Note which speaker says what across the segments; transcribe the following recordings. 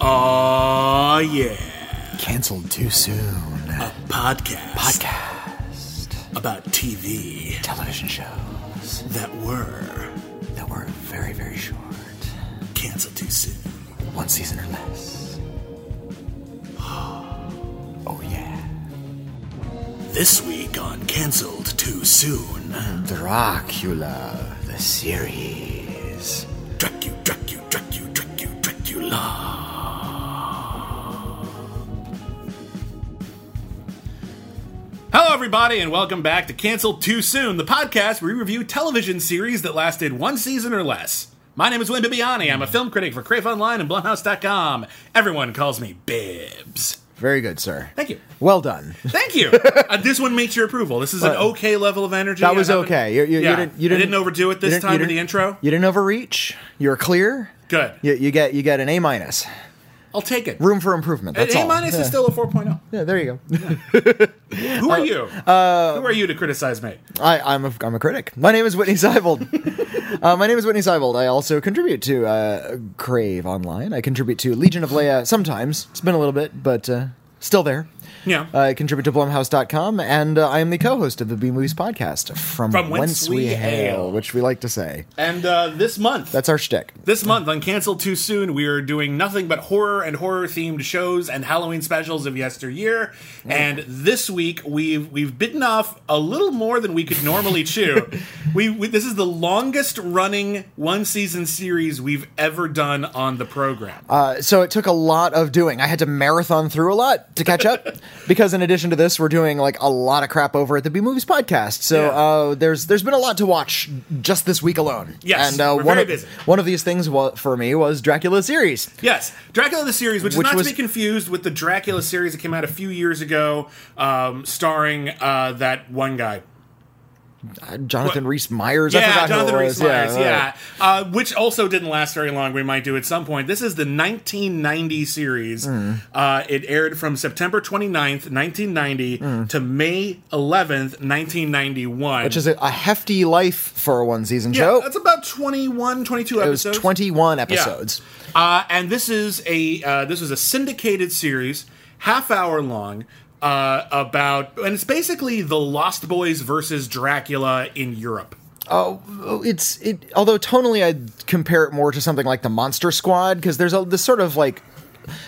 Speaker 1: Aw, Oh, yeah.
Speaker 2: Canceled too soon.
Speaker 1: A podcast,
Speaker 2: Podcast.
Speaker 1: about TV
Speaker 2: Television shows
Speaker 1: that were
Speaker 2: that were very, very short.
Speaker 1: canceled too soon.
Speaker 2: One season or less. Oh, yeah.
Speaker 1: This week on Canceled Too Soon,
Speaker 2: Dracula, the series.
Speaker 1: Dracu, Dracu, Dracu, Dracu, Dracula. Hello, everybody, and welcome back to Canceled Too Soon, the podcast where we review television series that lasted one season or less. My name is Wim Bibiani. I'm a film critic for Crave Online and Blumhouse.com. Everyone calls me Bibbs.
Speaker 2: Very good, sir.
Speaker 1: Thank you.
Speaker 2: Well done.
Speaker 1: Thank you. uh, this one meets your approval. This is an
Speaker 2: Well,
Speaker 1: okay level of energy.
Speaker 2: That was
Speaker 1: I haven't-
Speaker 2: okay. You, you- you
Speaker 1: Yeah.
Speaker 2: didn't, you
Speaker 1: I
Speaker 2: didn't,
Speaker 1: didn't overdo it
Speaker 2: you
Speaker 1: this
Speaker 2: didn't-
Speaker 1: time
Speaker 2: you
Speaker 1: in the
Speaker 2: didn't-
Speaker 1: intro.
Speaker 2: You didn't overreach. You're clear.
Speaker 1: Good.
Speaker 2: You, you get you get an A minus.
Speaker 1: I'll take it.
Speaker 2: Room for improvement.
Speaker 1: An
Speaker 2: That's
Speaker 1: A
Speaker 2: all.
Speaker 1: minus
Speaker 2: yeah.
Speaker 1: is still a oh. 4.0.
Speaker 2: Yeah, there you go.
Speaker 1: Who are you? Uh, Who are you to criticize me?
Speaker 2: I, I'm, a, I'm a critic. My name is Whitney Seibold. uh, my name is Whitney Seibold. I also contribute to uh, Crave Online. I contribute to Legion of Leia sometimes. It's been a little bit, but uh, still there.
Speaker 1: Yeah.
Speaker 2: I contribute to Blumhouse.com, and uh, I am the co host of the B Movies podcast from,
Speaker 1: From whence we hail.
Speaker 2: which we like to say.
Speaker 1: and uh, this month,
Speaker 2: That's our shtick.
Speaker 1: this month on Canceled Too Soon, we are doing nothing but horror and horror themed shows and Halloween specials of yesteryear. And this week, we've we've bitten off a little more than we could normally chew. We, we this is the longest running one season series we've ever done on the program.
Speaker 2: Uh, so it took a lot of doing. I had to marathon through a lot to catch up because, in addition to this, we're doing like a lot of crap over at the B Movies podcast. So
Speaker 1: Yeah.
Speaker 2: uh, there's there's been a lot to watch just this week alone.
Speaker 1: Yes,
Speaker 2: and uh,
Speaker 1: we're
Speaker 2: one
Speaker 1: very
Speaker 2: of,
Speaker 1: busy.
Speaker 2: one of these things wa- for me was Dracula series.
Speaker 1: Yes, Dracula the series, which,
Speaker 2: Which
Speaker 1: is not
Speaker 2: was-
Speaker 1: to be confused with the Dracula series that came out a few years ago, um, starring uh, that one guy.
Speaker 2: Uh, Jonathan Rhys Meyers. I
Speaker 1: Yeah,
Speaker 2: forgot
Speaker 1: Jonathan
Speaker 2: who it
Speaker 1: Rhys
Speaker 2: was.
Speaker 1: Meyers. Yeah, Uh,
Speaker 2: right.
Speaker 1: which also didn't last very long. We might do at some point. This is the 1990 series.
Speaker 2: Hmm.
Speaker 1: Uh, it aired from September 29th, 1990, to May 11th, 1991.
Speaker 2: Hmm. Which is a, a hefty life for a one season
Speaker 1: yeah,
Speaker 2: show.
Speaker 1: that's about 21, 22
Speaker 2: It was
Speaker 1: episodes.
Speaker 2: 21
Speaker 1: Yeah.
Speaker 2: episodes.
Speaker 1: Uh, and this is a uh, this was a syndicated series, half hour long. Uh, about and it's basically the Lost Boys versus Dracula in Europe.
Speaker 2: Oh, it's it. Although tonally, I'd compare it more to something like the Monster Squad because there's a this sort of like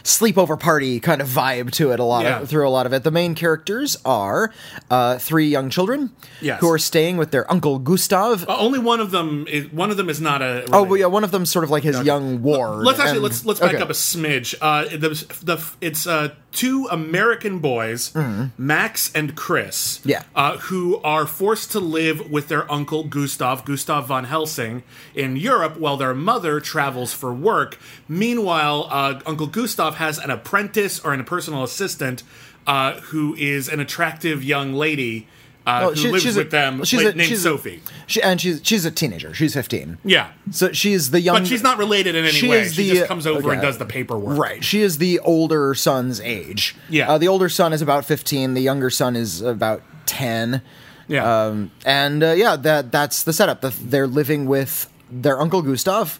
Speaker 2: sleepover party kind of vibe to it. A lot
Speaker 1: Yeah.
Speaker 2: of, through a lot of it. The main characters are uh, three young children
Speaker 1: Yes.
Speaker 2: who are staying with their uncle Gustav.
Speaker 1: Uh, only one of them is one of them is not a.
Speaker 2: Oh, well, yeah, one of them's sort of like his young ward.
Speaker 1: Let's actually
Speaker 2: and-
Speaker 1: let's let's back
Speaker 2: okay.
Speaker 1: up a smidge. Uh, the, the it's uh, two American boys, Max and Chris,
Speaker 2: Mm-hmm. Yeah.
Speaker 1: uh, who are forced to live with their uncle Gustav Gustav von Helsing in Europe while their mother travels for work. Meanwhile, uh, Uncle Gustav has an apprentice or a personal assistant uh, who is an attractive young lady. Uh,
Speaker 2: Well,
Speaker 1: who
Speaker 2: she-
Speaker 1: lives
Speaker 2: she's a-
Speaker 1: with them
Speaker 2: she's
Speaker 1: like,
Speaker 2: a-
Speaker 1: named
Speaker 2: she's a-
Speaker 1: Sophie.
Speaker 2: She, and she's she's a teenager. She's fifteen.
Speaker 1: yeah.
Speaker 2: So she's the young.
Speaker 1: But she's not related in any
Speaker 2: She
Speaker 1: way.
Speaker 2: is
Speaker 1: she
Speaker 2: the-
Speaker 1: just comes over and
Speaker 2: okay.
Speaker 1: does the paperwork.
Speaker 2: Right. She is the older son's age.
Speaker 1: Yeah.
Speaker 2: Uh, the older son is about 15. The younger son is about 10.
Speaker 1: Yeah.
Speaker 2: Um, and uh, yeah, that that's the setup. The, they're living with their uncle Gustav,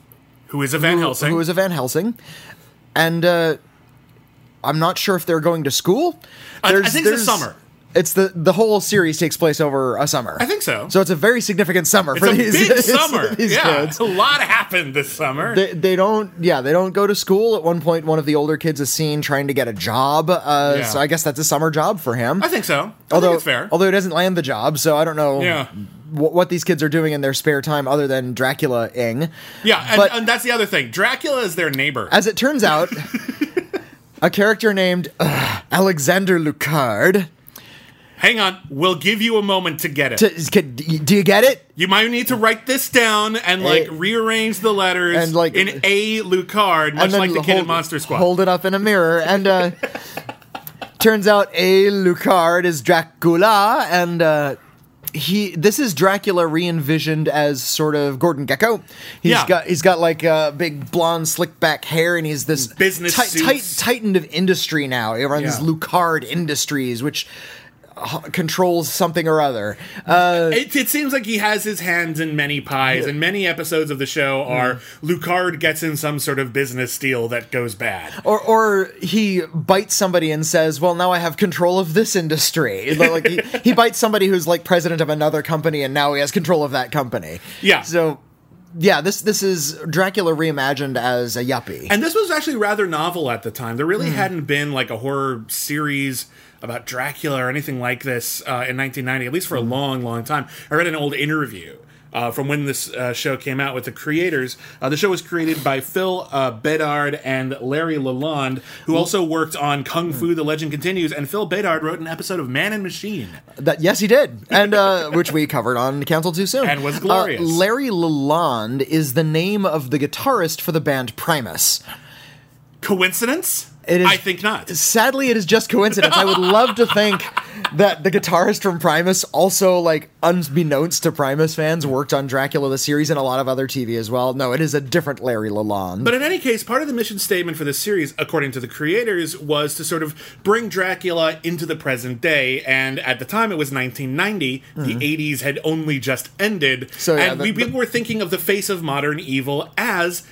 Speaker 1: who is a Van Helsing.
Speaker 2: who is a Van Helsing, and uh, I'm not sure if they're going to school.
Speaker 1: I
Speaker 2: There's-
Speaker 1: think it's the
Speaker 2: there's-
Speaker 1: summer.
Speaker 2: It's the the whole series takes place over a summer.
Speaker 1: I think so.
Speaker 2: So it's a very significant summer
Speaker 1: it's
Speaker 2: for
Speaker 1: a
Speaker 2: these,
Speaker 1: big summer.
Speaker 2: these
Speaker 1: yeah,
Speaker 2: kids.
Speaker 1: a lot happened this summer.
Speaker 2: They, they don't yeah they don't go to school at one point one of the older kids is seen trying to get a job uh,
Speaker 1: Yeah.
Speaker 2: so i guess that's a summer job for him
Speaker 1: I think so.
Speaker 2: although
Speaker 1: I think it's fair.
Speaker 2: although he doesn't land the job so i don't know
Speaker 1: Yeah.
Speaker 2: wh- what these kids are doing in their spare time other than dracula ing
Speaker 1: yeah, and,
Speaker 2: but-
Speaker 1: and that's the other thing. Dracula is their neighbor.
Speaker 2: as it turns out a character named uh, alexander lucard
Speaker 1: Hang on, we'll give you a moment to get it.
Speaker 2: t- is- could- do you get it
Speaker 1: you might need to write this down and like
Speaker 2: Eh.
Speaker 1: rearrange the letters
Speaker 2: And, like-
Speaker 1: in a Lucard, much like the kid in Monster Squad.
Speaker 2: hold it up in a mirror and uh turns out a lucard is dracula and uh he this is dracula re-envisioned as sort of gordon gecko He's
Speaker 1: Yeah.
Speaker 2: got he's got like uh big blonde slick back hair and he's this
Speaker 1: Business
Speaker 2: ti-
Speaker 1: suits.
Speaker 2: titan of industry now he runs
Speaker 1: Yeah.
Speaker 2: lucard industries which h- controls something or other. Uh,
Speaker 1: It, it seems like he has his hands in many pies, and many episodes of the show are
Speaker 2: Hmm.
Speaker 1: Lucard gets in some sort of business deal that goes bad.
Speaker 2: or, or he bites somebody and says, "Well, now I have control of this industry." Like he, he bites somebody who's like president of another company, and now he has control of that company.
Speaker 1: Yeah.
Speaker 2: So, yeah, this this is Dracula reimagined as a yuppie.
Speaker 1: And this was actually rather novel at the time. There
Speaker 2: Hmm.
Speaker 1: really hadn't been like a horror series about Dracula or anything like this uh, in 1990, at least for a
Speaker 2: Hmm.
Speaker 1: long, long time. I read an old interview. Uh, from when this uh, show came out with the creators. Uh, the show was created by Phil uh, Bedard and Larry Lalonde,
Speaker 2: Hmm.
Speaker 1: who also worked on Kung Fu The Legend Continues. And Phil Bedard wrote an episode of Man and Machine.
Speaker 2: That yes, he did, and uh, which we covered on Council Too Soon,
Speaker 1: And was glorious.
Speaker 2: Uh, Larry Lalonde is the name of the guitarist for the band Primus.
Speaker 1: Coincidence?
Speaker 2: It is-
Speaker 1: I think not.
Speaker 2: Sadly, it is just coincidence. I would love to think that the guitarist from Primus also, like, unbeknownst to Primus fans, worked on Dracula the series and a lot of other TV as well. No, it is a different Larry Lalonde.
Speaker 1: But in any case, part of the mission statement for this series, according to the creators, was to sort of bring Dracula into the present day. And at the time, it was 1990. The 80s had only just ended.
Speaker 2: Hmm. So, yeah,
Speaker 1: and
Speaker 2: the-
Speaker 1: we,
Speaker 2: the-
Speaker 1: people were thinking of the face of modern evil as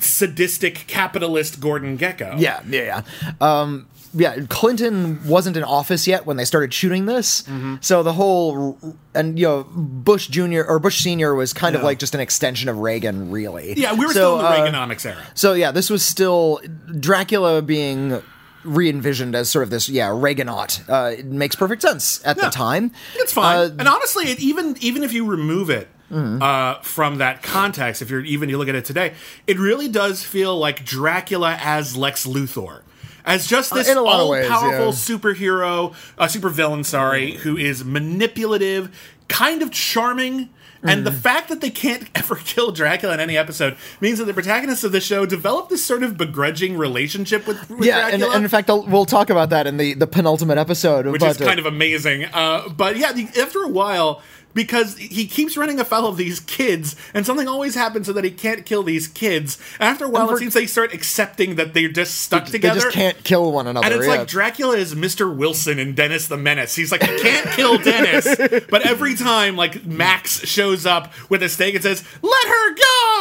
Speaker 1: sadistic capitalist Gordon Gecko.
Speaker 2: Yeah, yeah, yeah. Um, yeah, Clinton wasn't in office yet when they started shooting this,
Speaker 1: Mm-hmm.
Speaker 2: so the whole and you know Bush Jr. or Bush Senior was kind of like just an extension of Reagan, really.
Speaker 1: Yeah, we were still
Speaker 2: So,
Speaker 1: in the
Speaker 2: uh,
Speaker 1: Reaganomics era.
Speaker 2: So yeah, this was still Dracula being re-envisioned as sort of this yeah Reaganaut. Uh, it makes perfect sense at
Speaker 1: Yeah.
Speaker 2: the time.
Speaker 1: It's fine.
Speaker 2: Uh, Mm-hmm.
Speaker 1: and honestly, it, even even if you remove it uh, from that context, if you're even you look at it today, it really does feel like Dracula as Lex Luthor. As just this
Speaker 2: Uh, in a lot of ways,
Speaker 1: all-powerful
Speaker 2: yeah. Mm-hmm.
Speaker 1: superhero, uh, supervillain, sorry, who is manipulative, kind of charming, and the
Speaker 2: Mm-hmm.
Speaker 1: fact that they can't ever kill Dracula in any episode means that the protagonists of the show develop this sort of begrudging relationship with, with
Speaker 2: yeah, and,
Speaker 1: Dracula
Speaker 2: and in fact, I'll, we'll talk about that in the, the penultimate episode.
Speaker 1: which is kind of amazing. Uh, but yeah, the, after a while, because he keeps running afoul of these kids, and something always happens so that he can't kill these kids. After a while,
Speaker 2: And
Speaker 1: it
Speaker 2: for-
Speaker 1: seems they start accepting that they're just stuck
Speaker 2: they
Speaker 1: together.
Speaker 2: just can't kill one another.
Speaker 1: and it's
Speaker 2: yeah.
Speaker 1: like Dracula is Mr. Wilson and Dennis the Menace. He's like, I can't kill Dennis. But every time, like, Max shows up with a stake and says, Let her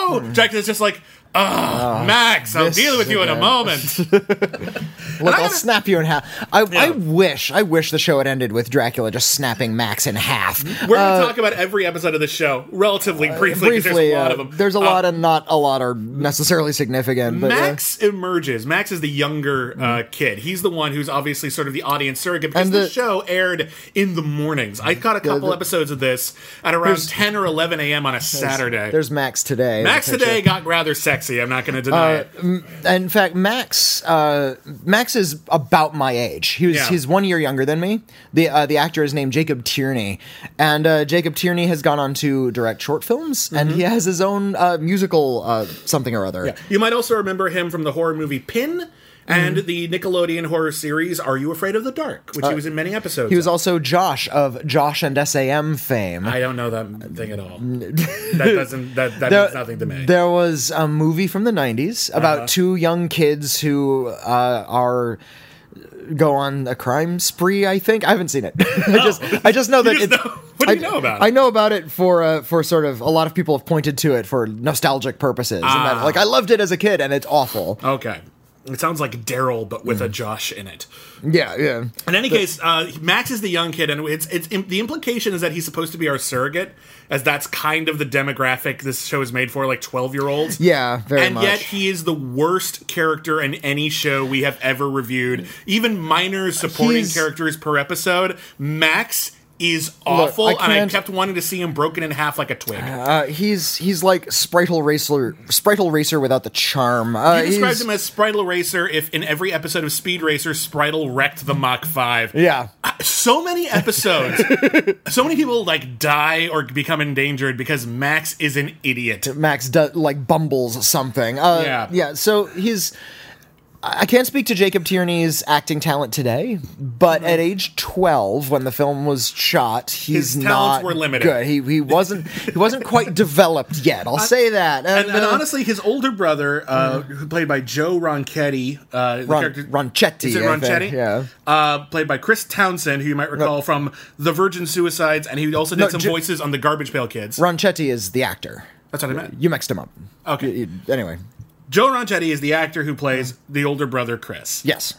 Speaker 1: go! Dracula's just like, Ugh, Max, I'll
Speaker 2: Mm. Ah, this
Speaker 1: deal with you in a
Speaker 2: again."
Speaker 1: moment.
Speaker 2: Look,
Speaker 1: I
Speaker 2: I'll
Speaker 1: gotta-
Speaker 2: snap you in half. I, I wish, I wish the show had ended with Dracula just snapping Max in half.
Speaker 1: We're going to talk about every episode of the show relatively briefly. 'cause
Speaker 2: Briefly,
Speaker 1: there's a lot
Speaker 2: uh,
Speaker 1: of them.
Speaker 2: there's a
Speaker 1: Uh,
Speaker 2: lot and not a lot are necessarily significant. But, uh,
Speaker 1: Max emerges. Max is the younger uh, kid. He's the one who's obviously sort of the audience surrogate because
Speaker 2: And
Speaker 1: the,
Speaker 2: the-
Speaker 1: show aired in the mornings. I got a couple
Speaker 2: the-
Speaker 1: episodes of this at around 10 or 11 a.m. on a Saturday.
Speaker 2: there's Max today. in the
Speaker 1: Max
Speaker 2: picture.
Speaker 1: today got rather sexy. I'm not going to
Speaker 2: Uh,
Speaker 1: deny it.
Speaker 2: In fact, Max uh, Max is about my age. He was
Speaker 1: Yeah.
Speaker 2: he's one year younger than me. The uh, the actor is named Jacob Tierney, and uh, Jacob Tierney has gone on to direct short films, and he has his own uh, musical uh, something or other.
Speaker 1: You might also remember him from the horror movie Pin and
Speaker 2: Mm.
Speaker 1: the Nickelodeon horror series Are You Afraid of the Dark, which he was in many episodes.
Speaker 2: Uh, He was
Speaker 1: of.
Speaker 2: also Josh of Josh and SAM fame.
Speaker 1: I don't know that thing at all.
Speaker 2: Mm.
Speaker 1: that doesn't that, that means nothing to me. Uh-huh.
Speaker 2: There was a movie from the 90s about two young kids who uh, are go on a crime spree i think i haven't seen it i just i just know that
Speaker 1: just
Speaker 2: it's-
Speaker 1: know- what do
Speaker 2: I-
Speaker 1: you know about
Speaker 2: i
Speaker 1: it?
Speaker 2: know about it for uh, for sort of a lot of people have pointed to it for nostalgic purposes and that,
Speaker 1: Ah.
Speaker 2: like i loved it as a kid and it's awful
Speaker 1: Okay. It sounds like Daryl, but
Speaker 2: Mm.
Speaker 1: with a Josh in it.
Speaker 2: yeah yeah
Speaker 1: In any case, uh, Max is the young kid, and it's it's im- the implication is that he's supposed to be our surrogate, as that's kind of the demographic this show is made for, like twelve year olds.
Speaker 2: yeah very
Speaker 1: And
Speaker 2: much
Speaker 1: yet, he is the worst character in any show we have ever reviewed. Even minor supporting
Speaker 2: He's-
Speaker 1: characters per episode. Max is awful,
Speaker 2: I
Speaker 1: and I
Speaker 2: can't-
Speaker 1: kept wanting to see him broken in half like a twig.
Speaker 2: uh, he's he's like Spritel Racer, Spritel Racer without the charm. Uh,
Speaker 1: He describes
Speaker 2: he's-
Speaker 1: him as Spritel Racer if in every episode of Speed Racer, Spritel wrecked the Mach 5.
Speaker 2: yeah,
Speaker 1: So many episodes, so many people like die or become endangered because Max is an idiot.
Speaker 2: Max does like bumbles something. Uh,
Speaker 1: Yeah.
Speaker 2: yeah. So he's. I can't speak to Jacob Tierney's acting talent today, but
Speaker 1: Mm-hmm.
Speaker 2: at age twelve, when the film was shot, he's
Speaker 1: His talents
Speaker 2: not
Speaker 1: were limited.
Speaker 2: good. He he wasn't he wasn't quite developed yet. I'll say that.
Speaker 1: And, and
Speaker 2: uh,
Speaker 1: honestly, his older brother, uh, who played by Joe Ronchetti, uh, the
Speaker 2: Ron,
Speaker 1: character-
Speaker 2: Ronchetti,
Speaker 1: Is it
Speaker 2: I think,
Speaker 1: Ronchetti?
Speaker 2: Yeah.
Speaker 1: Uh, played by Chris Townsend, who you might recall from The Virgin Suicides, and he also did
Speaker 2: No,
Speaker 1: some
Speaker 2: Jo-
Speaker 1: voices on The Garbage Pail Kids.
Speaker 2: Ronchetti is the actor.
Speaker 1: That's what I meant.
Speaker 2: You mixed him up.
Speaker 1: Okay.
Speaker 2: You- you- anyway,
Speaker 1: Joe Ronchetti is the actor who plays the older brother, Chris.
Speaker 2: yes,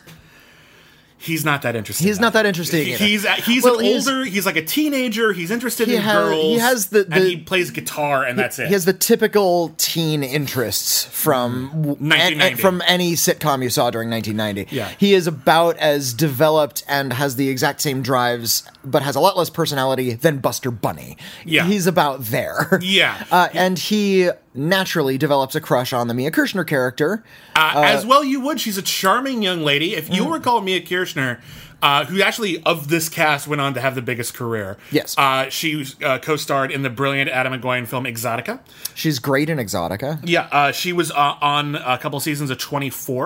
Speaker 1: He's not that interesting.
Speaker 2: he's not that interesting.
Speaker 1: He-
Speaker 2: either.
Speaker 1: He's uh, he's
Speaker 2: Well,
Speaker 1: an
Speaker 2: he's-
Speaker 1: older. He's, like a teenager. He's interested in
Speaker 2: has-
Speaker 1: girls.
Speaker 2: he has the-
Speaker 1: and
Speaker 2: the-
Speaker 1: he plays guitar, and that's it.
Speaker 2: He has the typical teen interests from
Speaker 1: Mm-hmm.
Speaker 2: w- an-
Speaker 1: 1990.
Speaker 2: from any sitcom you saw during 1990.
Speaker 1: Yeah.
Speaker 2: He is about as developed and has the exact same drives, but has a lot less personality than Buster Bunny.
Speaker 1: Yeah.
Speaker 2: He's about there.
Speaker 1: Yeah.
Speaker 2: Uh, and he naturally develops a crush on the Mia Kirshner character.
Speaker 1: Uh, as well you would. She's a charming young lady. If
Speaker 2: Mm.
Speaker 1: you recall Mia Kirshner, uh, who actually of this cast went on to have the biggest career.
Speaker 2: Yes.
Speaker 1: Uh, she uh, co-starred in the brilliant Adam McGoyan film Exotica.
Speaker 2: She's great in Exotica.
Speaker 1: Yeah, uh, she was uh, on a couple seasons of 24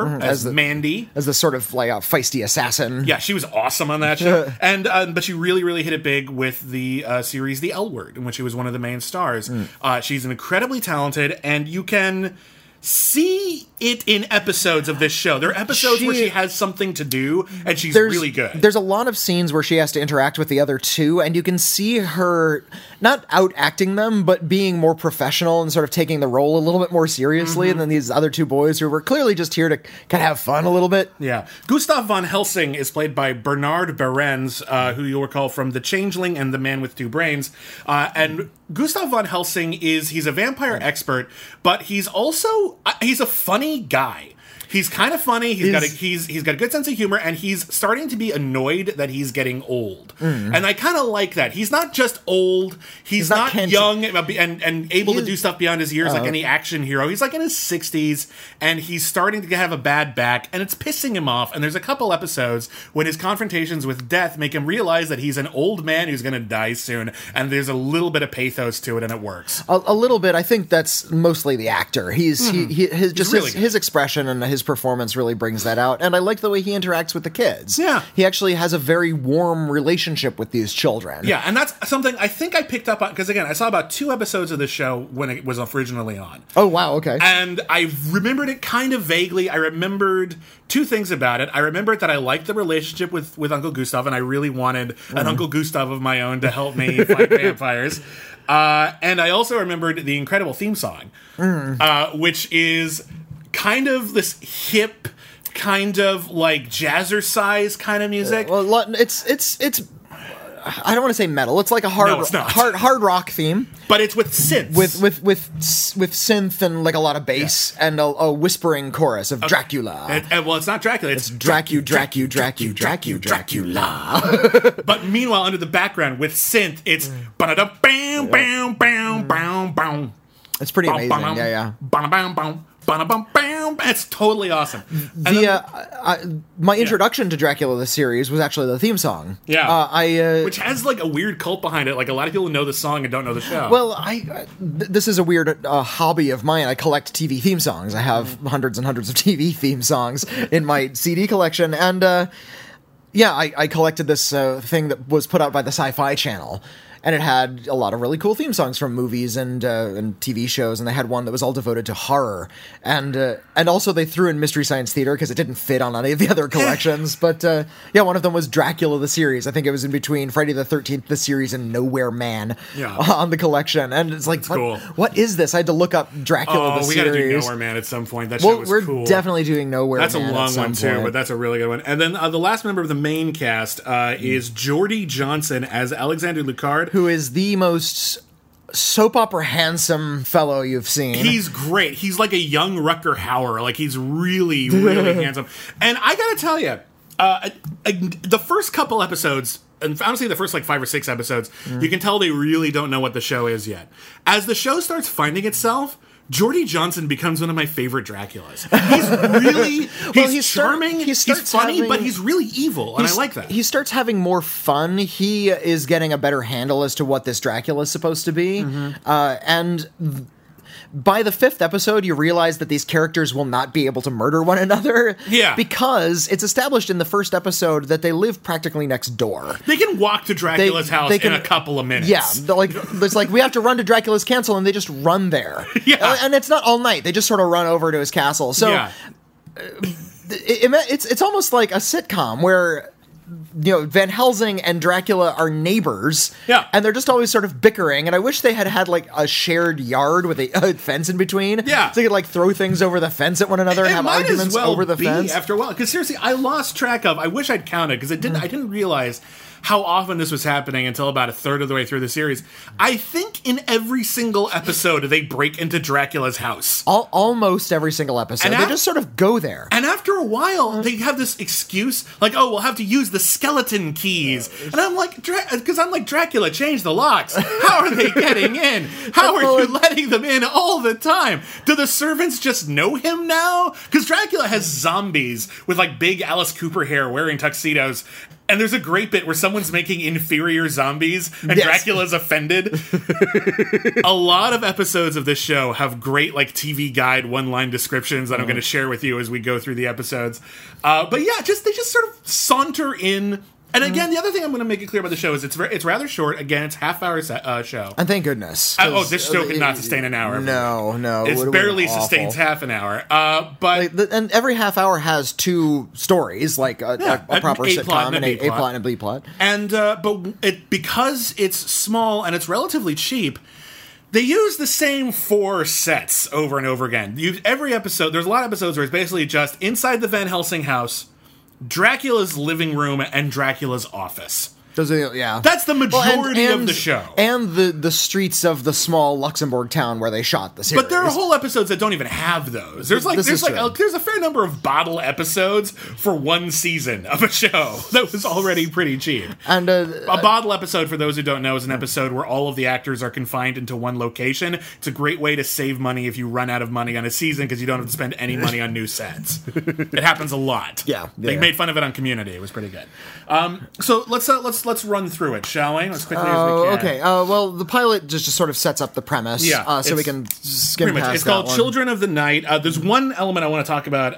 Speaker 1: as,
Speaker 2: Mm-hmm. as the-
Speaker 1: Mandy.
Speaker 2: As the sort of like a feisty assassin.
Speaker 1: Yeah, she was awesome on that show, and um, but she really, really hit it big with the uh, series The L Word, in which she was one of the main stars.
Speaker 2: Hmm.
Speaker 1: Uh, she's incredibly talented, and you can see it in episodes of this show. There are episodes where
Speaker 2: She-
Speaker 1: she has something to do, and she's
Speaker 2: there's
Speaker 1: really good.
Speaker 2: There's a lot of scenes where she has to interact with the other two, and you can see her not out acting them, but being more professional and sort of taking the role a little bit more seriously
Speaker 1: Mm-hmm.
Speaker 2: than these other two boys who were clearly just here to kind of have fun a little bit.
Speaker 1: Yeah, Gustav von Helsing is played by Bernard Behrens, uh, who you'll recall from The Changeling and The Man with Two Brains. Uh, and Gustav von Helsing is—he's a vampire expert, but he's also—he's a funny guy. He's kind of funny. He's got a,
Speaker 2: Is-
Speaker 1: he's he's got a good sense of humor, and he's starting to be annoyed that he's getting old. And I kind of like that. He's not just old. He's,
Speaker 2: not
Speaker 1: not, Oh,
Speaker 2: Kent.
Speaker 1: young and uh, and, and able to
Speaker 2: He's-
Speaker 1: do stuff beyond his years like any action hero. He's like in his 60s and he's starting to have a bad back and it's pissing him off. And there's a couple episodes when his confrontations with death make him realize that he's an old man who's going to die soon. And there's a little bit of pathos to it and it works.
Speaker 2: A, a little bit. I think that's mostly the actor. He's he, he his just
Speaker 1: Mm-hmm. really
Speaker 2: his,
Speaker 1: good.
Speaker 2: his expression and his performance really brings that out. And I like the way he interacts with the kids.
Speaker 1: Yeah.
Speaker 2: he actually has a very warm relationship with these children.
Speaker 1: Yeah, and that's something I think I picked up on because again, I saw about two episodes of this show when it was originally on.
Speaker 2: Oh wow. Okay.
Speaker 1: and I remembered it kind of vaguely. I remembered two things about it. I remembered that I liked the relationship with with Uncle Gustav, and I really wanted an Uncle Gustav of my own to help me fight vampires. Uh, and I also remembered the incredible theme song, uh, which is kind of this hip, kind of like jazzercise kind of music.
Speaker 2: Well, lo- it's it's it's. I don't want to say metal. It's like a hard
Speaker 1: No, it's not.
Speaker 2: hard hard rock theme
Speaker 1: but it's with synths.
Speaker 2: with with with s- with synth and like a lot of bass and a, a whispering chorus of Dracula.
Speaker 1: And- and, well, it's not Dracula. It's
Speaker 2: Dracu, Dracu, Dracu, Dracu, Dracula.
Speaker 1: But meanwhile, under the background with synth, it's ba-da-da, bam, bam, bam, bam, bam.
Speaker 2: It's pretty amazing.
Speaker 1: Bum, bum,
Speaker 2: Yeah, yeah.
Speaker 1: bum, bum, bum, bum, bum, bum. It's totally awesome. And then-
Speaker 2: The uh, I, I- my introduction to Dracula the series was actually the theme song.
Speaker 1: Yeah.
Speaker 2: uh, I uh,
Speaker 1: which has like a weird cult behind it. Like a lot of people know the song and don't know the show.
Speaker 2: Well, I I- th- this is a weird uh, hobby of mine. I collect TV theme songs. I have hundreds and hundreds of TV theme songs in my CD collection, and uh, yeah, I, I collected this uh, thing that was put out by the Sci-Fi Channel, and it had a lot of really cool theme songs from movies and uh, and TV shows, and they had one that was all devoted to horror, and uh, and also they threw in Mystery Science Theater because it didn't fit on any of the other collections. but uh, yeah, one of them was Dracula the series. I think it was in between Friday the Thirteenth the series and Nowhere Man
Speaker 1: Yeah.
Speaker 2: on the collection, and it's like what,
Speaker 1: cool.
Speaker 2: what is this? I had to look up Dracula
Speaker 1: oh,
Speaker 2: the
Speaker 1: we gotta do
Speaker 2: series.
Speaker 1: Nowhere Man at some point. That show
Speaker 2: well,
Speaker 1: was
Speaker 2: we're
Speaker 1: cool.
Speaker 2: definitely doing Nowhere.
Speaker 1: that's a
Speaker 2: Man at
Speaker 1: long
Speaker 2: some
Speaker 1: one too,
Speaker 2: point.
Speaker 1: but that's a really good one. And then uh, the last member of the main cast uh,
Speaker 2: Hmm.
Speaker 1: is Jordy Johnson as Alexander Lucard.
Speaker 2: who is the most soap opera handsome fellow you've seen.
Speaker 1: He's great. He's like a young Rucker Hauer. Like he's really, really handsome. And I gotta tell you, uh, I- the first couple episodes, and honestly, the first like five or six episodes, you can tell they really don't know what the show is yet. As the show starts finding itself. Jordy Johnson becomes one of my favorite Draculas. He's really he's,
Speaker 2: he start-
Speaker 1: charming,
Speaker 2: he
Speaker 1: he's
Speaker 2: starts
Speaker 1: funny,
Speaker 2: having-
Speaker 1: but he's really evil, and I like that.
Speaker 2: He starts having more fun. He
Speaker 1: Mm-hmm.
Speaker 2: is getting a better handle as to what this Dracula is supposed to be, uh, and. th- by the fifth episode, you realize that these characters will not be able to murder one another.
Speaker 1: Yeah.
Speaker 2: Because it's established in the first episode that they live practically next door.
Speaker 1: They can walk to Dracula's
Speaker 2: they
Speaker 1: house
Speaker 2: can-
Speaker 1: in a couple of minutes.
Speaker 2: Yeah, they're like it's like we have to run to Dracula's castle, and they just run there. Uh,
Speaker 1: Yeah.
Speaker 2: and it's not all night; they just sort of run over to his castle. So
Speaker 1: yeah.
Speaker 2: it- it- it's it's almost like a sitcom where you know Van Helsing and Dracula are neighbors.
Speaker 1: Yeah.
Speaker 2: and they're just always sort of bickering. And I wish they had had like a shared yard with a, a fence in between.
Speaker 1: Yeah.
Speaker 2: so they could like throw things over the fence at one another and
Speaker 1: It
Speaker 2: have
Speaker 1: might as
Speaker 2: arguments
Speaker 1: well
Speaker 2: over the
Speaker 1: be
Speaker 2: fence.
Speaker 1: after a while. Because seriously, I lost track of. I wish I'd counted because I didn't.
Speaker 2: Mm.
Speaker 1: I didn't realize how often this was happening until about a third of the way through the series. I think in every single episode they break into Dracula's house.
Speaker 2: Al- almost every single episode,
Speaker 1: And
Speaker 2: they
Speaker 1: af-
Speaker 2: just sort of go there.
Speaker 1: And after a while, they have this excuse like, "Oh, we'll have to use the skeleton keys." And I'm like, because I'm like Dracula, change the locks. How are they getting in? How are you letting them in all the time? Do the servants just know him now? Because Dracula has zombies with like big Alice Cooper hair, wearing tuxedos. And there's a great bit where someone's making inferior zombies, and
Speaker 2: Yes.
Speaker 1: Dracula's offended a lot of episodes of this show have great like TV guide one line descriptions that I'm
Speaker 2: Mm-hmm.
Speaker 1: going to share with you as we go through the episodes. Uh, but yeah, just they just sort of saunter in. And
Speaker 2: Mm-hmm.
Speaker 1: again, the other thing I'm going to make it clear about the show is it's very, it's rather short. Again, it's half hour se- uh, show.
Speaker 2: and thank goodness.
Speaker 1: I- oh,
Speaker 2: 'cause,
Speaker 1: this show could
Speaker 2: uh,
Speaker 1: not sustain an hour.
Speaker 2: No, no, it
Speaker 1: It
Speaker 2: would've been
Speaker 1: barely
Speaker 2: awful.
Speaker 1: sustains half an hour. Uh, but
Speaker 2: Like, the- and every half hour has two stories, like a,
Speaker 1: Yeah,
Speaker 2: a, a
Speaker 1: an
Speaker 2: proper
Speaker 1: A
Speaker 2: sitcom
Speaker 1: plot and
Speaker 2: and
Speaker 1: a
Speaker 2: a,
Speaker 1: B plot.
Speaker 2: a plot and a B plot.
Speaker 1: and uh, but it because it's small and it's relatively cheap they use the same four sets over and over again you every episode there's a lot of episodes where it's basically just inside the van helsing house dracula's living room and dracula's office
Speaker 2: Those are the- yeah.
Speaker 1: that's the
Speaker 2: Well,
Speaker 1: majority
Speaker 2: and-
Speaker 1: of
Speaker 2: and-
Speaker 1: the show
Speaker 2: and the the streets of the small Luxembourg town where they shot the series.
Speaker 1: But there are whole episodes that don't even have those. There's like
Speaker 2: This
Speaker 1: there's
Speaker 2: is
Speaker 1: like
Speaker 2: true.
Speaker 1: a, there's a fair number of bottle episodes for one season of a show that was already pretty cheap.
Speaker 2: and uh,
Speaker 1: A bottle episode, for those who don't know, is an episode where all of the actors are confined into one location. It's a great way to save money if you run out of money on a season because you don't have to spend any money on new sets. it happens a lot.
Speaker 2: Yeah,
Speaker 1: they
Speaker 2: yeah.
Speaker 1: made fun of it on Community. It was pretty good. Um, so let's uh, let's let's run through it, shall we? As quickly
Speaker 2: oh,
Speaker 1: as we can.
Speaker 2: okay. Uh, well, the pilot just, just sort of sets up the premise.
Speaker 1: Yeah,
Speaker 2: uh, so we
Speaker 1: it's
Speaker 2: can skim
Speaker 1: Pretty
Speaker 2: past
Speaker 1: much. It's
Speaker 2: that
Speaker 1: called
Speaker 2: one.
Speaker 1: Children of the Night. Uh, there's one element I want to talk about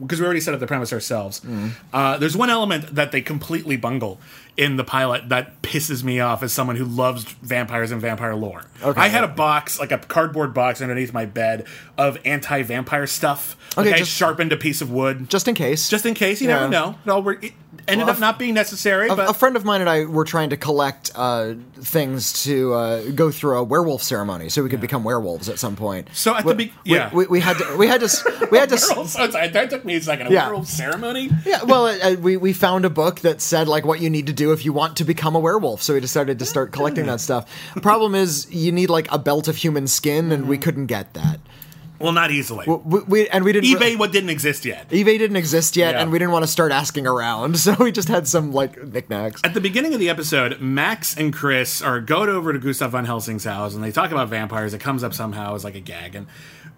Speaker 1: because we already set up the premise ourselves.
Speaker 2: Mm.
Speaker 1: Uh, there's one element that they completely bungle in the pilot that pisses me off as someone who loves vampires and vampire lore.
Speaker 2: Okay.
Speaker 1: I had a box, like a cardboard box underneath my bed of anti vampire stuff.
Speaker 2: Okay,
Speaker 1: like I
Speaker 2: just-
Speaker 1: sharpened a piece of wood.
Speaker 2: Just in case.
Speaker 1: Just in case, you
Speaker 2: Yeah.
Speaker 1: never know. It, all wor- it ended
Speaker 2: Well, a
Speaker 1: up not being necessary, but
Speaker 2: a friend of mine and I were trying to collect uh, things to uh, go through a werewolf ceremony, so we could become werewolves at some point.
Speaker 1: So at
Speaker 2: we,
Speaker 1: the be-
Speaker 2: we-
Speaker 1: yeah.
Speaker 2: we, we had to we had to s- we had to s-
Speaker 1: Werewolf- I'm sorry, that took me a second. A
Speaker 2: Yeah.
Speaker 1: werewolf ceremony?
Speaker 2: yeah. Well, uh, uh, we we found a book that said like what you need to do if you want to become a werewolf. So we decided to start collecting that stuff. Problem is, you need like a belt of human skin, and
Speaker 1: Mm-hmm.
Speaker 2: we couldn't get that.
Speaker 1: Well, not easily.
Speaker 2: We, we and we didn't. re-
Speaker 1: eBay what didn't exist yet.
Speaker 2: eBay didn't exist yet,
Speaker 1: Yeah.
Speaker 2: and we didn't want to start asking around, so we just had some like knickknacks.
Speaker 1: At the beginning of the episode, Max and Chris are going over to Gustav von Helsing's house and they talk about vampires. It comes up somehow as like a gag. And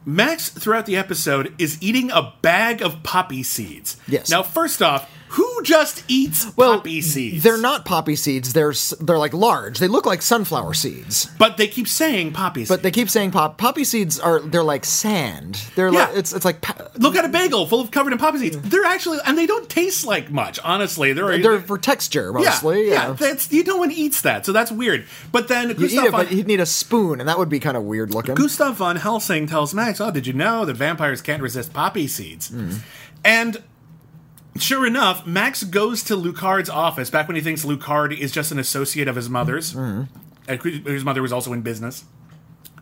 Speaker 1: Max, throughout the episode, is eating a bag of poppy seeds.
Speaker 2: Yes.
Speaker 1: Now, first off, who just eats poppy seeds?
Speaker 2: They're not poppy seeds. They're s- they're like large. They look like sunflower seeds.
Speaker 1: But they keep saying poppy seeds.
Speaker 2: But they keep saying pop poppy seeds are they're like sand. They're
Speaker 1: Yeah.
Speaker 2: like it's it's like pa-
Speaker 1: Look at a bagel full of covered in poppy seeds. They're actually, and they don't taste like much, honestly. They're,
Speaker 2: they're for texture mostly. Yeah.
Speaker 1: That's, you, no one eats that, so that's weird. But then
Speaker 2: You eat
Speaker 1: Gustav
Speaker 2: it,
Speaker 1: von
Speaker 2: but you'd need a spoon, and that would be kind of weird looking.
Speaker 1: Gustav von Helsing tells Max, "Oh, did you know that vampires can't resist poppy seeds?" And sure enough, Max goes to Lucard's office back when he thinks Lucard is just an associate of his mother's,
Speaker 2: Mm-hmm.
Speaker 1: and his mother was also in business.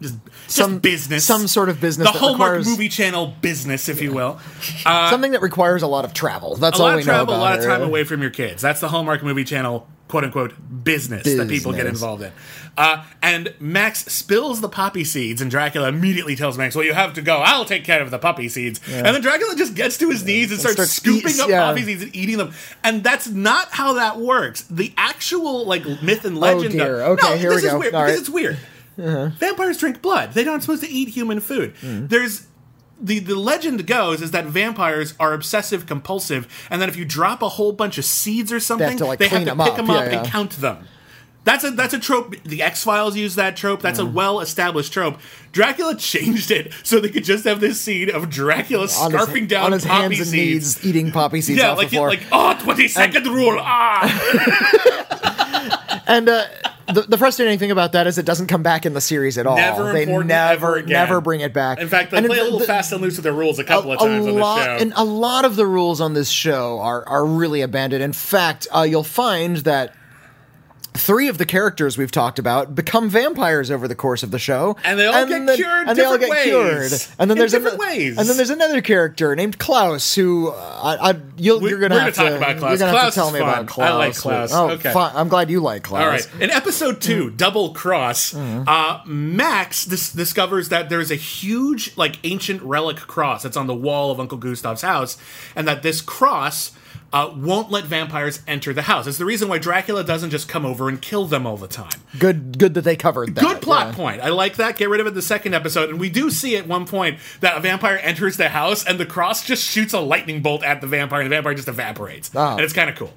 Speaker 1: Just,
Speaker 2: Some-
Speaker 1: just business,
Speaker 2: some sort of business
Speaker 1: the
Speaker 2: that
Speaker 1: Hallmark
Speaker 2: requires-
Speaker 1: movie channel business, if you will.
Speaker 2: Something that requires a lot of travel. That's
Speaker 1: a
Speaker 2: all
Speaker 1: lot
Speaker 2: we
Speaker 1: of travel,
Speaker 2: know
Speaker 1: a
Speaker 2: about
Speaker 1: lot of
Speaker 2: her.
Speaker 1: time away from your kids. That's the Hallmark movie channel quote unquote business, that people get
Speaker 2: Business.
Speaker 1: involved in. Uh, and Max spills the poppy seeds, and Dracula immediately tells Max, Well, you have to go. I'll take care of the poppy seeds. And then Dracula just gets to his knees and starts,
Speaker 2: starts
Speaker 1: scooping
Speaker 2: eat-
Speaker 1: up
Speaker 2: yeah.
Speaker 1: poppy seeds and eating them. And that's not how that works. The actual like myth and legend. of-
Speaker 2: Oh, dear. Okay,
Speaker 1: no,
Speaker 2: here
Speaker 1: this
Speaker 2: we
Speaker 1: is
Speaker 2: go.
Speaker 1: Weird,
Speaker 2: All
Speaker 1: because
Speaker 2: right.
Speaker 1: it's weird. Vampires drink blood. They aren't supposed to eat human food.
Speaker 2: Mm.
Speaker 1: There's the the legend goes is that vampires are obsessive compulsive, and that if you drop a whole bunch of seeds or something,
Speaker 2: to, like,
Speaker 1: they have
Speaker 2: clean
Speaker 1: to
Speaker 2: them
Speaker 1: pick
Speaker 2: up.
Speaker 1: them
Speaker 2: Yeah,
Speaker 1: up
Speaker 2: yeah.
Speaker 1: and count them. That's a that's a trope. The X Files use that trope. That's
Speaker 2: Mm.
Speaker 1: a well established trope. Dracula changed it so they could just have this scene of Dracula
Speaker 2: on his-
Speaker 1: scarfing down
Speaker 2: on his
Speaker 1: poppy
Speaker 2: hands and
Speaker 1: seeds.
Speaker 2: knees, eating poppy seeds
Speaker 1: Yeah,
Speaker 2: off
Speaker 1: like
Speaker 2: the floor.
Speaker 1: like oh, 20 second rule. Ah,
Speaker 2: and uh, the, the frustrating thing about that is it doesn't come back in the series at all.
Speaker 1: Never
Speaker 2: they
Speaker 1: important, ever
Speaker 2: never
Speaker 1: again.
Speaker 2: never bring it back.
Speaker 1: in fact, they
Speaker 2: And
Speaker 1: play
Speaker 2: it-
Speaker 1: a little
Speaker 2: the-
Speaker 1: fast and loose with their rules a couple of times
Speaker 2: lot,
Speaker 1: on the show.
Speaker 2: And a lot of the rules on this show are are really abandoned. In fact, uh, you'll find that three of the characters we've talked about become vampires over the course of the show,
Speaker 1: And they all get cured
Speaker 2: and they all get
Speaker 1: different
Speaker 2: cured.
Speaker 1: ways.
Speaker 2: And then
Speaker 1: In
Speaker 2: there's
Speaker 1: different
Speaker 2: ano-
Speaker 1: ways.
Speaker 2: And then there's another character named Klaus who uh, I, I you'll,
Speaker 1: We-
Speaker 2: you're gonna
Speaker 1: we're
Speaker 2: have
Speaker 1: gonna
Speaker 2: to
Speaker 1: talk about Klaus.
Speaker 2: You're gonna have
Speaker 1: Klaus
Speaker 2: to tell
Speaker 1: is
Speaker 2: me
Speaker 1: fun.
Speaker 2: about Klaus.
Speaker 1: I like Klaus.
Speaker 2: Oh,
Speaker 1: Okay.
Speaker 2: fine. I'm glad you like Klaus.
Speaker 1: All right. In episode two, Double Cross, uh, Max dis- discovers that there's a huge, like, ancient relic cross that's on the wall of Uncle Gustav's house, and that this cross. Uh, won't let vampires enter the house. It's the reason why Dracula doesn't just come over and kill them all the time.
Speaker 2: Good. Good that they covered that.
Speaker 1: Good plot
Speaker 2: yeah.
Speaker 1: point. I like that. Get rid of it in the second episode. And we do see at one point that a vampire enters the house and the cross just shoots a lightning bolt at the vampire and the vampire just evaporates.
Speaker 2: Oh.
Speaker 1: And it's kind of cool.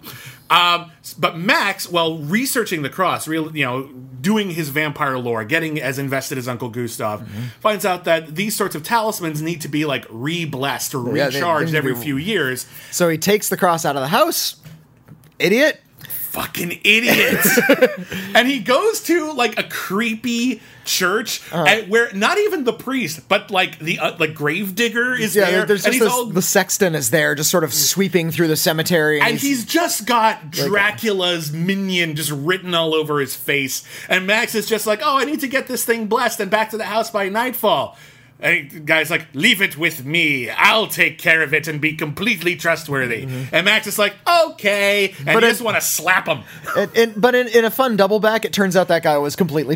Speaker 1: Um, s- but Max, while researching the cross, real, you know, doing his vampire lore, getting as invested as Uncle Gustav,
Speaker 2: Mm-hmm.
Speaker 1: finds out that these sorts of talismans need to be like re-blessed or
Speaker 2: Yeah, they- they
Speaker 1: recharged
Speaker 2: need to
Speaker 1: every
Speaker 2: be-
Speaker 1: few years.
Speaker 2: So he takes the cross out of the house. Idiot.
Speaker 1: fucking idiot. and he goes to like a creepy church
Speaker 2: Uh-huh.
Speaker 1: at- where not even the priest, but like the uh, like grave digger is
Speaker 2: Yeah,
Speaker 1: there,
Speaker 2: there's
Speaker 1: and
Speaker 2: just
Speaker 1: he's
Speaker 2: this,
Speaker 1: all. Mm.
Speaker 2: the sexton is there, just sort of sweeping through the cemetery, and,
Speaker 1: and he's just got Dracula's minion just written all over his face. And Max is just like, oh, I need to get this thing blessed and back to the house by nightfall. And the guy's like, leave it with me. I'll take care of it and be completely trustworthy. And Max is like, okay. And
Speaker 2: Mm-hmm. But
Speaker 1: you
Speaker 2: it-
Speaker 1: just want to slap him.
Speaker 2: and- and- but in, in a fun double back, it turns out that guy was completely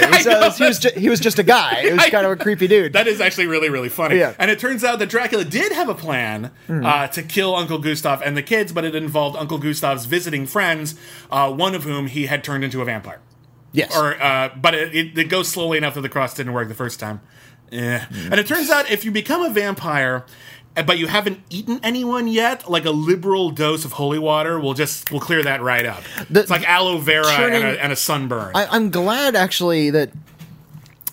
Speaker 1: I
Speaker 2: So
Speaker 1: know,
Speaker 2: he was ju- he was just a guy. He was
Speaker 1: I-
Speaker 2: kind of a creepy dude.
Speaker 1: That is actually really, really funny.
Speaker 2: Yeah. Hmm.
Speaker 1: And it turns out that Dracula did have a plan uh, to kill Uncle Gustav and the kids, but it involved Uncle Gustav's visiting friends, uh, one of whom he had turned into a vampire.
Speaker 2: yes.
Speaker 1: Or, uh, but it, it, it goes slowly enough that the cross didn't work the first time. Eh.
Speaker 2: Hmm.
Speaker 1: And it turns out if you become a vampire, uh, but you haven't eaten anyone yet, like a liberal dose of holy water will just will clear that right up.
Speaker 2: The-
Speaker 1: it's like aloe vera
Speaker 2: turning-
Speaker 1: and, a, and a sunburn.
Speaker 2: I, I'm glad actually that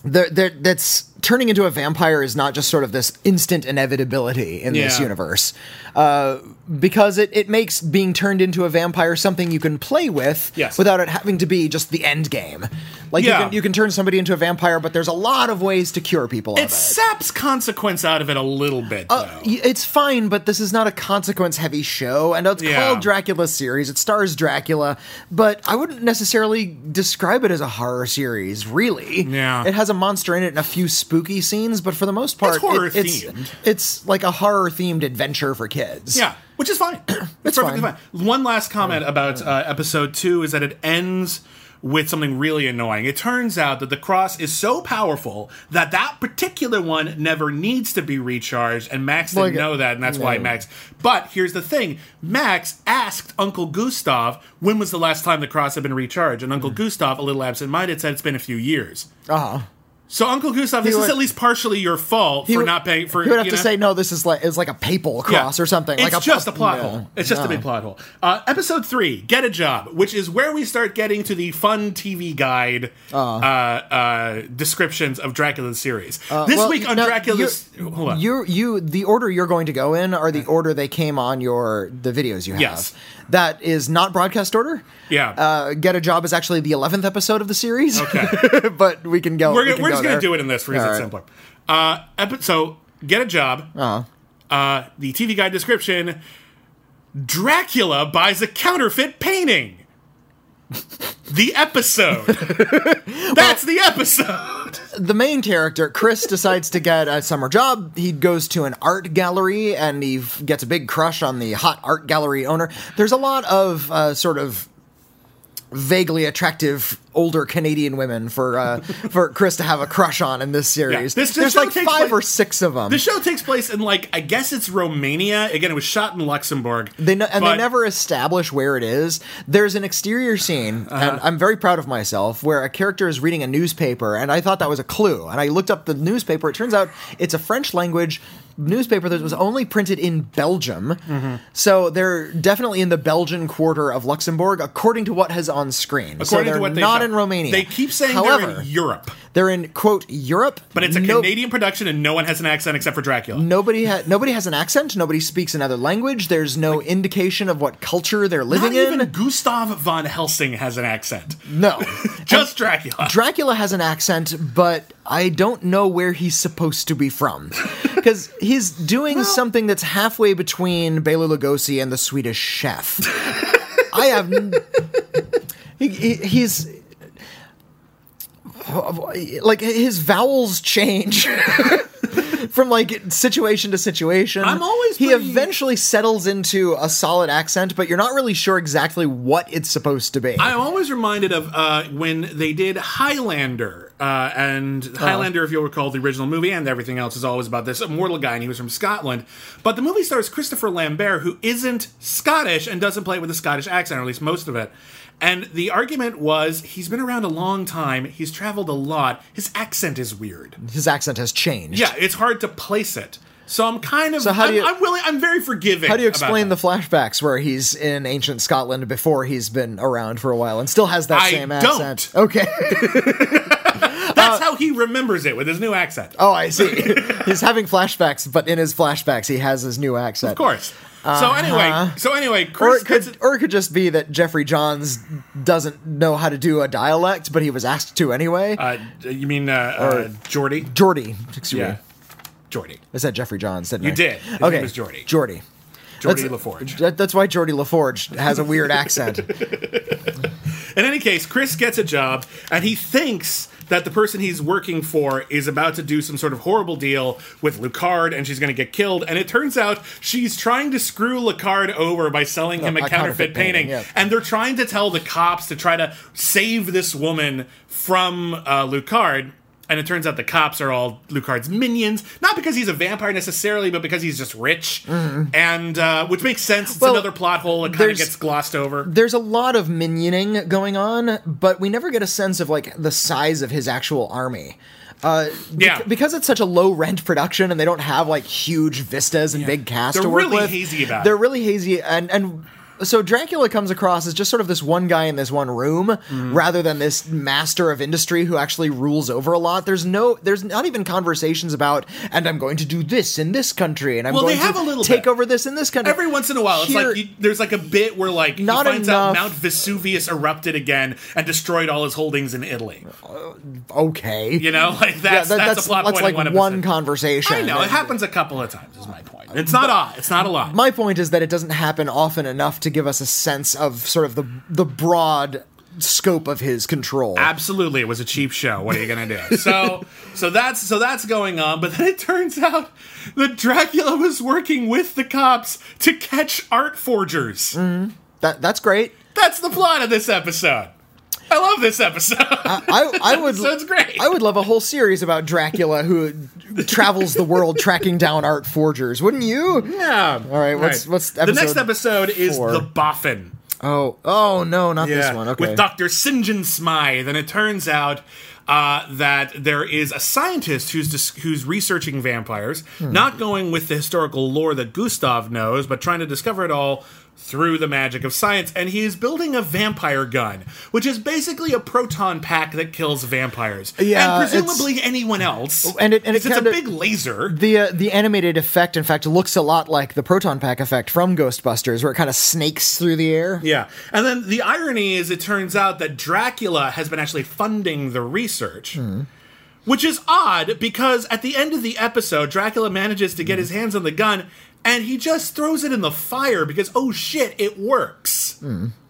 Speaker 2: there, there, that's turning into a vampire is not just sort of this instant inevitability in this
Speaker 1: Yeah.
Speaker 2: universe, uh, because it, it makes being turned into a vampire something you can play with
Speaker 1: Yes.
Speaker 2: without it having to be just the end game. Like
Speaker 1: Yeah.
Speaker 2: you, can, you can turn somebody into a vampire, but there's a lot of ways to cure people.
Speaker 1: it
Speaker 2: of it.
Speaker 1: saps consequence out of it a little bit, though.
Speaker 2: Uh, Y- It's fine, but this is not a consequence heavy show, and it's
Speaker 1: Yeah.
Speaker 2: called Dracula series. It stars Dracula, but I wouldn't necessarily describe it as a horror series, really.
Speaker 1: Yeah.
Speaker 2: It has a monster in it and a few spooky scenes, but for the most part, it- it's,
Speaker 1: horror-themed.
Speaker 2: it's like a horror themed adventure for kids.
Speaker 1: Yeah, which is fine. It's, perfectly fine.
Speaker 2: fine.
Speaker 1: One last comment about uh, episode two is that it ends with something really annoying. It turns out that the cross is so powerful that that particular one never needs to be recharged, and Max didn't
Speaker 2: Like-
Speaker 1: know that, and that's why
Speaker 2: No.
Speaker 1: Max. But here's the thing: Max asked Uncle Gustav when was the last time the cross had been recharged, and Uncle Gustav, a little absent-minded, said it's been a few years.
Speaker 2: Hmm. Uh-huh.
Speaker 1: So Uncle Gustav, this is
Speaker 2: would-
Speaker 1: at least partially your fault for
Speaker 2: would-
Speaker 1: not paying for.
Speaker 2: You would have
Speaker 1: you
Speaker 2: to
Speaker 1: know?
Speaker 2: say no. This is like it's like a papal cross
Speaker 1: Yeah.
Speaker 2: or something.
Speaker 1: It's
Speaker 2: like
Speaker 1: just a plot
Speaker 2: yeah.
Speaker 1: hole. It's just a big plot hole. Uh, episode three, get a job, which is where we start getting to the fun TV guide uh, uh, descriptions of Dracula's series. this
Speaker 2: Uh, Well,
Speaker 1: week on
Speaker 2: no,
Speaker 1: Dracula's,
Speaker 2: you're-
Speaker 1: hold on.
Speaker 2: You you the order you're going to go in are the order they came on your the videos you have.
Speaker 1: Yes.
Speaker 2: That is not broadcast order.
Speaker 1: Yeah.
Speaker 2: Uh, Get a job is actually the eleventh episode of the series.
Speaker 1: Okay.
Speaker 2: but we can go.
Speaker 1: we're
Speaker 2: we
Speaker 1: gonna-
Speaker 2: can
Speaker 1: we're
Speaker 2: go
Speaker 1: just going
Speaker 2: there.
Speaker 1: to do it in this because
Speaker 2: All
Speaker 1: it's
Speaker 2: right.
Speaker 1: simpler. Uh, epi- so get a job.
Speaker 2: Uh-huh.
Speaker 1: Uh, the TV guide description: Dracula buys a counterfeit painting. the episode. That's the episode.
Speaker 2: The main character, Chris, decides to get a summer job. He goes to an art gallery and he f- gets a big crush on the hot art gallery owner. There's a lot of uh, sort of vaguely attractive older Canadian women for uh, for Chris to have a crush on in this series.
Speaker 1: This- this
Speaker 2: There's
Speaker 1: show
Speaker 2: like
Speaker 1: takes
Speaker 2: five
Speaker 1: place-
Speaker 2: or six of them.
Speaker 1: The show takes place in like I guess it's Romania. Again, it was shot in Luxembourg.
Speaker 2: They no- and
Speaker 1: but-
Speaker 2: they never establish where it is. There's an exterior scene,
Speaker 1: Uh-huh.
Speaker 2: and I'm very proud of myself, where a character is reading a newspaper, and I thought that was a clue. And I looked up the newspaper. It turns out it's a French language newspaper that was only printed in Belgium.
Speaker 1: Mm-hmm.
Speaker 2: So they're definitely in the Belgian quarter of Luxembourg, according to what has on screen. so
Speaker 1: according
Speaker 2: they're
Speaker 1: to what they
Speaker 2: not
Speaker 1: show.
Speaker 2: in Romania.
Speaker 1: They keep saying
Speaker 2: However,
Speaker 1: they're in Europe,
Speaker 2: they're in, quote Europe,
Speaker 1: but it's a
Speaker 2: no-
Speaker 1: Canadian production and no one has an accent except for Dracula.
Speaker 2: Nobody ha- nobody has an accent. Nobody speaks another language. There's no indication of what culture they're living
Speaker 1: Not even
Speaker 2: in.
Speaker 1: Gustav von Helsing has an accent.
Speaker 2: No.
Speaker 1: Just Dracula.
Speaker 2: Dracula has an accent, but I don't know where he's supposed to be from. Because he's doing something that's halfway between Bela Lugosi and the Swedish chef. I have. n- He, he, he's. Like, his vowels change. From like situation to situation,
Speaker 1: I'm always
Speaker 2: he
Speaker 1: pretty-
Speaker 2: eventually settles into a solid accent, but you're not really sure exactly what it's supposed to be.
Speaker 1: I'm always reminded of uh, when they did Highlander. Uh, and
Speaker 2: Oh.
Speaker 1: Highlander, if you'll recall, the original movie and everything else is always about this immortal guy, and he was from Scotland. But the movie stars Christopher Lambert, who isn't Scottish and doesn't play with a Scottish accent, or at least most of it. And the argument was he's been around a long time, he's traveled a lot, his accent is weird.
Speaker 2: His accent has changed.
Speaker 1: Yeah, it's hard to place it. So I'm kind of.
Speaker 2: how do
Speaker 1: I'm,
Speaker 2: you-
Speaker 1: I'm willing. I'm very forgiving.
Speaker 2: How do you explain the flashbacks where he's in ancient Scotland before he's been around for a while and still has that
Speaker 1: I
Speaker 2: same
Speaker 1: don't.
Speaker 2: accent? Okay.
Speaker 1: That's how he remembers it with his new accent.
Speaker 2: Oh, I see. he's having flashbacks, but in his flashbacks, he has his new accent.
Speaker 1: Of course. So anyway, so anyway,
Speaker 2: Uh-huh. Or
Speaker 1: Chris
Speaker 2: it, could,
Speaker 1: gets-
Speaker 2: or it could just be that Jeffrey Johns doesn't know how to do a dialect, but he was asked to anyway.
Speaker 1: uh, you mean uh, uh, Jordy?
Speaker 2: Geordie. Excuse me.
Speaker 1: Jordy.
Speaker 2: I said Jeffrey Johns, didn't I?
Speaker 1: You did. His
Speaker 2: okay.
Speaker 1: name is Geordie.
Speaker 2: Geordie.
Speaker 1: Jordy
Speaker 2: That's-
Speaker 1: LaForge.
Speaker 2: That, that's why Geordie LaForge has a weird accent.
Speaker 1: In any case, Chris gets a job, and he thinks that the person he's working for is about to do some sort of horrible deal with Lucard, and she's going to get killed. And it turns out she's trying to screw Lucard over by selling him a,
Speaker 2: a
Speaker 1: counterfeit,
Speaker 2: counterfeit
Speaker 1: painting.
Speaker 2: painting, yeah.
Speaker 1: And they're trying to tell the cops to try to save this woman from uh, Lucard. And it turns out the cops are all Lucard's minions, not because he's a vampire necessarily, but because he's just rich, and uh, which makes sense. It's
Speaker 2: Mm-hmm. Well,
Speaker 1: another plot hole that kind of
Speaker 2: there's-
Speaker 1: gets glossed over.
Speaker 2: there's a lot of minioning going on, but we never get a sense of like the size of his actual army. Uh,
Speaker 1: Yeah.
Speaker 2: because it's such a low rent production and they don't have like huge vistas and big casts
Speaker 1: They're
Speaker 2: to work
Speaker 1: really
Speaker 2: with.
Speaker 1: hazy about
Speaker 2: They're
Speaker 1: it.
Speaker 2: really hazy and and so Dracula comes across as just sort of this one guy in this one room
Speaker 1: Mm-hmm.
Speaker 2: rather than this master of industry who actually rules over a lot. There's no there's not even conversations about and I'm going to do this in this country and I'm
Speaker 1: Well, they
Speaker 2: going
Speaker 1: have
Speaker 2: to
Speaker 1: a little
Speaker 2: take
Speaker 1: bit.
Speaker 2: over this in this country.
Speaker 1: Every once in a while, it's
Speaker 2: Here-
Speaker 1: like you, there's like a bit where like
Speaker 2: Not
Speaker 1: he finds out
Speaker 2: enough-
Speaker 1: Mount Vesuvius erupted again and destroyed all his holdings in Italy.
Speaker 2: okay.
Speaker 1: You know, like that's
Speaker 2: that-
Speaker 1: that's, a plot point. in
Speaker 2: like
Speaker 1: one,
Speaker 2: one,
Speaker 1: episode.
Speaker 2: conversation.
Speaker 1: I know it
Speaker 2: And
Speaker 1: happens a couple of times. Is my point. It's not a. It's not a lot.
Speaker 2: My point is that it doesn't happen often enough to give us a sense of sort of the the broad scope of his control.
Speaker 1: Absolutely, it was a cheap show. What are you gonna do? So, so that's so that's going on. But then it turns out that Dracula was working with the cops to catch art forgers.
Speaker 2: Mm. that that's great.
Speaker 1: That's the plot of this episode. I love this episode.
Speaker 2: I, I would
Speaker 1: Sounds great.
Speaker 2: I would love a whole series about Dracula who travels the world tracking down art forgers. Wouldn't you?
Speaker 1: Yeah. All
Speaker 2: right, what's- what's
Speaker 1: the next episode
Speaker 2: episode
Speaker 1: is
Speaker 2: four?
Speaker 1: the Boffin.
Speaker 2: Oh, oh no, not this one. Okay.
Speaker 1: With Doctor St. John Smythe, and it turns out. Uh, that there is a scientist who's dis- who's researching vampires,
Speaker 2: Hmm.
Speaker 1: not going with the historical lore that Gustav knows, but trying to discover it all through the magic of science. And he is building a vampire gun, which is basically a proton pack that kills vampires
Speaker 2: Yeah,
Speaker 1: and
Speaker 2: it's-
Speaker 1: presumably anyone else.
Speaker 2: and it- and it
Speaker 1: Because it's a
Speaker 2: kinda-
Speaker 1: big laser.
Speaker 2: the uh, the animated effect, in fact, looks a lot like the proton pack effect from Ghostbusters, where it kind of snakes through the air.
Speaker 1: Yeah. And then the irony is it turns out that Dracula has been actually funding the research. Which is odd because at the end of the episode, Dracula manages to get his hands on the gun and he just throws it in the fire because, oh shit, it works.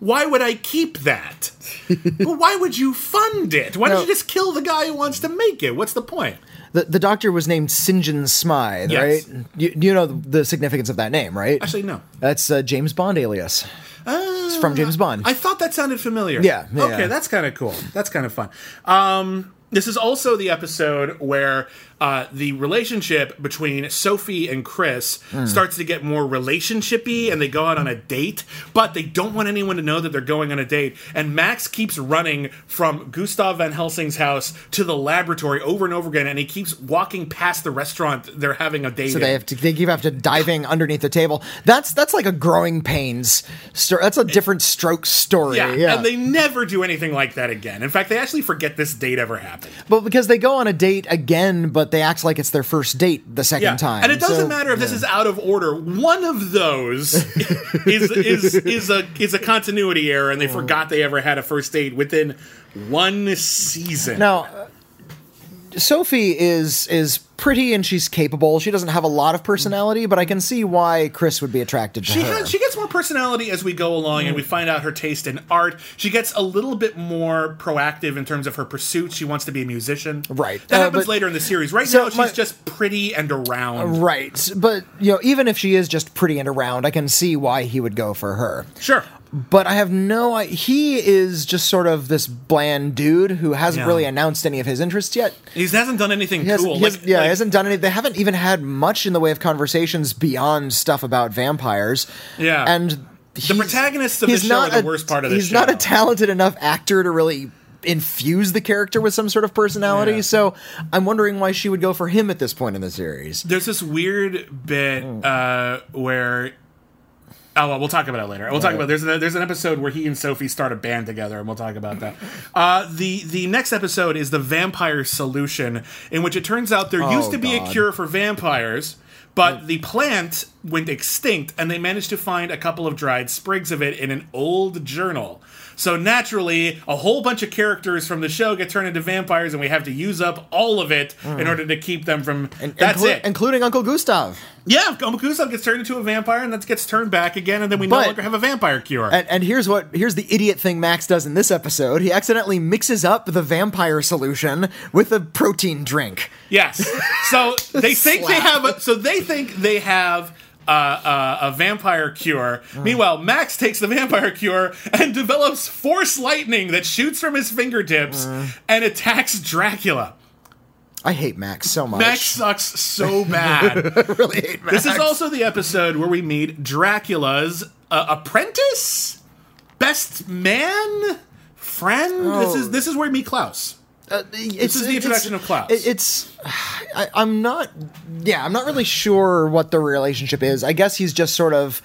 Speaker 1: Why would I keep that? but why would you fund it? Why don't
Speaker 2: No.
Speaker 1: you just kill the guy who wants to make it? What's the point?
Speaker 2: the, the doctor was named St. John Smythe,
Speaker 1: Yes.
Speaker 2: right? You, you know the significance of that name, right?
Speaker 1: Actually, no.
Speaker 2: That's uh, James Bond alias. it's from James Bond.
Speaker 1: I thought that sounded familiar.
Speaker 2: Yeah, yeah.
Speaker 1: Okay, that's kind of cool. That's kind of fun. Um, this is also the episode where uh, the relationship between Sophie and Chris
Speaker 2: Hmm.
Speaker 1: starts to get more relationshipy, and they go out on a date, but they don't want anyone to know that they're going on a date. And Max keeps running from Gustav Van Helsing's house to the laboratory over and over again, and he keeps walking past the restaurant they're having a date.
Speaker 2: So they
Speaker 1: in.
Speaker 2: have to they keep after diving underneath the table. That's that's like a growing pains story. That's a different stroke story.
Speaker 1: yeah,
Speaker 2: Yeah,
Speaker 1: and they never do anything like that again. In fact, they actually forget this date ever happened.
Speaker 2: but because they go on a date again, but they act like it's their first date the second time.
Speaker 1: And it doesn't
Speaker 2: So-
Speaker 1: matter if this is out of order. One of those is is is a is a continuity error,
Speaker 2: Mm.
Speaker 1: and they forgot they ever had a first date within one season.
Speaker 2: Now, uh, Sophie is is pretty and she's capable. She doesn't have a lot of personality, but I can see why Chris would be attracted to
Speaker 1: She,
Speaker 2: her. Mm.
Speaker 1: has, she gets more personality as we go along, and we find out her taste in art. She gets a little bit more proactive in terms of her pursuit. She wants to be a musician.
Speaker 2: Right.
Speaker 1: That
Speaker 2: Uh,
Speaker 1: happens
Speaker 2: but-
Speaker 1: later in the series. Right
Speaker 2: So
Speaker 1: now, she's
Speaker 2: my- Uh,
Speaker 1: just pretty and around.
Speaker 2: right, but you know, even if she is just pretty and around, I can see why he would go for her.
Speaker 1: Sure.
Speaker 2: But I have no. I- He is just sort of this bland dude who hasn't
Speaker 1: Yeah.
Speaker 2: really announced any of his interests yet.
Speaker 1: He hasn't done anything
Speaker 2: He hasn't-
Speaker 1: cool.
Speaker 2: he hasn't-
Speaker 1: Like-
Speaker 2: yeah,
Speaker 1: like-
Speaker 2: he hasn't done any. They haven't even had much in the way of conversations beyond stuff about vampires.
Speaker 1: Yeah.
Speaker 2: and the
Speaker 1: protagonists of this show are the worst part of this
Speaker 2: He's not a
Speaker 1: show.
Speaker 2: talented enough actor to really infuse the character with some sort of personality.
Speaker 1: Yeah.
Speaker 2: So I'm wondering why she would go for him at this point in the series.
Speaker 1: there's this weird bit uh, where oh well we'll talk about it later we'll talk about there's a, there's an episode where he and sophie start a band together and we'll talk about that uh, the the next episode is the vampire solution in which it turns out there used to be a
Speaker 2: God.
Speaker 1: cure for vampires but the plant went extinct and they managed to find a couple of dried sprigs of it in an old journal so naturally a whole bunch of characters from the show get turned into vampires and we have to use up all of it in order to keep them from that's
Speaker 2: Inclu-
Speaker 1: it
Speaker 2: including Uncle Gustav.
Speaker 1: yeah, Gomakusov gets turned into a vampire and that gets turned back again, and then we no
Speaker 2: But-
Speaker 1: longer have a vampire cure.
Speaker 2: And, and here's what here's the idiot thing Max does in this episode. He accidentally mixes up the vampire solution with a protein drink.
Speaker 1: yes. So they think they
Speaker 2: Slap.
Speaker 1: have a, so they think they have uh, uh, a vampire cure.
Speaker 2: Hmm.
Speaker 1: Meanwhile, Max takes the vampire cure and develops force lightning that shoots from his fingertips
Speaker 2: Hmm.
Speaker 1: and attacks Dracula.
Speaker 2: I hate Max so much.
Speaker 1: Max sucks so bad.
Speaker 2: I really hate Max.
Speaker 1: this is also the episode where we meet Dracula's uh, apprentice, best man, friend. This
Speaker 2: Oh.
Speaker 1: is this is where we meet Klaus.
Speaker 2: Uh, it's,
Speaker 1: is the introduction of Klaus.
Speaker 2: It, it's I, I'm not yeah I'm not really sure what the relationship is. I guess he's just sort of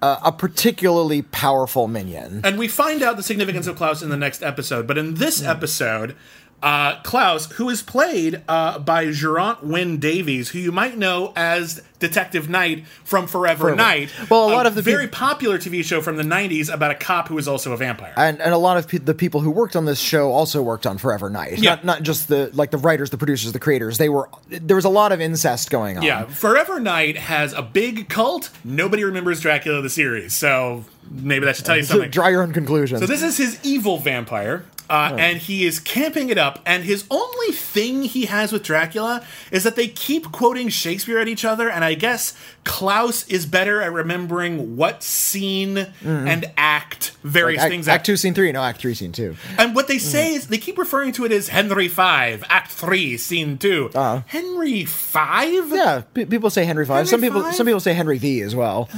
Speaker 2: uh, a particularly powerful minion.
Speaker 1: And we find out the significance of Klaus in the next episode. But in
Speaker 2: Hmm.
Speaker 1: this episode, uh, Klaus, who is played uh, by Geraint Wynne Davies, who you might know as Detective Knight from Forever, Knight.
Speaker 2: Well, a lot of the
Speaker 1: very
Speaker 2: peop-
Speaker 1: popular TV show from the '90s about a cop who is also a vampire.
Speaker 2: And, and a lot of pe- the people who worked on this show also worked on Forever Night.
Speaker 1: Yeah.
Speaker 2: Not not just the like the writers, the producers, the creators. They were there was a lot of incest going on.
Speaker 1: yeah, Forever Knight has a big cult. Nobody remembers Dracula the series, so maybe that should tell you something.
Speaker 2: Draw your own conclusions.
Speaker 1: So this is his evil vampire, uh,
Speaker 2: Oh.
Speaker 1: and he is camping it up. And his only thing he has with Dracula is that they keep quoting Shakespeare at each other. And I guess Klaus is better at remembering what scene and act various
Speaker 2: Mm-hmm. act,
Speaker 1: things.
Speaker 2: act two, Mm-hmm. scene three. No, act three, scene two.
Speaker 1: And what they say is they keep referring to it as Henry Five, Act Three, Scene 2 Henry Five.
Speaker 2: Uh-huh. Yeah, pe- people say Henry Five. some people,
Speaker 1: five?
Speaker 2: some people say Henry V as well.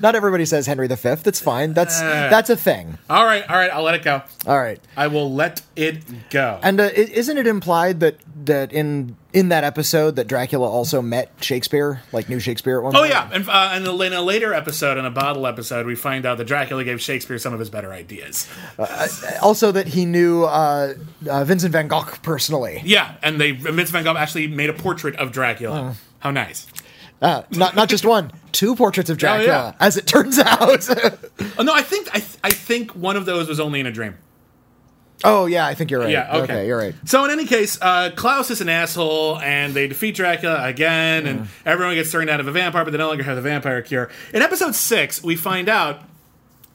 Speaker 2: Not everybody says Henry the Fifth. That's fine. That's that's a thing.
Speaker 1: All right, all right. I'll let it go.
Speaker 2: All right.
Speaker 1: I will let it go.
Speaker 2: And uh, i- isn't it implied that that in in that episode that Dracula also met Shakespeare, like new Shakespeare at one
Speaker 1: Oh
Speaker 2: point?
Speaker 1: yeah, and uh, in, a, in a later episode, in a bottle episode, we find out that Dracula gave Shakespeare some of his better ideas.
Speaker 2: Uh, Also that he knew uh, uh, Vincent Van Gogh personally.
Speaker 1: Yeah, and they Vince Van Gogh actually made a portrait of Dracula.
Speaker 2: Oh.
Speaker 1: How nice!
Speaker 2: Uh, not not just one, two portraits of
Speaker 1: Oh, yeah.
Speaker 2: Dracula, as it turns out.
Speaker 1: Oh no, I think I, th- I think one of those was only in a dream.
Speaker 2: oh yeah, I think you're right.
Speaker 1: Yeah, okay.
Speaker 2: you're right.
Speaker 1: So in any case, uh, Klaus is an asshole, and they defeat Dracula again, and everyone gets turned out of a vampire, but they no longer have the vampire cure. In episode six, we find out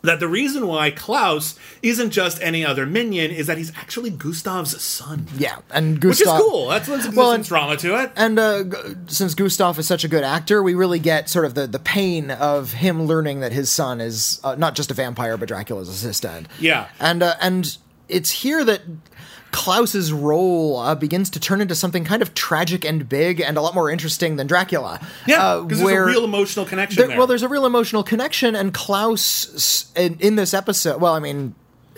Speaker 1: that the reason why Klaus isn't just any other minion is that he's actually Gustav's son.
Speaker 2: Yeah, and
Speaker 1: Which is
Speaker 2: Gustav.
Speaker 1: cool. That's what's
Speaker 2: Well,
Speaker 1: some
Speaker 2: and-
Speaker 1: drama to it.
Speaker 2: And uh, g- since Gustav is such a good actor, we really get sort of the, the pain of him learning that his son is uh, not just a vampire, but Dracula's assistant.
Speaker 1: Yeah.
Speaker 2: and uh, and it's here that Klaus's role uh, begins to turn into something kind of tragic and big, and a lot more interesting than Dracula.
Speaker 1: Yeah,
Speaker 2: Uh,
Speaker 1: because there's a
Speaker 2: where-
Speaker 1: real emotional connection
Speaker 2: there-
Speaker 1: there.
Speaker 2: Well, there's a real emotional connection, and Klaus s- in, in this episode. Well, I mean,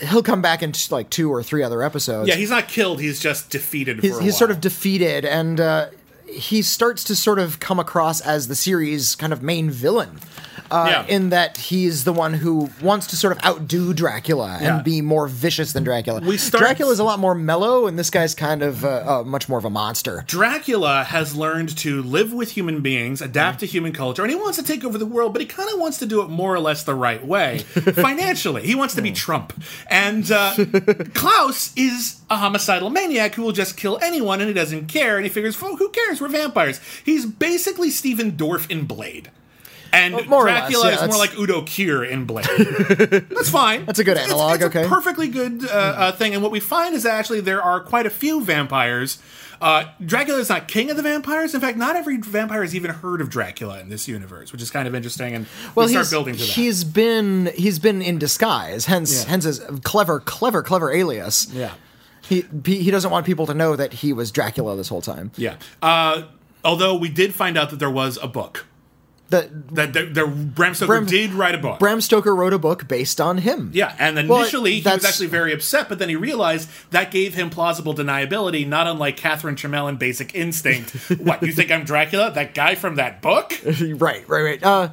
Speaker 2: he'll come back in t- like two or three other episodes.
Speaker 1: yeah, he's not killed. He's just defeated.
Speaker 2: he's,
Speaker 1: for a
Speaker 2: he's
Speaker 1: while.
Speaker 2: sort of defeated, and uh, he starts to sort of come across as the series' kind of main villain. Uh,
Speaker 1: Yeah.
Speaker 2: In that he's the one who wants to sort of outdo Dracula
Speaker 1: Yeah.
Speaker 2: and be more vicious than Dracula.
Speaker 1: We start-
Speaker 2: Dracula's a lot more mellow, and this guy's kind of uh, uh, much more of a monster.
Speaker 1: Dracula has learned to live with human beings, adapt to human culture, and he wants to take over the world, but he kind of wants to do it more or less the right way. Financially, he wants to be Trump. And uh, Klaus is a homicidal maniac who will just kill anyone and he doesn't care. And he figures, "Well, who cares? We're vampires. He's basically Stephen Dorff in Blade. And
Speaker 2: more or less,
Speaker 1: Dracula
Speaker 2: yeah,
Speaker 1: is
Speaker 2: that's-
Speaker 1: more like Udo Kier in Blade. That's fine. That's
Speaker 2: a good analog,
Speaker 1: it's
Speaker 2: okay.
Speaker 1: A perfectly good uh, uh, thing. And what we find is actually there are quite a few vampires. Uh, Dracula is not king of the vampires. In fact, not every vampire has even heard of Dracula in this universe, which is kind of interesting. And we start
Speaker 2: he's-
Speaker 1: building to that.
Speaker 2: He's been he's been in disguise, hence
Speaker 1: Yeah.
Speaker 2: hence his clever, clever, clever alias. He, he he doesn't want people to know that he was Dracula this whole time.
Speaker 1: yeah. Uh, although we did find out that there was a book
Speaker 2: That
Speaker 1: that there, there, Bram Stoker
Speaker 2: Bram-
Speaker 1: did write a book.
Speaker 2: Bram Stoker wrote a book based on him.
Speaker 1: yeah, and
Speaker 2: Well,
Speaker 1: initially he was
Speaker 2: that's-
Speaker 1: actually very upset, but then he realized that gave him plausible deniability, not unlike Catherine Trammell in Basic Instinct. what, you think I'm Dracula? That guy from that book?
Speaker 2: right, right, right. Uh,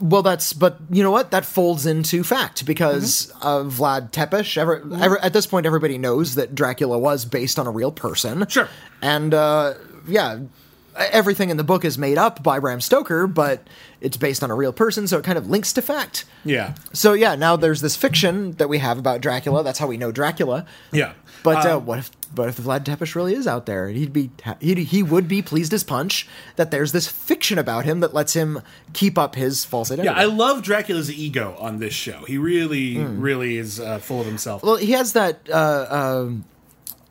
Speaker 2: well, that's but you know what? That folds into fact because
Speaker 1: Mm-hmm.
Speaker 2: uh, Vlad Tepish. Ever, ever, at this point, everybody knows that Dracula was based on a real person.
Speaker 1: Sure.
Speaker 2: and uh, yeah. Everything in the book is made up by Bram Stoker, but it's based on a real person, so it kind of links to fact.
Speaker 1: Yeah.
Speaker 2: So yeah, now there's this fiction that we have about Dracula. That's how we know Dracula.
Speaker 1: Yeah.
Speaker 2: But
Speaker 1: Um,
Speaker 2: uh, what if what if Vlad Tepes really is out there? He'd be he'd, he would be pleased as punch that there's this fiction about him that lets him keep up his false identity.
Speaker 1: Yeah, I love Dracula's ego on this show. He really,
Speaker 2: Hmm.
Speaker 1: really is uh, full of himself.
Speaker 2: well, he has that uh, um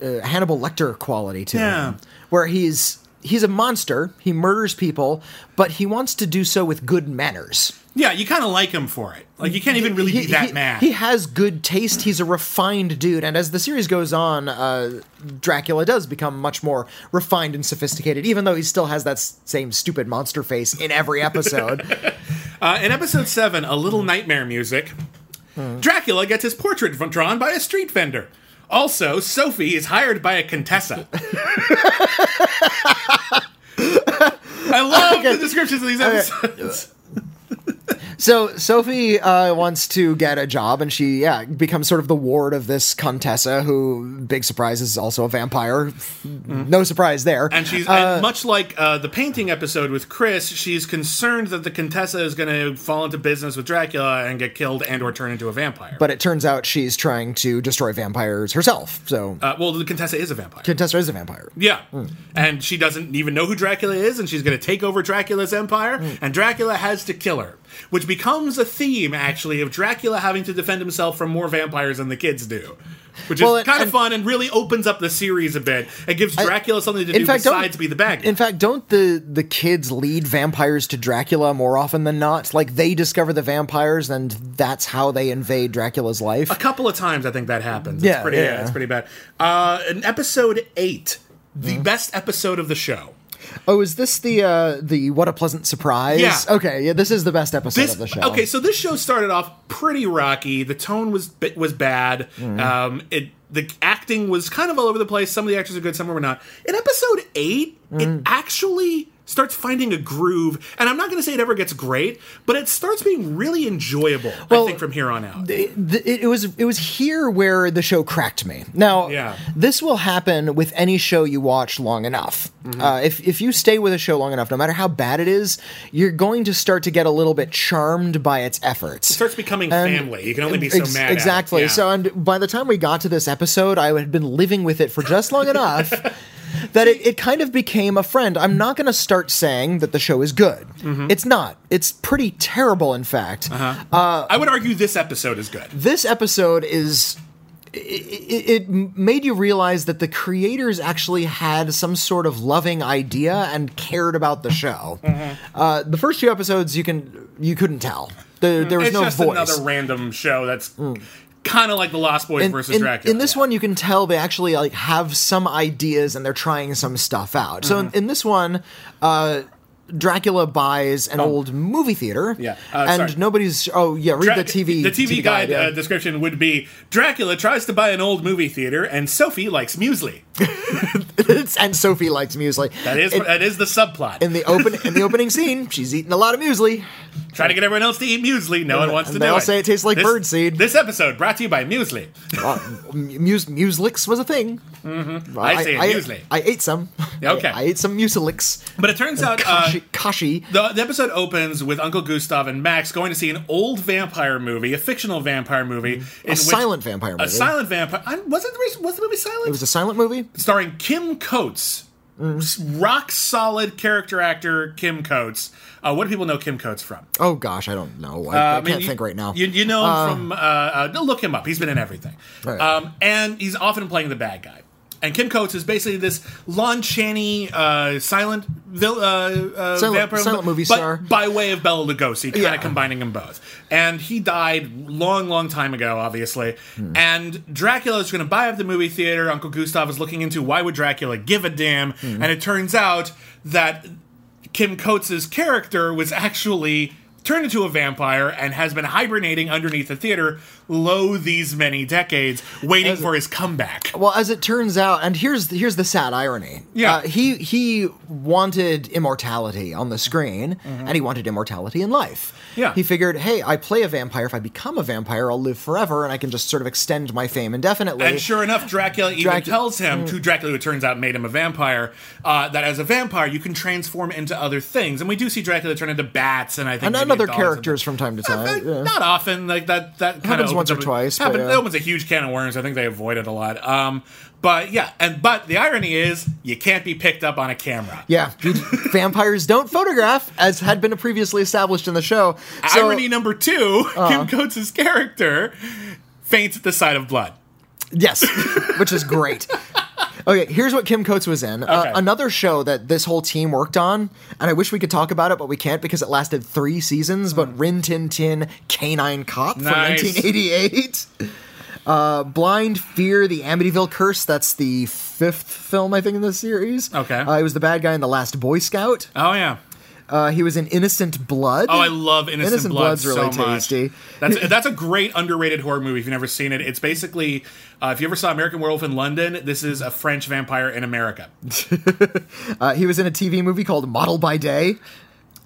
Speaker 2: uh, Hannibal Lecter quality to
Speaker 1: Yeah.
Speaker 2: him, where he's he's a monster. He murders people, but he wants to do so with good manners.
Speaker 1: yeah, you kind of like him for it. Like you can't even really
Speaker 2: he,
Speaker 1: be that
Speaker 2: he-
Speaker 1: mad.
Speaker 2: he has good taste. He's a refined dude, and as the series goes on, uh, Dracula does become much more refined and sophisticated. Even though he still has that s- same stupid monster face in every episode.
Speaker 1: uh, in episode seven, a little nightmare music.
Speaker 2: Hmm.
Speaker 1: Dracula gets his portrait v- drawn by a street vendor. Also, Sophie is hired by a contessa. I love the descriptions of these episodes.
Speaker 2: so Sophie uh, wants to get a job, and she yeah becomes sort of the ward of this Contessa, who big surprise is also a vampire. No surprise there.
Speaker 1: Mm-hmm. And she's and much like uh, the painting episode with Chris. She's concerned that the Contessa is going to fall into business with Dracula and get killed and or turn into a vampire.
Speaker 2: but it turns out she's trying to destroy vampires herself. So
Speaker 1: uh, well, the Contessa is a vampire.
Speaker 2: Contessa is a vampire.
Speaker 1: yeah, and she doesn't even know who Dracula is, and she's going to take over Dracula's empire,
Speaker 2: Hmm.
Speaker 1: and Dracula has to kill her, which becomes a theme actually of Dracula having to defend himself from more vampires than the kids do. Which
Speaker 2: Well,
Speaker 1: is
Speaker 2: and-
Speaker 1: kind
Speaker 2: and-
Speaker 1: of fun and really opens up the series a bit. It gives Dracula something to do
Speaker 2: fact, don't-
Speaker 1: besides be the bad guy.
Speaker 2: In fact, don't the the kids lead vampires to Dracula more often than not? Like they discover the vampires, and that's how they invade Dracula's life.
Speaker 1: A couple of times, I think that happens.
Speaker 2: Yeah,
Speaker 1: it's pretty,
Speaker 2: yeah,
Speaker 1: yeah,
Speaker 2: yeah.
Speaker 1: it's pretty bad. Uh, in episode eight, the
Speaker 2: Hmm?
Speaker 1: best episode of the show.
Speaker 2: Oh, is this the uh, the what a pleasant surprise?
Speaker 1: Yeah.
Speaker 2: Okay. Yeah, this is the best episode
Speaker 1: This,
Speaker 2: of the show.
Speaker 1: okay, so this show started off pretty rocky. The tone was bit was bad.
Speaker 2: Hmm.
Speaker 1: Um, it the acting was kind of all over the place. Some of the actors are good, some were not. In episode eight,
Speaker 2: Hmm.
Speaker 1: it actually starts finding a groove, and I'm not going to say it ever gets great, but it starts being really enjoyable. I think from here on out.
Speaker 2: Th- it, it was it was here where the show cracked me. Now,
Speaker 1: Yeah.
Speaker 2: this will happen with any show you watch long enough.
Speaker 1: Mm-hmm.
Speaker 2: Uh, if if you stay with a show long enough, no matter how bad it is, you're going to start to get a little bit charmed by its efforts.
Speaker 1: starts becoming family. You can only be so
Speaker 2: Ex-
Speaker 1: mad. at it.
Speaker 2: exactly.
Speaker 1: Yeah.
Speaker 2: So, and by the time we got to this episode, I had been living with it for just long enough that it, it kind of became a friend. I'm not going to start saying that the show is good.
Speaker 1: Mm-hmm.
Speaker 2: It's not. It's pretty terrible, in fact.
Speaker 1: Uh-huh.
Speaker 2: uh,
Speaker 1: I would argue this episode is good.
Speaker 2: This episode is. i- i- It, it made you realize that the creators actually had some sort of loving idea and cared about the show.
Speaker 1: Mm-hmm.
Speaker 2: Uh, the first few episodes, you can you couldn't tell. There, there was
Speaker 1: it's
Speaker 2: no
Speaker 1: just
Speaker 2: voice.
Speaker 1: another random show that's kind of like The Lost Boys versus
Speaker 2: in,
Speaker 1: Dracula.
Speaker 2: in this one, you can tell they actually like have some ideas and they're trying some stuff out. So
Speaker 1: Mm-hmm.
Speaker 2: in, in this one, uh, Dracula buys an old movie theater.
Speaker 1: Oh. Yeah. Uh,
Speaker 2: and
Speaker 1: sorry.
Speaker 2: nobody's. Oh yeah, read
Speaker 1: Dra-
Speaker 2: the TV.
Speaker 1: The TV, guide,
Speaker 2: yeah.
Speaker 1: uh, description would be Dracula tries to buy an old movie theater, and Sophie likes muesli.
Speaker 2: It's- and Sophie likes muesli.
Speaker 1: That is
Speaker 2: In,
Speaker 1: that is the subplot.
Speaker 2: in the open in the opening scene, she's eating a lot of muesli.
Speaker 1: Trying to get everyone else to eat muesli. No one wants to
Speaker 2: and they
Speaker 1: do
Speaker 2: all
Speaker 1: it.
Speaker 2: say it tastes like
Speaker 1: This-
Speaker 2: birdseed.
Speaker 1: This episode brought to you by muesli.
Speaker 2: Uh, muse, muslix was a thing.
Speaker 1: Mm-hmm. I say
Speaker 2: I,
Speaker 1: muesli.
Speaker 2: I ate some.
Speaker 1: Okay.
Speaker 2: I, I ate some muslix.
Speaker 1: But it turns out uh,
Speaker 2: Kashi, kashi.
Speaker 1: The, the episode opens with Uncle Gustav and Max going to see an old vampire movie, a fictional vampire movie, in
Speaker 2: Mm-hmm. A silent vampire
Speaker 1: a
Speaker 2: movie.
Speaker 1: silent vampire. I, wasn't the reason, was the movie silent?
Speaker 2: it was a silent movie.
Speaker 1: starring Kim Coates, S- rock solid character actor Kim Coates. Uh, what do people know Kim Coates from?
Speaker 2: Oh gosh, I don't know. I,
Speaker 1: Uh, I
Speaker 2: I
Speaker 1: mean,
Speaker 2: can't
Speaker 1: you-
Speaker 2: think right now. Um,
Speaker 1: You, you know him from. Uh, uh, no, look him up. He's been in everything,
Speaker 2: Right.
Speaker 1: um, and he's often playing the bad guy. And Kim Coates is basically this Lon Chaney uh, silent, vil- uh, uh,
Speaker 2: Silent-
Speaker 1: vampire,
Speaker 2: silent movie
Speaker 1: but
Speaker 2: star.
Speaker 1: by way of Bela Lugosi, kind
Speaker 2: Yeah.
Speaker 1: of combining them both. And he died long, long time ago, obviously.
Speaker 2: Hmm.
Speaker 1: And Dracula is going to buy up the movie theater. Uncle Gustav is looking into why would Dracula give a damn,
Speaker 2: Hmm.
Speaker 1: and it turns out that Kim Coates' character was actually turned into a vampire and has been hibernating underneath the theater lo these many decades, waiting for his comeback.
Speaker 2: Well, as it turns out, and here's here's the sad irony.
Speaker 1: Yeah.
Speaker 2: Uh, he he wanted immortality on the screen, and he wanted immortality in life.
Speaker 1: Mm-hmm. Yeah.
Speaker 2: he figured, hey, I play a vampire. If I become a vampire, I'll live forever, and I can just sort of extend my fame indefinitely.
Speaker 1: And sure enough, Dracula even
Speaker 2: Dracu-
Speaker 1: tells him, to Dracula, who turns out made him a vampire, uh, that as a vampire you can transform into other things. And we do see Dracula turn into bats, and I think
Speaker 2: and,
Speaker 1: maybe
Speaker 2: and other
Speaker 1: dogs
Speaker 2: characters from time to
Speaker 1: Uh,
Speaker 2: time.
Speaker 1: uh,
Speaker 2: yeah.
Speaker 1: Not often, like that. That kind
Speaker 2: Happens
Speaker 1: of
Speaker 2: once or twice, but
Speaker 1: Happens,
Speaker 2: yeah.
Speaker 1: That opens a huge can of worms. I think they avoid it a lot. Um, but yeah, and but the irony is, you can't be picked up on a camera.
Speaker 2: Yeah, you- vampires don't photograph, as had been previously established in the show. So, Uh-huh.
Speaker 1: Irony number 2 Kim Coates' character faints at the sight of blood.
Speaker 2: Yes, which is great. Okay, here's what Kim Coates was in. Uh,
Speaker 1: Okay.
Speaker 2: another show that this whole team worked on, and I wish we could talk about it, but we can't because it lasted three seasons. But Rin Tin Tin Canine Cop
Speaker 1: Hmm. Nice.
Speaker 2: from 1988. Uh, Blind Fear, The Amityville Curse. That's the fifth film, I think, in the series.
Speaker 1: Okay.
Speaker 2: Uh, he was the bad guy in The Last Boy Scout.
Speaker 1: Oh yeah.
Speaker 2: Uh, he was in Innocent Blood.
Speaker 1: Oh, I love Innocent,
Speaker 2: Innocent
Speaker 1: Blood
Speaker 2: Blood's really
Speaker 1: so much.
Speaker 2: tasty.
Speaker 1: That's that's a great underrated horror movie if you've never seen it. It's basically uh, if you ever saw American Werewolf in London, this is a French vampire in America.
Speaker 2: Uh, he was in a TV movie called Model by Day.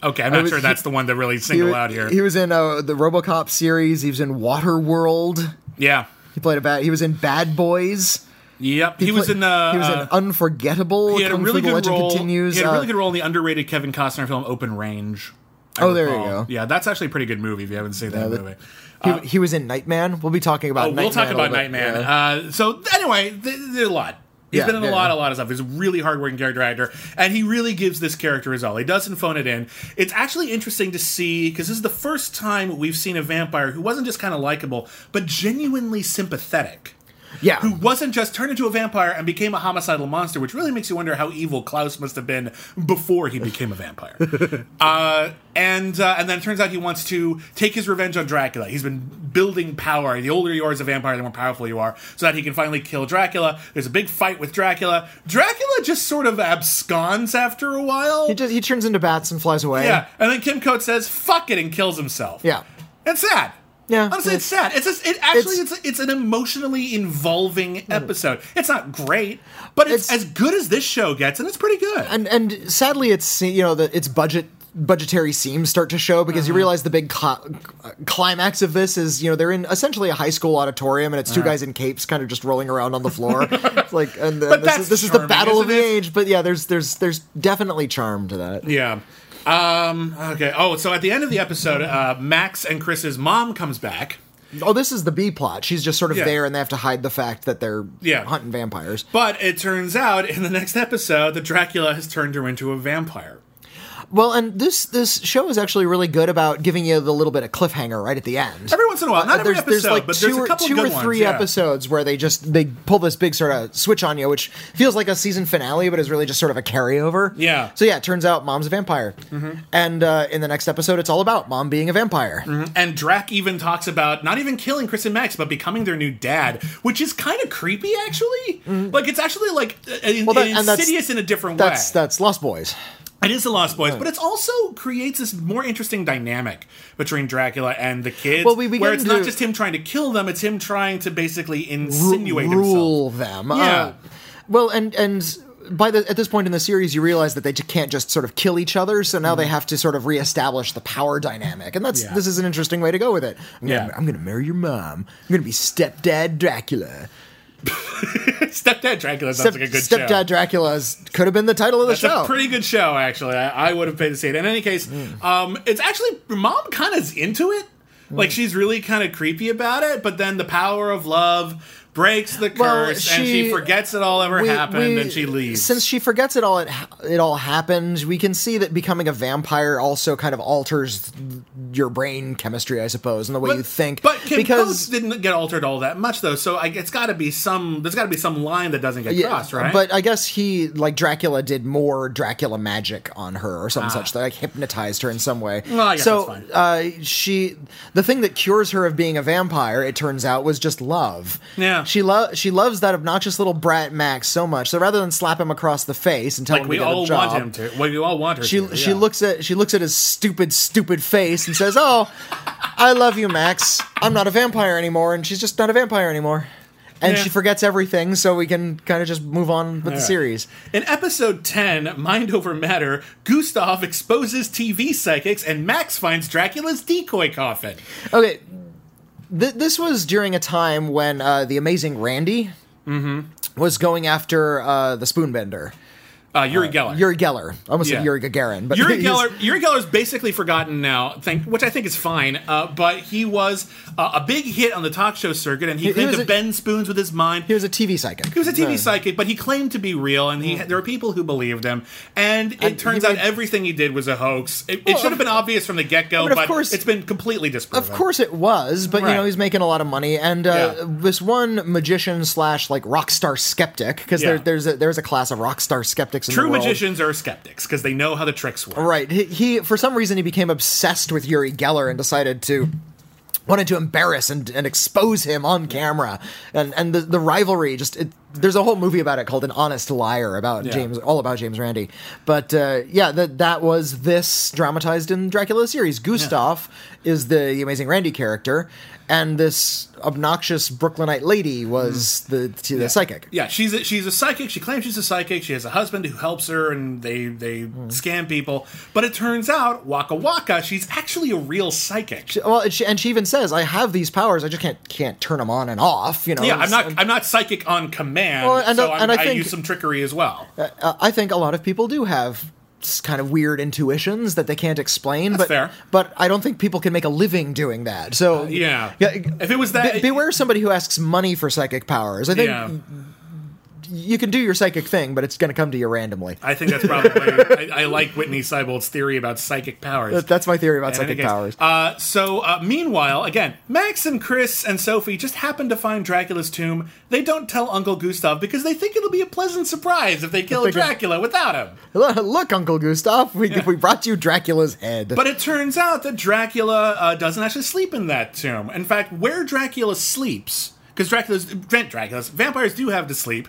Speaker 1: Okay, I'm not
Speaker 2: was-
Speaker 1: sure that's the one to really
Speaker 2: He
Speaker 1: single
Speaker 2: wa-
Speaker 1: out here.
Speaker 2: He was in uh, the RoboCop series. He was in Waterworld.
Speaker 1: yeah.
Speaker 2: He played a bad. He was in Bad Boys.
Speaker 1: Yep. He, was
Speaker 2: Play-
Speaker 1: in uh,
Speaker 2: he was
Speaker 1: uh,
Speaker 2: in Unforgettable.
Speaker 1: he had a
Speaker 2: Kung Fu,
Speaker 1: really
Speaker 2: The
Speaker 1: good
Speaker 2: Legend
Speaker 1: role.
Speaker 2: Continues.
Speaker 1: he had a really
Speaker 2: uh,
Speaker 1: good role in the underrated Kevin Costner film Open Range. I
Speaker 2: Oh, there you go.
Speaker 1: Yeah, that's actually a pretty good movie if you haven't seen that movie.
Speaker 2: he, he was in Nightman. We'll be talking about.
Speaker 1: Oh, we'll
Speaker 2: Nightman
Speaker 1: talk
Speaker 2: a
Speaker 1: about
Speaker 2: little bit,
Speaker 1: Nightman.
Speaker 2: yeah.
Speaker 1: Uh, so anyway, th- th- a lot. He's
Speaker 2: Yeah,
Speaker 1: been in a
Speaker 2: yeah,
Speaker 1: lot,
Speaker 2: yeah.
Speaker 1: a lot of stuff. He's a really hardworking character actor, and he really gives this character his all. He doesn't phone it in. It's actually interesting to see because this is the first time we've seen a vampire who wasn't just kind of likable, but genuinely sympathetic.
Speaker 2: yeah.
Speaker 1: Uh, Who wasn't just turned into a vampire and became a homicidal monster, which really makes you wonder how evil Klaus must have been before he became a vampire. uh, and uh, and then it turns out he wants to take his revenge on Dracula. He's been building power. The older you are as a vampire, the more powerful you are, so that he can finally kill Dracula. There's a big fight with Dracula. Dracula just sort of absconds after a while.
Speaker 2: He just he turns into bats and flies away.
Speaker 1: yeah, and then Kim Coates says "fuck it" and kills himself.
Speaker 2: Yeah.
Speaker 1: it's sad.
Speaker 2: Yeah.
Speaker 1: honestly, it's sad. It's just, it actually it's it's, an emotionally involving episode. It's not great, but it's,
Speaker 2: Mm. It's-
Speaker 1: as good as this show gets, and it's pretty good.
Speaker 2: And and sadly, it's you know the its budget budgetary seams start to show because
Speaker 1: Mm-hmm.
Speaker 2: you realize the big cl- climax of this is you know they're in essentially a high school auditorium and it's 2
Speaker 1: Uh-huh.
Speaker 2: guys in capes kind of just rolling around on the floor It's like and, and this
Speaker 1: that's
Speaker 2: is this is the
Speaker 1: charming,
Speaker 2: battle of the
Speaker 1: isn't it?
Speaker 2: age but yeah there's there's there's definitely charm to that
Speaker 1: yeah. Um. Okay. Oh, so at the end of the episode, uh, Max and Chris's mom comes back.
Speaker 2: Oh, this is the B plot. She's just sort of
Speaker 1: Yeah.
Speaker 2: there, and they have to hide the fact that they're
Speaker 1: Yeah.
Speaker 2: hunting vampires.
Speaker 1: But it turns out in the next episode that Dracula has turned her into a vampire.
Speaker 2: Well, and this this show is actually really good about giving you the little bit of cliffhanger right at the end.
Speaker 1: Every once in a while, not every
Speaker 2: Uh, there's,
Speaker 1: episode,
Speaker 2: there's like
Speaker 1: but
Speaker 2: two
Speaker 1: there's
Speaker 2: or,
Speaker 1: a couple
Speaker 2: two
Speaker 1: good
Speaker 2: or
Speaker 1: ones,
Speaker 2: three
Speaker 1: yeah.
Speaker 2: episodes where they just they pull this big sort of switch on you, which feels like a season finale, but is really just sort of a carryover.
Speaker 1: Yeah. Mm-hmm.
Speaker 2: So yeah, it turns out mom's a vampire, and uh, in the next episode, it's all about mom being a vampire.
Speaker 1: And Drac even talks about not even killing Chris and Max, but becoming their new dad, which is kind of creepy, actually. Like it's actually like uh,
Speaker 2: Mm-hmm. Well, that- and that's-
Speaker 1: insidious in a different
Speaker 2: That's
Speaker 1: way.
Speaker 2: that's Lost Boys.
Speaker 1: it is the Lost Boys, but it's also creates this more interesting dynamic between Dracula and the kids,
Speaker 2: Well, we- we
Speaker 1: where
Speaker 2: get
Speaker 1: it's not
Speaker 2: into-
Speaker 1: just him trying to kill them; it's him trying to basically insinuate himself.
Speaker 2: rule them. Uh,
Speaker 1: Yeah.
Speaker 2: well, and and by the at this point in the series, you realize that they ju- can't just sort of kill each other. So now they have to sort of reestablish the power dynamic, and that's
Speaker 1: Mm-hmm. Yeah.
Speaker 2: this is an interesting way to go with it. I'm gonna,
Speaker 1: Yeah.
Speaker 2: I'm gonna marry your mom. I'm gonna be stepdad Dracula.
Speaker 1: Stepdad Dracula sounds
Speaker 2: Step-
Speaker 1: like a good
Speaker 2: stepdad
Speaker 1: show.
Speaker 2: Dracula's could have been the title of the
Speaker 1: It's
Speaker 2: show. Hmm.
Speaker 1: a pretty good show, actually. I, I would have paid to see it. In any case, um, it's actually mom kind of is into it.
Speaker 2: Hmm.
Speaker 1: Like she's really kind of creepy about it, but then the power of love breaks the curse,
Speaker 2: Well,
Speaker 1: and she
Speaker 2: she-
Speaker 1: forgets it all ever
Speaker 2: we-
Speaker 1: happened,
Speaker 2: we-
Speaker 1: and she leaves.
Speaker 2: Since she forgets it all, it, ha- it all happened. We can see that becoming a vampire also kind of alters your brain chemistry, I suppose, and the way you think.
Speaker 1: But Kim because
Speaker 2: because
Speaker 1: didn't get altered all that much, though. So I, it's got to be some. There's got to be some line that doesn't get crossed, right?
Speaker 2: But I guess he, like Dracula, did more Dracula magic on her or some such thing, like hypnotized her in some way.
Speaker 1: Ah. Well, I guess
Speaker 2: so
Speaker 1: that's
Speaker 2: Uh, she, the thing that cures her of being a vampire, it turns out, was just love.
Speaker 1: Yeah.
Speaker 2: she lo- she loves that obnoxious little brat Max so much. So rather than slap him across the face and tell
Speaker 1: like
Speaker 2: him
Speaker 1: we
Speaker 2: to get
Speaker 1: all
Speaker 2: a job,
Speaker 1: want him to. Well, we all want her.
Speaker 2: she
Speaker 1: to,
Speaker 2: she
Speaker 1: yeah.
Speaker 2: looks at she looks at his stupid stupid face and says, "Oh, I love you, Max. I'm not a vampire anymore." And she's just not a vampire anymore. And
Speaker 1: Yeah.
Speaker 2: she forgets everything, so we can kind of just move on with
Speaker 1: Yeah.
Speaker 2: the series.
Speaker 1: In episode 10, Mind Over Matter, Gustav exposes TV psychics and Max finds Dracula's decoy coffin.
Speaker 2: Okay, th- this was during a time when uh, the amazing Randy
Speaker 1: Mm-hmm.
Speaker 2: was going after uh, the Spoonbender,
Speaker 1: Uh, Yuri Geller.
Speaker 2: Yuri Geller. I almost
Speaker 1: Yeah.
Speaker 2: said Yuri Gagarin, but
Speaker 1: Yuri
Speaker 2: he's-
Speaker 1: Geller, Yuri Geller's basically forgotten now, think, which I think is fine. Uh, but he was uh, a big hit on the talk show circuit, and he,
Speaker 2: he
Speaker 1: claimed
Speaker 2: was
Speaker 1: to
Speaker 2: a-
Speaker 1: bend spoons with his mind.
Speaker 2: He was a TV psychic.
Speaker 1: He was a TV psychic, but he claimed to be real, and he, there were people who believed him. And it
Speaker 2: And
Speaker 1: turns
Speaker 2: he
Speaker 1: out
Speaker 2: made-
Speaker 1: everything he did was a hoax. It, it
Speaker 2: Well,
Speaker 1: should have been obvious from the get go,
Speaker 2: but of
Speaker 1: but
Speaker 2: course-
Speaker 1: it's been completely disproven.
Speaker 2: Of course it was, but you
Speaker 1: Right.
Speaker 2: know he's making a lot of money, and uh,
Speaker 1: Yeah.
Speaker 2: this one magician slash like rock star skeptic because there,
Speaker 1: Yeah.
Speaker 2: there's a, there's a class of rock star skeptics. In
Speaker 1: True
Speaker 2: the world.
Speaker 1: magicians are skeptics because they know how the tricks work.
Speaker 2: right? He, he for some reason he became obsessed with Yuri Geller and decided to wanted to embarrass and, and expose him on camera, and and the, the rivalry just it, there's a whole movie about it called An Honest Liar about
Speaker 1: Yeah.
Speaker 2: James all about James Randy, but uh, yeah that that was this dramatized in Dracula series. Gustav is the, the amazing Randy character, and this obnoxious Brooklynite lady was the the psychic.
Speaker 1: Mm. Yeah, she's a, she's a psychic. She claims she's a psychic. She has a husband who helps her, and they they scam people. But it turns out, waka waka, she's actually a real psychic.
Speaker 2: Well, and she, and she even says, "I have these powers. I just can't can't turn them on and off." You know.
Speaker 1: yeah, I'm
Speaker 2: It's-
Speaker 1: not I'm not psychic on command,
Speaker 2: Well, and,
Speaker 1: so
Speaker 2: uh,
Speaker 1: I'm,
Speaker 2: and
Speaker 1: I,
Speaker 2: I think-
Speaker 1: use some trickery as well.
Speaker 2: uh, I think a lot of people do have s- kind of weird intuitions that they can't explain. but
Speaker 1: fair. Uh,
Speaker 2: but I don't think people can make a living doing that. So
Speaker 1: yeah.
Speaker 2: g-
Speaker 1: If it was that-
Speaker 2: be- beware somebody who asks money for psychic powers. I think
Speaker 1: yeah,
Speaker 2: you can do your psychic thing, but it's going to come to you randomly.
Speaker 1: I think that's probably. I, I like Whitney Seibold's theory about psychic powers.
Speaker 2: That- That's my theory about
Speaker 1: In any
Speaker 2: psychic
Speaker 1: case,
Speaker 2: powers.
Speaker 1: Uh, so, uh, meanwhile, again, Max and Chris and Sophie just happen to find Dracula's tomb. They don't tell Uncle Gustav because they think it'll be a pleasant surprise if they kill
Speaker 2: If they can-
Speaker 1: Dracula without him.
Speaker 2: Look, Uncle Gustav, we, we brought you Dracula's head.
Speaker 1: But it turns out that Dracula uh, doesn't actually sleep in that tomb. In fact, where Dracula sleeps, because Dracula's, Dra- Dracula's, vampires do have to sleep.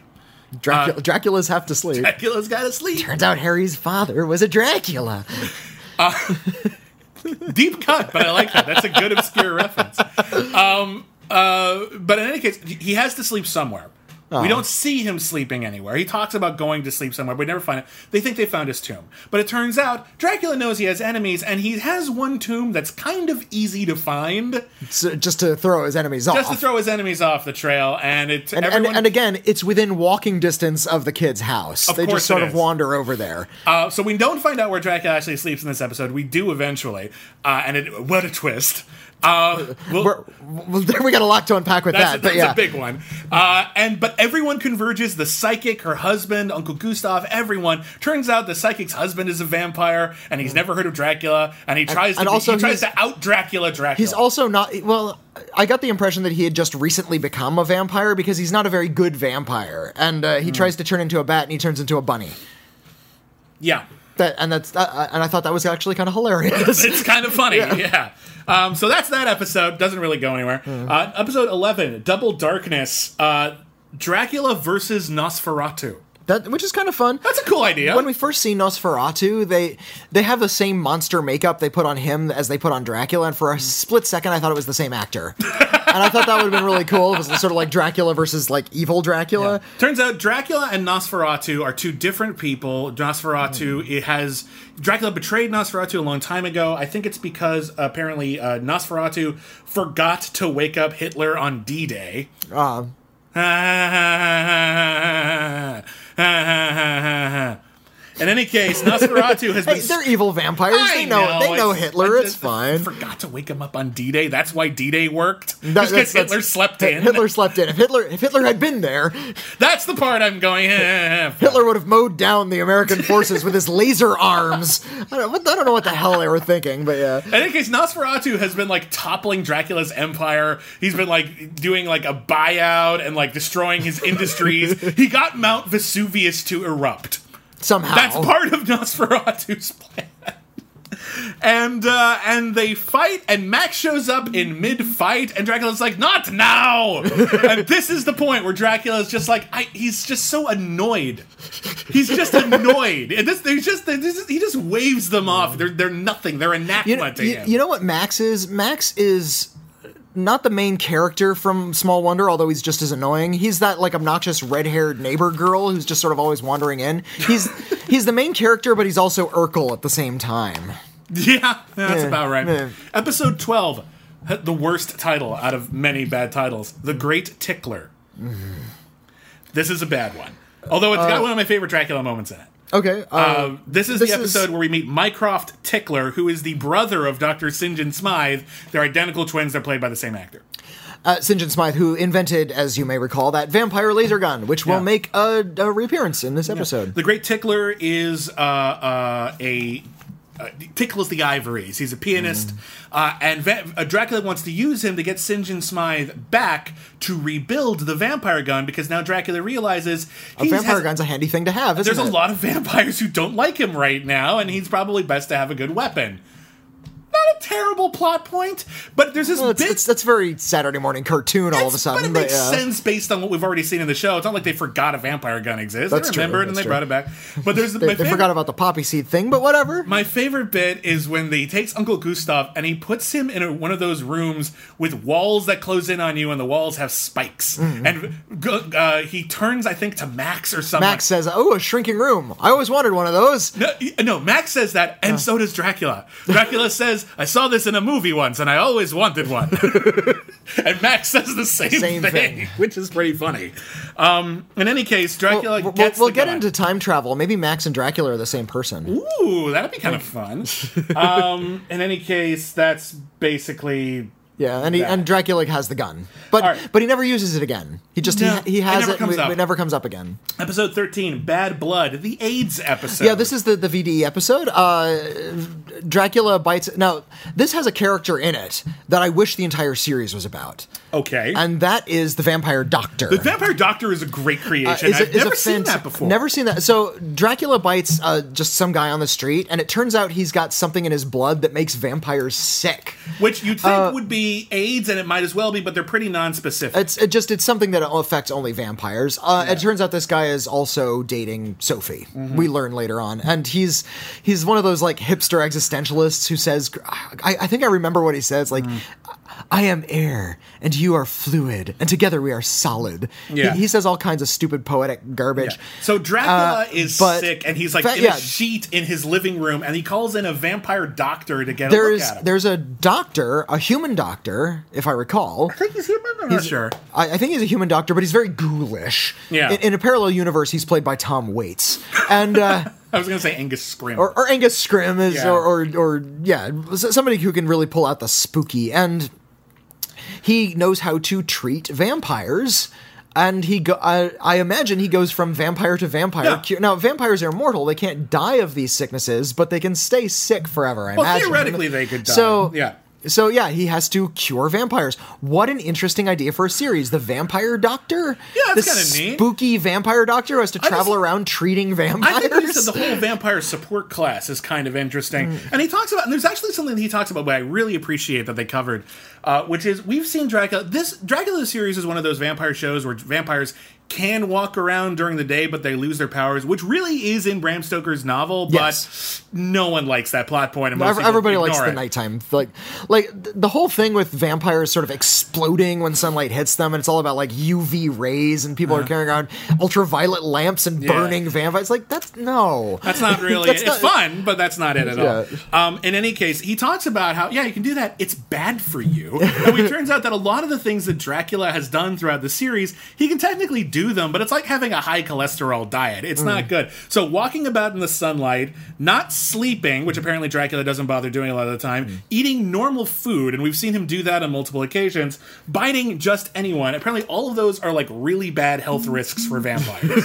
Speaker 1: uh,
Speaker 2: Dracu- Dracula's have to sleep.
Speaker 1: Dracula's got to sleep.
Speaker 2: Turns out Harry's father was a Dracula.
Speaker 1: deep cut, but I like that. That's a good obscure reference. Um, uh, but in any case, he has to sleep somewhere.
Speaker 2: Uh-huh.
Speaker 1: We don't see him sleeping anywhere. He talks about going to sleep somewhere, but we never find it. They think they found his tomb. But it turns out Dracula knows he has enemies, and he has one tomb that's kind of easy to find
Speaker 2: So just to throw his enemies off.
Speaker 1: just to throw his enemies off the trail. And it
Speaker 2: and,
Speaker 1: everyone
Speaker 2: and, and again, it's within walking distance of the kid's house. they
Speaker 1: course
Speaker 2: just sort
Speaker 1: it
Speaker 2: of
Speaker 1: is.
Speaker 2: wander over there.
Speaker 1: Uh, so we don't find out where Dracula actually sleeps in this episode. We do eventually, uh, and it, what a twist! Uh, we'll-
Speaker 2: We're, well, there we got a lot to unpack with
Speaker 1: that's
Speaker 2: that.
Speaker 1: that's
Speaker 2: but yeah,
Speaker 1: a big one. Uh, and but everyone converges: the psychic, her husband, Uncle Gustav, everyone. Turns out the psychic's husband is a vampire, and he's never heard of Dracula, and he tries
Speaker 2: Mm. and
Speaker 1: to
Speaker 2: also
Speaker 1: he tries
Speaker 2: he's-
Speaker 1: to out Dracula. Dracula.
Speaker 2: he's also not. Well, I got the impression that he had just recently become a vampire because he's not a very good vampire, and uh, he
Speaker 1: Hmm.
Speaker 2: tries to turn into a bat and he turns into a bunny.
Speaker 1: yeah.
Speaker 2: That and that's uh, and I thought that was actually kind of hilarious.
Speaker 1: It's kind of funny, yeah. Um, so that's that episode. Doesn't really go anywhere.
Speaker 2: Hmm.
Speaker 1: Uh, episode eleven: Double Darkness. Uh, Dracula versus Nosferatu.
Speaker 2: that which is kind of fun.
Speaker 1: That's a cool idea.
Speaker 2: when we first see Nosferatu, they they have the same monster makeup they put on him as they put on Dracula, and
Speaker 1: Mm.
Speaker 2: for a split second, I thought it was the same actor, and I thought that would have been really cool. It was sort of like Dracula versus like evil Dracula.
Speaker 1: Turns out Dracula and Nosferatu are two different people. Nosferatu
Speaker 2: Hmm.
Speaker 1: it has Dracula betrayed Nosferatu a long time ago. I think it's because apparently uh, Nosferatu forgot to wake up Hitler on D-Day.
Speaker 2: Uh,
Speaker 1: In any case, Nosferatu has been
Speaker 2: Hey, they're evil vampires.
Speaker 1: I
Speaker 2: they know, they know
Speaker 1: it's-
Speaker 2: Hitler.
Speaker 1: I
Speaker 2: It's,
Speaker 1: just
Speaker 2: fine.
Speaker 1: Forgot to wake him up on D Day. That's why D Day worked. Just
Speaker 2: That- that's-
Speaker 1: because
Speaker 2: that's-
Speaker 1: Hitler slept
Speaker 2: Hit-
Speaker 1: in.
Speaker 2: Hitler slept in. If Hitler if Hitler had been there,
Speaker 1: That's the part I'm going. eh, fuck.
Speaker 2: Hitler would have mowed down the American forces with his laser arms. I don't, what- I don't know what the hell they were thinking, but yeah.
Speaker 1: In any case, Nosferatu has been like toppling Dracula's empire. He's been like doing like a buyout and like destroying his industries. he got Mount Vesuvius to erupt.
Speaker 2: Somehow
Speaker 1: That's part of Nosferatu's plan. And uh, and they fight, and Max shows up in mid fight, and Dracula's like, "Not now!" and this is the point where Dracula's just like, I, he's just so annoyed. He's just annoyed, and this, there's just, there's just- he just waves them off. They're they're nothing. They're
Speaker 2: You
Speaker 1: anathema
Speaker 2: know,
Speaker 1: to
Speaker 2: you-
Speaker 1: him.
Speaker 2: you know what Max is? Max is not the main character from Small Wonder, although he's just as annoying. He's that like obnoxious red-haired neighbor girl who's just sort of always wandering in. He's he's the main character, but he's also Urkel at the same time.
Speaker 1: Yeah, that's
Speaker 2: Yeah,
Speaker 1: about right.
Speaker 2: yeah.
Speaker 1: Episode 12, had the worst title out of many bad titles The Great Tickler.
Speaker 2: Mm-hmm.
Speaker 1: This is a bad one. Although it's got one of my favorite Dracula moments in it.
Speaker 2: Okay, uh,
Speaker 1: Uh, this is
Speaker 2: this
Speaker 1: the
Speaker 2: is-
Speaker 1: episode where we meet Mycroft Tickler, who is the brother of Dr. St. John Smythe. They're identical twins, they're played by the same actor.
Speaker 2: uh, St. John Smythe, who invented, as you may recall, that vampire laser gun, which
Speaker 1: Yeah.
Speaker 2: will make a, a reappearance in this episode.
Speaker 1: The Great Tickler is uh, uh, a uh, tickles the ivories. He's a pianist,
Speaker 2: Mm.
Speaker 1: uh, and va- uh, Dracula wants to use him to get St. John Smythe back to rebuild the vampire gun because now Dracula realizes
Speaker 2: A
Speaker 1: he
Speaker 2: vampire
Speaker 1: has-
Speaker 2: gun's a handy thing to have, isn't
Speaker 1: There's a
Speaker 2: it?
Speaker 1: lot of vampires who don't like him right now, and he's probably best to have a good weapon. Not a terrible plot point, but there's this
Speaker 2: Well, it's,
Speaker 1: bit
Speaker 2: it's, that's very Saturday morning cartoon all of a
Speaker 1: it's-
Speaker 2: sudden.
Speaker 1: But it makes
Speaker 2: yeah.
Speaker 1: sense based on what we've already seen in the show. It's not like they forgot a vampire gun exists.
Speaker 2: That's
Speaker 1: they
Speaker 2: true,
Speaker 1: remembered and
Speaker 2: that's
Speaker 1: they
Speaker 2: true.
Speaker 1: brought it back. But there's the
Speaker 2: They, they forgot about the poppy seed thing, but whatever.
Speaker 1: my favorite bit is when they takes Uncle Gustav and he puts him in a, one of those rooms with walls that close in on you, and the walls have spikes.
Speaker 2: Mm.
Speaker 1: And go- uh, he turns, I think, to Max or someone.
Speaker 2: Max says, "Oh, a shrinking room. I always wanted one of those."
Speaker 1: No, y- no, Max says that,
Speaker 2: Oh.
Speaker 1: and so does Dracula. Dracula says, "I saw this in a movie once, and I always wanted one." and Max says the same,
Speaker 2: Same
Speaker 1: thing,
Speaker 2: thing.
Speaker 1: which is pretty funny. Um, in any case, Dracula
Speaker 2: We'll, we'll-
Speaker 1: gets.
Speaker 2: we'll
Speaker 1: the
Speaker 2: get
Speaker 1: gun.
Speaker 2: into time travel. Maybe Max and Dracula are the same person.
Speaker 1: Ooh, that'd be kind of fun. um, in any case, that's basically
Speaker 2: Yeah, and he,
Speaker 1: Yeah.
Speaker 2: and Dracula has the gun, but
Speaker 1: Alright.
Speaker 2: but he never uses it again. He just
Speaker 1: No,
Speaker 2: he, he
Speaker 1: it
Speaker 2: has
Speaker 1: never
Speaker 2: it. and
Speaker 1: comes
Speaker 2: we-
Speaker 1: up.
Speaker 2: it never comes up again.
Speaker 1: Episode 13, Bad Blood, the AIDS episode.
Speaker 2: Yeah, this is the the VDE episode. Uh, Dracula bites. Now this has a character in it that I wish the entire series was about,
Speaker 1: Okay.
Speaker 2: and that is the vampire doctor.
Speaker 1: the Vampire Doctor is a great creation.
Speaker 2: Uh, is a-
Speaker 1: I've
Speaker 2: is a
Speaker 1: never seen
Speaker 2: fanta-
Speaker 1: that before.
Speaker 2: Never seen that. So Dracula bites uh, just some guy on the street, and it turns out he's got something in his blood that makes vampires sick.
Speaker 1: Which you'd
Speaker 2: Uh,
Speaker 1: think would be AIDS, and it might as well be, but they're pretty non-specific.
Speaker 2: It's it just it's something that affects only vampires. Uh, It turns out this guy is also dating Sophie.
Speaker 1: Mm-hmm.
Speaker 2: We learn later on, and he's
Speaker 1: Mm.
Speaker 2: he's one of those like hipster existentialists who says, I, I think I remember what he says. Like, I am air, and you are fluid, and together we are solid.
Speaker 1: Yeah.
Speaker 2: He, he says all kinds of stupid poetic garbage.
Speaker 1: So Dracula
Speaker 2: Uh,
Speaker 1: is
Speaker 2: but-
Speaker 1: sick, and he's like
Speaker 2: fa-
Speaker 1: in
Speaker 2: yeah.
Speaker 1: a sheet in his living room, and he calls in a vampire doctor to get a
Speaker 2: There
Speaker 1: look
Speaker 2: is
Speaker 1: at him.
Speaker 2: there's a doctor, a human doctor, if I recall.
Speaker 1: I think he's human. I'm not sure.
Speaker 2: I, I think he's a human doctor, but he's very ghoulish.
Speaker 1: Yeah.
Speaker 2: In, in a parallel universe, he's played by Tom Waits, and uh,
Speaker 1: I was gonna say Angus Scrim.
Speaker 2: or, or Angus Scrim is,
Speaker 1: Yeah.
Speaker 2: or, or or yeah, s- somebody who can really pull out the spooky. And he knows how to treat vampires. And he, go, I, I imagine he goes from vampire to vampire.
Speaker 1: Yeah.
Speaker 2: Cu- Now, vampires are immortal; they can't die of these sicknesses, but they can stay sick forever. I
Speaker 1: Well,
Speaker 2: imagine.
Speaker 1: theoretically, they could die.
Speaker 2: So
Speaker 1: Yeah.
Speaker 2: So yeah, he has to cure vampires. What an interesting idea for a series, the Vampire Doctor.
Speaker 1: Yeah, that's
Speaker 2: This
Speaker 1: kinda neat.
Speaker 2: Spooky vampire doctor who has to travel around treating vampires.
Speaker 1: I think he said the whole vampire support class is kind of interesting. And he talks about, and there's actually something that he talks about, but I really appreciate that they covered, uh, which is we've seen Dracula. This Dracula series is one of those vampire shows where vampires can walk around during the day, but they lose their powers, which really is in Bram Stoker's novel, but
Speaker 2: Yes.
Speaker 1: no one likes that plot point. And most
Speaker 2: Ev-
Speaker 1: people
Speaker 2: Everybody likes
Speaker 1: ignore
Speaker 2: the
Speaker 1: it.
Speaker 2: nighttime, like, like th- the whole thing with vampires sort of exploding when sunlight hits them, and it's all about like UV rays, and
Speaker 1: Uh-huh.
Speaker 2: people are carrying around ultraviolet lamps and burning vampires. Like that's no,
Speaker 1: That's not really
Speaker 2: That's
Speaker 1: it. It's
Speaker 2: not-
Speaker 1: fun, but that's not it at all. Um, in any case, he talks about how, yeah, you can do that. It's bad for you. and it turns out that a lot of the things that Dracula has done throughout the series, he can technically do them, but it's like having a high cholesterol diet. It's not good. So walking about in the sunlight, not sleeping, which apparently Dracula doesn't bother doing a lot of the time, eating normal food, and we've seen him do that on multiple occasions, biting just anyone. Apparently all of those are like really bad health risks for vampires.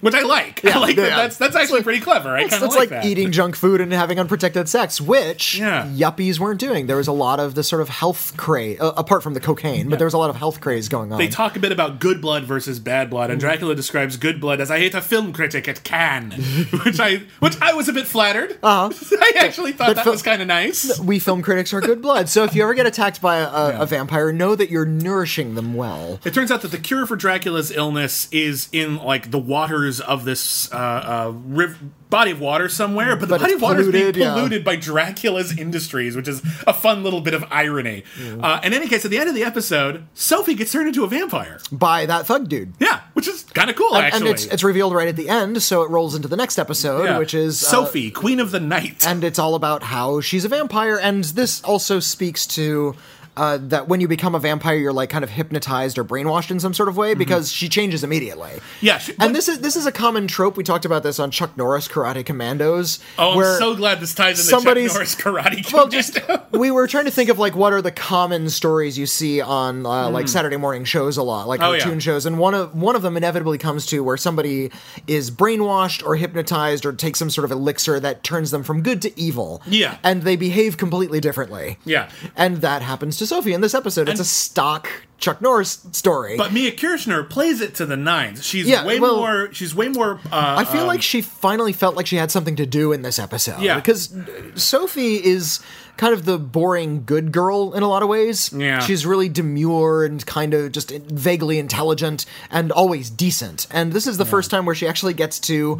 Speaker 1: which I like. I like
Speaker 2: yeah.
Speaker 1: that. That's that's actually pretty clever. I kind
Speaker 2: It's,
Speaker 1: of
Speaker 2: it's
Speaker 1: like,
Speaker 2: like,
Speaker 1: that.
Speaker 2: eating junk food and having unprotected sex, which
Speaker 1: Yeah.
Speaker 2: yuppies weren't doing. There was a lot of the sort of health craze, uh, apart from the cocaine, but there was a lot of health craze going on.
Speaker 1: They talk a bit about good blood versus bad blood,
Speaker 2: Mm-hmm.
Speaker 1: and Dracula describes good blood as I hate a film critic at Cannes, which I which I was a bit flattered. Uh-huh. I actually thought that
Speaker 2: fil-
Speaker 1: was kind of nice.
Speaker 2: we film critics are good blood, so if you ever get attacked by a, a, a vampire, know that you're nourishing them well.
Speaker 1: It turns out that the cure for Dracula's illness is in like the waters of this uh, uh, riv- body of water somewhere, but the
Speaker 2: But
Speaker 1: body
Speaker 2: it's
Speaker 1: of water is
Speaker 2: polluted,
Speaker 1: being
Speaker 2: yeah.
Speaker 1: polluted by Dracula's industries, which is a fun little bit of irony. Uh, in any case, at the end of the episode, Sophie gets turned into a vampire.
Speaker 2: By that thug dude.
Speaker 1: Yeah, which is kind of cool actually.
Speaker 2: And it's, it's revealed right at the end, so it rolls into the next episode,
Speaker 1: Yeah.
Speaker 2: which is uh,
Speaker 1: Sophie, Queen of the Night.
Speaker 2: and it's all about how she's a vampire and this also speaks to uh, that when you become a vampire you're like kind of hypnotized or brainwashed in some sort of
Speaker 1: Mm-hmm.
Speaker 2: way because she changes immediately
Speaker 1: Yeah, she-
Speaker 2: and this is this is a common trope we talked about this on chuck norris karate commandos
Speaker 1: oh,
Speaker 2: where
Speaker 1: I'm so glad this ties into Chuck
Speaker 2: somebody's-
Speaker 1: Norris karate.
Speaker 2: well,
Speaker 1: Kid.
Speaker 2: just we were trying to think of like what are the common stories you see on uh, like Saturday morning shows a lot, like
Speaker 1: Hmm. Oh, yeah.
Speaker 2: cartoon shows, and one of one of them inevitably comes to where somebody is brainwashed or hypnotized or takes some sort of elixir that turns them from good to evil.
Speaker 1: Yeah.
Speaker 2: and they behave completely differently.
Speaker 1: yeah.
Speaker 2: and that happens to Sophie in this episode. it's a stock Chuck Norris story.
Speaker 1: But Mia Kirshner plays it to the nines. She's
Speaker 2: Yeah,
Speaker 1: way
Speaker 2: well-
Speaker 1: more. She's way more. Uh,
Speaker 2: I feel like she finally felt like she had something to do in this episode.
Speaker 1: Yeah.
Speaker 2: Because Sophie is kind of the boring good girl in a lot of ways.
Speaker 1: Yeah.
Speaker 2: She's really demure and kind of just vaguely intelligent and always decent. And this is the first time where she actually gets to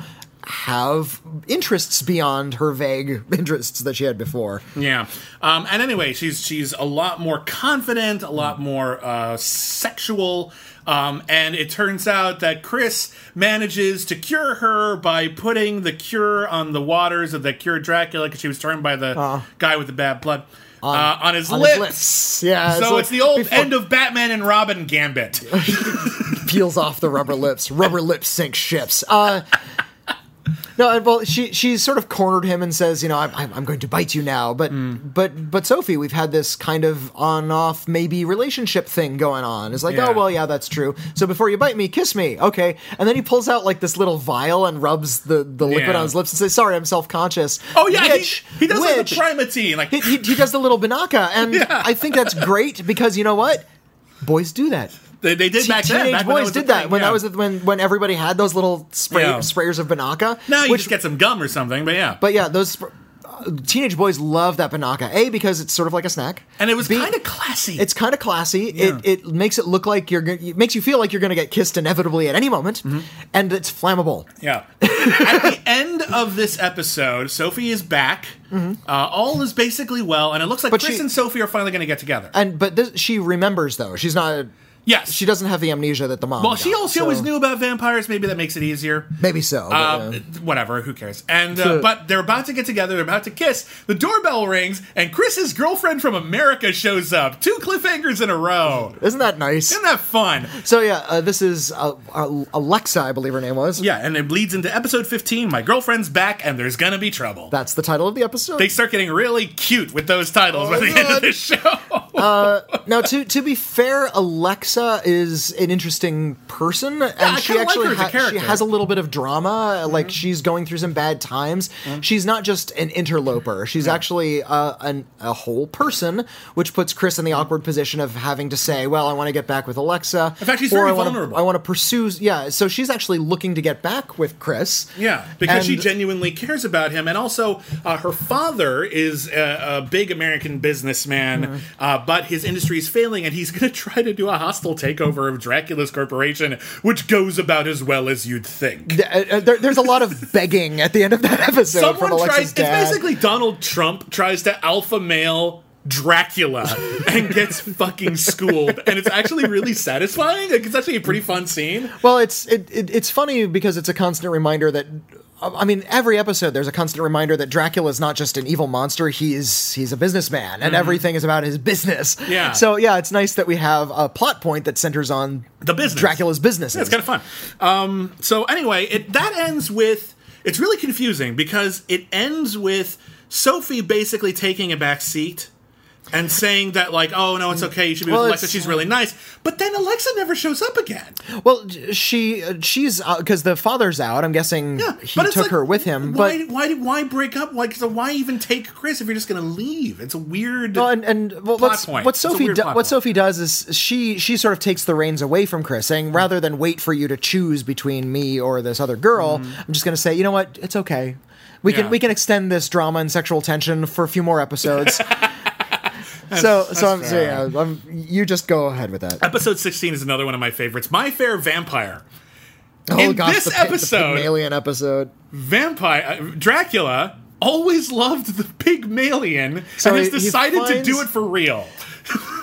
Speaker 2: have interests beyond her vague interests that she had before.
Speaker 1: Yeah. Um, and anyway, she's she's a lot more confident, a lot more uh, sexual. Um, and it turns out that Chris manages to cure her by putting the cure on the waters of the cured Dracula because she was turned by the guy with the bad blood on, uh, on his
Speaker 2: Ah. on
Speaker 1: lips.
Speaker 2: his lips. Yeah,
Speaker 1: So,
Speaker 2: so
Speaker 1: it's the old
Speaker 2: before-
Speaker 1: end of Batman and Robin gambit.
Speaker 2: peels off the rubber lips. Rubber lips sink ships. Uh, no, and, well, she she's sort of cornered him and says, you know, I'm I'm, I'm going to bite you now. But
Speaker 1: Hmm.
Speaker 2: but but Sophie, we've had this kind of on off maybe relationship thing going on. It's like,
Speaker 1: Yeah.
Speaker 2: oh well, yeah, that's true. So before you bite me, kiss me, okay? And then he pulls out like this little vial and rubs the the liquid
Speaker 1: Yeah.
Speaker 2: on his lips and says, sorry, I'm self conscious.
Speaker 1: Oh yeah,
Speaker 2: which,
Speaker 1: he, he does like the
Speaker 2: which-
Speaker 1: primatine. Like
Speaker 2: he, he, he does the little Banaka, and
Speaker 1: Yeah.
Speaker 2: I think that's great because you know what, boys do that
Speaker 1: they, they did back then.
Speaker 2: teenage
Speaker 1: back when that
Speaker 2: boys
Speaker 1: was a
Speaker 2: did that
Speaker 1: thing,
Speaker 2: when
Speaker 1: yeah.
Speaker 2: that was when when everybody had those little spray,
Speaker 1: Yeah.
Speaker 2: sprayers of Banaka.
Speaker 1: now you
Speaker 2: which-
Speaker 1: just get some gum or something. But yeah,
Speaker 2: but yeah, those sp- uh, teenage boys love that Banaka. A because it's sort of like a snack,
Speaker 1: and it was
Speaker 2: B,
Speaker 1: kind of classy.
Speaker 2: It's kind of classy. It it makes it
Speaker 1: Mm-hmm.
Speaker 2: look like you're go- it makes you feel like you're going to get kissed inevitably at any moment, and it's flammable.
Speaker 1: yeah. At the end of this episode, Sophie is back. Uh, all is basically well, and it looks like Chris
Speaker 2: Mm-hmm. she-
Speaker 1: and Sophie are finally going to get together.
Speaker 2: And but this, she remembers though. She's not.
Speaker 1: yes,
Speaker 2: She doesn't have the amnesia that the mom.
Speaker 1: Well, she
Speaker 2: got,
Speaker 1: also
Speaker 2: so-
Speaker 1: always knew about vampires. Maybe that makes it easier.
Speaker 2: Maybe so. but,
Speaker 1: Uh,
Speaker 2: yeah.
Speaker 1: Whatever, who cares? And uh, but they're about to get together. They're about to kiss. The doorbell rings, and Chris's girlfriend from America shows up. Two cliffhangers in a row.
Speaker 2: Isn't that nice?
Speaker 1: Isn't that fun?
Speaker 2: So yeah, uh, this is uh, uh, Alexa, I believe her name was.
Speaker 1: Yeah, and it leads into episode 15. My girlfriend's back, and there's gonna be trouble.
Speaker 2: That's the title of the episode.
Speaker 1: They start getting really cute with those titles by the end of
Speaker 2: Oh God.
Speaker 1: this show.
Speaker 2: now, to to be fair, Alexa is an interesting person, and
Speaker 1: I
Speaker 2: she
Speaker 1: kinda like her
Speaker 2: actually
Speaker 1: as a
Speaker 2: she
Speaker 1: character. Mm-hmm.
Speaker 2: has a little bit of drama. Like she's going through some bad times. She's not just an interloper; she's actually uh, an, a whole person, which puts Chris in the awkward position of having to say, "Well, I want to get back with Alexa." In
Speaker 1: fact, she's very vulnerable.
Speaker 2: I want to pursue. Yeah, so she's actually looking to get back with Chris.
Speaker 1: Yeah, because she
Speaker 2: And-
Speaker 1: genuinely cares about him, and also uh, her father is a, a big American businessman,
Speaker 2: Hmm.
Speaker 1: uh, but his industry is failing, and he's going to try to do a hostile takeover of Dracula's corporation, which goes about as well as you'd think.
Speaker 2: Uh, uh, there, there's a lot of begging at the end of that episode from
Speaker 1: Someone
Speaker 2: Alexa's
Speaker 1: tries.
Speaker 2: dad.
Speaker 1: It's basically Donald Trump tries to alpha male. Dracula and gets fucking schooled, and it's actually really satisfying. Like, it's actually a pretty fun scene.
Speaker 2: well, it's it, it, it's funny because it's a constant reminder that I I mean, every episode there's a constant reminder that Dracula is not just an evil monster; he's he's a businessman, and everything is about his business.
Speaker 1: Mm-hmm. Yeah.
Speaker 2: So yeah, it's nice that we have a plot point that centers on
Speaker 1: The business,
Speaker 2: Dracula's business.
Speaker 1: Yeah, it's kind of fun. Um, so anyway, it that ends with it's really confusing because it ends with Sophie basically taking a back seat and saying that like, oh no, it's okay, you should be
Speaker 2: Well,
Speaker 1: with Alexa,
Speaker 2: it's-
Speaker 1: she's really nice. But then Alexa never shows up again.
Speaker 2: well, j- she uh, she's because the father's out. I'm guessing
Speaker 1: Yeah,
Speaker 2: he
Speaker 1: but
Speaker 2: took
Speaker 1: it's like,
Speaker 2: her with him, but.
Speaker 1: Why, why why break up? Why so why even take Chris if you're just gonna leave? It's a weird.
Speaker 2: Well, and and well, what's,
Speaker 1: point.
Speaker 2: what
Speaker 1: It's a
Speaker 2: Sophie
Speaker 1: weird
Speaker 2: do-
Speaker 1: plot
Speaker 2: what
Speaker 1: point.
Speaker 2: Sophie does is she she sort of takes the reins away from Chris,
Speaker 1: Mm.
Speaker 2: saying rather than wait for you to choose between me or this other girl, I'm just going to say, you know what, it's okay. We
Speaker 1: Mm. Yeah.
Speaker 2: can we can extend this drama and sexual tension for a few more episodes. so so I'm, so
Speaker 1: fair.
Speaker 2: yeah, I'm, you just go ahead with that.
Speaker 1: Episode 16 is another one of my favorites. My Fair Vampire.
Speaker 2: Oh
Speaker 1: in this
Speaker 2: the, Py-
Speaker 1: episode-
Speaker 2: the Pygmalion episode.
Speaker 1: vampire uh, Dracula always loved the Pygmalion
Speaker 2: So
Speaker 1: and has
Speaker 2: he- he
Speaker 1: decided to
Speaker 2: finds-
Speaker 1: do it for real.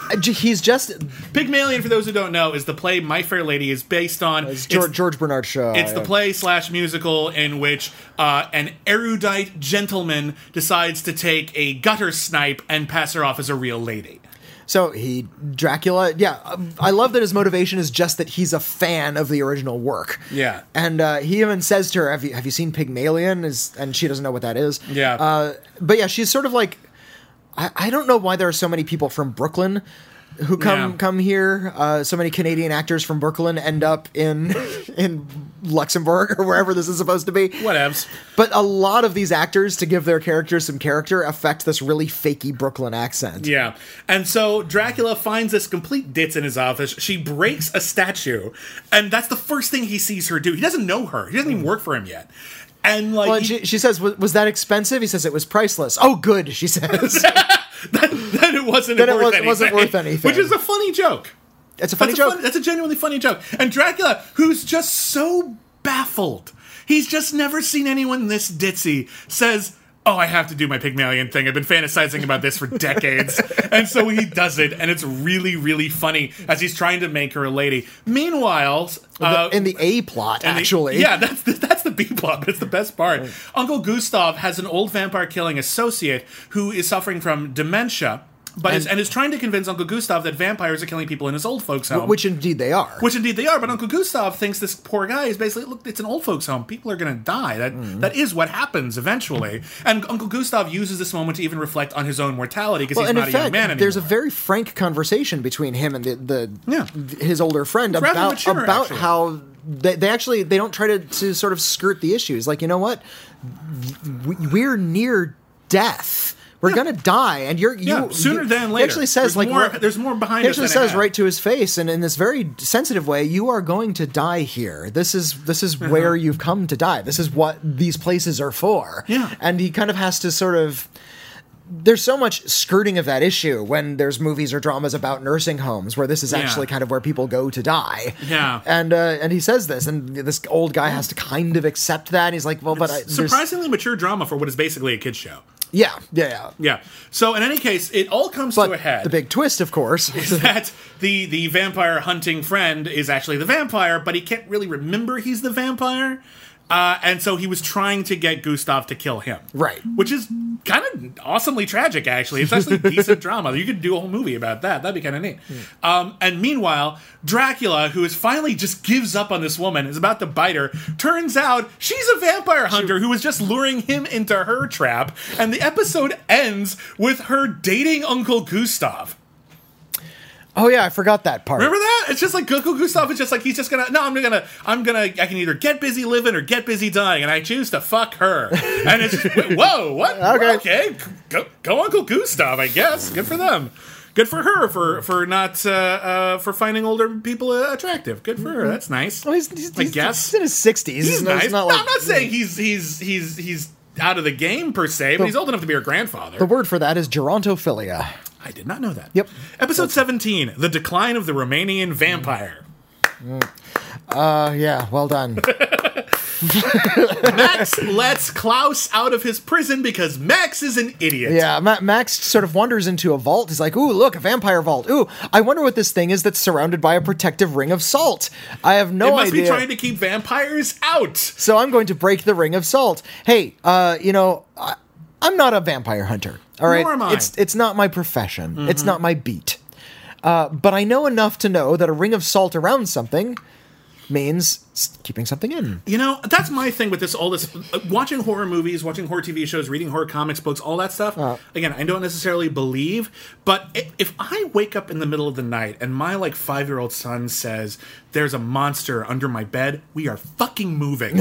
Speaker 2: Uh, j- He's just
Speaker 1: Pygmalion, for those who don't know, is the play My Fair Lady is based on.
Speaker 2: it's George,
Speaker 1: It's,
Speaker 2: George Bernard Shaw.
Speaker 1: it's the
Speaker 2: yeah.
Speaker 1: play slash musical in which uh, an erudite gentleman decides to take a gutter snipe and pass her off as a real lady.
Speaker 2: So he Dracula, yeah. um, I love that his motivation is just that he's a fan of the original work.
Speaker 1: Yeah.
Speaker 2: and uh, he even says to her, "Have you have you seen Pygmalion?" Is and she doesn't know what that is.
Speaker 1: Yeah.
Speaker 2: uh, but yeah, she's sort of like, I, I don't know why there are so many people from Brooklyn who come
Speaker 1: Yeah.
Speaker 2: come here. Uh, so many Canadian actors from Brooklyn end up in in Luxembourg or wherever this is supposed to be.
Speaker 1: Whatevs.
Speaker 2: But a lot of these actors, to give their characters some character, affect this really fakey Brooklyn accent.
Speaker 1: Yeah. And so Dracula finds this complete ditz in his office. She breaks a statue, and that's the first thing he sees her do. He doesn't know her, he doesn't even work for him yet. And like
Speaker 2: Well, and
Speaker 1: he-
Speaker 2: she, she says, "Was was that expensive?" He says, "It was priceless." Oh, good, she says.
Speaker 1: then it wasn't
Speaker 2: Then it
Speaker 1: worth
Speaker 2: was- it
Speaker 1: anything.
Speaker 2: wasn't worth anything.
Speaker 1: Which is a funny joke.
Speaker 2: It's a funny
Speaker 1: that's
Speaker 2: joke.
Speaker 1: A fun- that's a genuinely funny joke. And Dracula, who's just so baffled, he's just never seen anyone this ditzy, says, Oh, I have to do my Pygmalion thing. I've been fantasizing about this for decades. and so he does it, and it's really, really funny as he's trying to make her a lady. Meanwhile, uh,
Speaker 2: in the A plot,
Speaker 1: and the-
Speaker 2: actually.
Speaker 1: yeah, that's the, that's the B plot, but it's the best part. Uncle Gustav has an old vampire killing associate who is suffering from dementia, but is,
Speaker 2: And-
Speaker 1: and is trying to convince Uncle Gustav that vampires are killing people in his old folks' home.
Speaker 2: which indeed they are.
Speaker 1: Which indeed they are, but Uncle Gustav thinks this poor guy is basically look. It's an old folks' home. People are going to die. That
Speaker 2: Mm-hmm.
Speaker 1: that is what happens eventually. And Uncle Gustav uses this moment to even reflect on his own mortality because
Speaker 2: well,
Speaker 1: he's
Speaker 2: and
Speaker 1: not
Speaker 2: in
Speaker 1: a young
Speaker 2: fact,
Speaker 1: man anymore.
Speaker 2: there's a very frank conversation between him and the, the
Speaker 1: Yeah.
Speaker 2: th- his older friend
Speaker 1: rather
Speaker 2: about
Speaker 1: mature,
Speaker 2: about
Speaker 1: actually.
Speaker 2: how they, they actually they don't try to, to sort of skirt the issues. Like you know what, W- we're near death. We're gonna die, and you're you,
Speaker 1: Yeah, sooner
Speaker 2: you-
Speaker 1: than
Speaker 2: he
Speaker 1: later.
Speaker 2: actually says
Speaker 1: There's
Speaker 2: like
Speaker 1: more-
Speaker 2: we're-
Speaker 1: there's more behind
Speaker 2: He
Speaker 1: us
Speaker 2: actually
Speaker 1: than
Speaker 2: says
Speaker 1: ahead.
Speaker 2: right to his face, and in this very sensitive way, you are going to die here. This is this is
Speaker 1: Uh-huh.
Speaker 2: where you've come to die. This is what these places are for.
Speaker 1: Yeah.
Speaker 2: and he kind of has to sort of there's so much skirting of that issue when there's movies or dramas about nursing homes where this is
Speaker 1: Yeah.
Speaker 2: actually kind of where people go to die.
Speaker 1: Yeah.
Speaker 2: And uh, and he says this, and this old guy has to kind of accept that. He's like, well, but I, there's-
Speaker 1: Surprisingly mature drama for what is basically a kids show.
Speaker 2: yeah, yeah, yeah.
Speaker 1: Yeah. So in any case, it all comes to a
Speaker 2: But
Speaker 1: head.
Speaker 2: the big twist, of course,
Speaker 1: is that the the vampire hunting friend is actually the vampire, but he can't really remember he's the vampire. Uh, and so he was trying to get Gustav to kill him.
Speaker 2: Right.
Speaker 1: Which is kind of awesomely tragic, actually. It's actually decent drama. You could do a whole movie about that. That'd be kind of neat. Um, and meanwhile, Dracula, who is finally just gives up on this woman, is about to bite her. Turns out she's a vampire hunter who was just luring him into her trap. And the episode ends with her dating Uncle Gustav.
Speaker 2: oh yeah, I forgot that part.
Speaker 1: Remember that? It's just like Goku Gustav is just like he's just gonna no, I'm gonna I'm gonna I can either get busy living or get busy dying, and I choose to fuck her. And it's just, wait, whoa, what?
Speaker 2: Okay.
Speaker 1: okay, go, go Uncle Gustav, I guess. Good for them. Good for her for for not uh, uh, for finding older people uh, attractive. Good for her. That's nice.
Speaker 2: Well, he's, he's,
Speaker 1: I
Speaker 2: he's-
Speaker 1: guess.
Speaker 2: he's in his sixties.
Speaker 1: He's nice. no, I'm not saying he's he's he's he's out of the game per se, but he's old enough to be her grandfather.
Speaker 2: the word for that is gerontophilia.
Speaker 1: I did not know that.
Speaker 2: Yep.
Speaker 1: Episode 17: The Decline of the Romanian Vampire.
Speaker 2: Uh, yeah, well done.
Speaker 1: Max lets Klaus out of his prison because Max is an idiot.
Speaker 2: Yeah, Ma- Max sort of wanders into a vault. He's like, "Ooh, look, a vampire vault. Ooh, I wonder what this thing is that's surrounded by a protective ring of salt. I have no
Speaker 1: It must
Speaker 2: idea."
Speaker 1: be trying to keep vampires out.
Speaker 2: so I'm going to break the ring of salt. Hey, uh, you know, I- I'm not a vampire hunter. All right,
Speaker 1: Nor am I. Mm-hmm.
Speaker 2: it's it's not my profession. It's not my beat. Uh, but I know enough to know that a ring of salt around something means s- keeping something in.
Speaker 1: You know, that's my thing with this. All this uh, watching horror movies, watching horror TV shows, reading horror comics, books, all that stuff.
Speaker 2: Uh.
Speaker 1: Again, I don't necessarily believe, but i- if I wake up in the middle of the night and my like five year old son says, "There's a monster under my bed," we are fucking moving.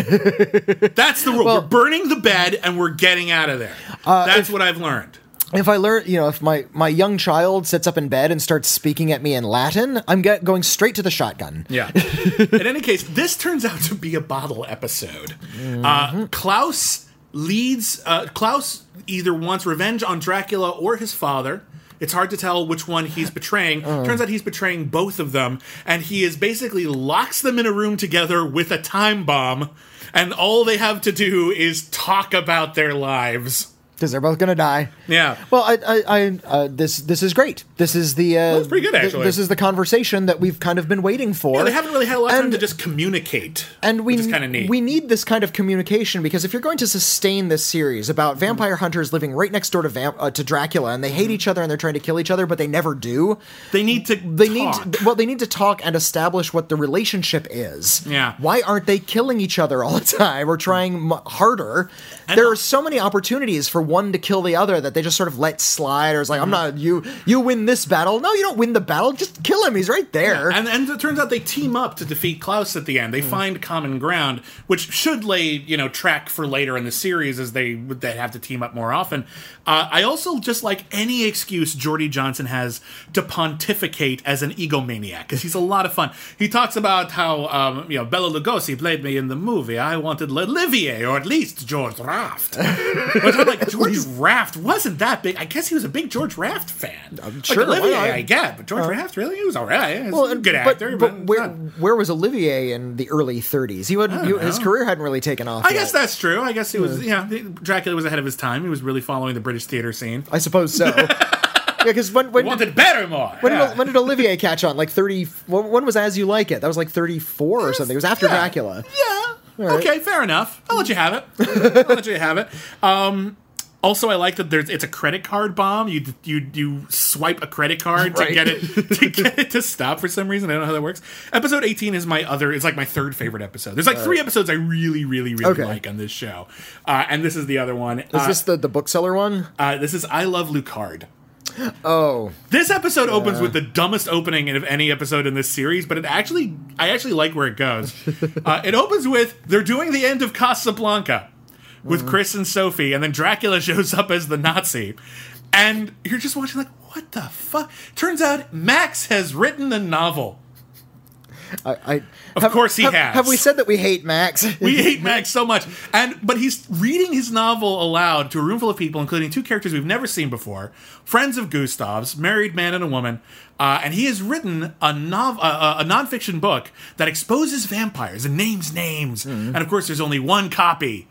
Speaker 1: that's the rule. we're burning the bed and we're getting out of there.
Speaker 2: uh,
Speaker 1: that's what I've learned.
Speaker 2: If I learn, you know, if my my young child sits up in bed and starts speaking at me in Latin, I'm get, going straight to the shotgun.
Speaker 1: Yeah. In any case, this turns out to be a bottle episode.
Speaker 2: Mm-hmm.
Speaker 1: Uh, Klaus leads. Uh, Klaus either wants revenge on Dracula or his father. It's hard to tell which one he's betraying.
Speaker 2: Uh.
Speaker 1: Turns out he's betraying both of them, and he is basically locks them in a room together with a time bomb, and all they have to do is talk about their lives.
Speaker 2: because they're both gonna die.
Speaker 1: Yeah.
Speaker 2: Well, I, I, I uh, this this is great. This is the uh,
Speaker 1: it's pretty good,
Speaker 2: th-
Speaker 1: actually.
Speaker 2: this is the conversation that we've kind of been waiting for.
Speaker 1: Yeah, they haven't really had a lot of time
Speaker 2: And-
Speaker 1: to just communicate,
Speaker 2: and we
Speaker 1: which is kind of neat.
Speaker 2: we need this kind of communication because if you're going to sustain this series about vampire hunters living right next door to vamp- uh, to Dracula and they
Speaker 1: Mm-hmm.
Speaker 2: hate each other and they're trying to kill each other but they never do,
Speaker 1: they need to.
Speaker 2: they
Speaker 1: talk.
Speaker 2: need to, well they need to talk and establish what the relationship is
Speaker 1: Yeah.
Speaker 2: why aren't they killing each other all the time or trying m- harder there are so many opportunities for one to kill the other that they just sort of let slide or it's like i'm
Speaker 1: Mm-hmm.
Speaker 2: not you you win this battle no you don't win the battle just kill him he's right there
Speaker 1: And, and it turns out they team up to defeat Klaus at the end.
Speaker 2: Hmm.
Speaker 1: They find common ground, which should lay you know track for later in the series as they would they have to team up more often. Uh, I also just like any excuse Jordy Johnson has to pontificate as an egomaniac because he's a lot of fun. He talks about how um, you know Bella Lugosi played me in the movie. I wanted Olivier or at least George Raft. Which I'm like George Raft wasn't that big. I guess he was a big George Raft fan. Like,
Speaker 2: sure, why
Speaker 1: Olivier,
Speaker 2: not? Uh,
Speaker 1: I get, but George Raft really he was all right. He's
Speaker 2: Well,
Speaker 1: a good
Speaker 2: but-
Speaker 1: actor,
Speaker 2: but,
Speaker 1: but,
Speaker 2: where,
Speaker 1: not-
Speaker 2: where was Olivier in the early 30s? He would he, his career hadn't really taken off.
Speaker 1: I
Speaker 2: yet.
Speaker 1: guess that's true. I guess he was, yeah. Dracula was ahead of his time. He was really following the British theater scene.
Speaker 2: I suppose so. yeah, because when when did,
Speaker 1: Wanted better more.
Speaker 2: when,
Speaker 1: yeah.
Speaker 2: did, when did Olivier catch on? Like 30. When when was As You Like It? That was like 34 or something. It was after
Speaker 1: Yeah.
Speaker 2: Dracula.
Speaker 1: Yeah.
Speaker 2: right.
Speaker 1: Okay, fair enough. I'll let you have it. I'll let you have it. Um, also, I like that there's it's a credit card bomb. You you you swipe a credit card to
Speaker 2: Right.
Speaker 1: get it to get it to stop for some reason. I don't know how that works. Episode 18 is my other. It's like my third favorite episode. There's like three episodes I really really really
Speaker 2: Okay.
Speaker 1: like on this show, uh, and this is the other one.
Speaker 2: Is
Speaker 1: Uh,
Speaker 2: this the, the bookseller one?
Speaker 1: Uh, this is I Love Lucard.
Speaker 2: Oh.
Speaker 1: This episode opens with the dumbest opening of any episode in this series, but it actually, I actually like where it goes. uh, it opens with they're doing the end of Casablanca with Chris and Sophie, and then Dracula shows up as the Nazi, and you're just watching like, what the fuck? Turns out Max has written a novel.
Speaker 2: I, I
Speaker 1: Of course he
Speaker 2: have,
Speaker 1: has.
Speaker 2: Have we said that we hate Max?
Speaker 1: We hate Max so much. And but he's reading his novel aloud to a room full of people, including two characters we've never seen before, friends of Gustav's, married man and a woman. Uh, and he has written a nov- uh, a nonfiction book that exposes vampires and names names.
Speaker 2: Mm-hmm.
Speaker 1: And of course, there's only one copy,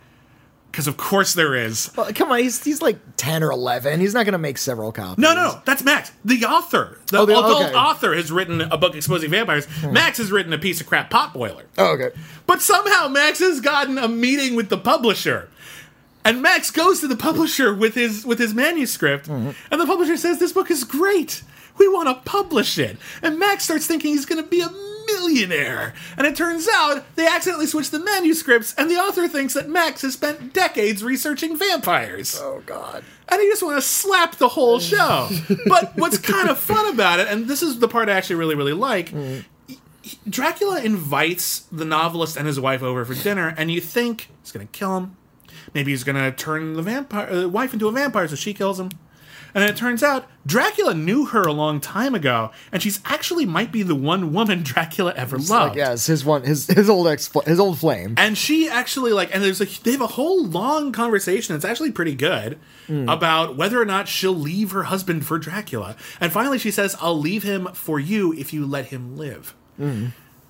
Speaker 1: because of course there is.
Speaker 2: Well, come on, he's he's like ten or eleven. He's not going to make several copies.
Speaker 1: No, no, that's Max. The author, the,
Speaker 2: Oh, the-
Speaker 1: adult
Speaker 2: okay. Hmm.
Speaker 1: author, has written a book exposing vampires. Max has written a piece of crap potboiler.
Speaker 2: Oh, okay.
Speaker 1: But somehow Max has gotten a meeting with the publisher. And Max goes to the publisher with his with his manuscript, and the publisher says this book is great. We want to publish it. And Max starts thinking he's going to be a millionaire. And it turns out they accidentally switched the manuscripts and the author thinks that Max has spent decades researching vampires.
Speaker 2: Oh God.
Speaker 1: And you just want to slap the whole show. but what's kind of fun about it, and this is the part I actually really, really like, he- he- Dracula invites the novelist and his wife over for dinner, and you think he's going to kill him. Maybe he's going to turn the vampire uh, wife into a vampire, so she kills him. And then it turns out Dracula knew her a long time ago, and she's actually might be the one woman Dracula ever loved.
Speaker 2: Like, yes, his one his his old ex his old flame.
Speaker 1: And she actually like, and there's a they have a whole long conversation. It's actually pretty good about whether or not she'll leave her husband for Dracula. And finally, she says, "I'll leave him for you if you let him live."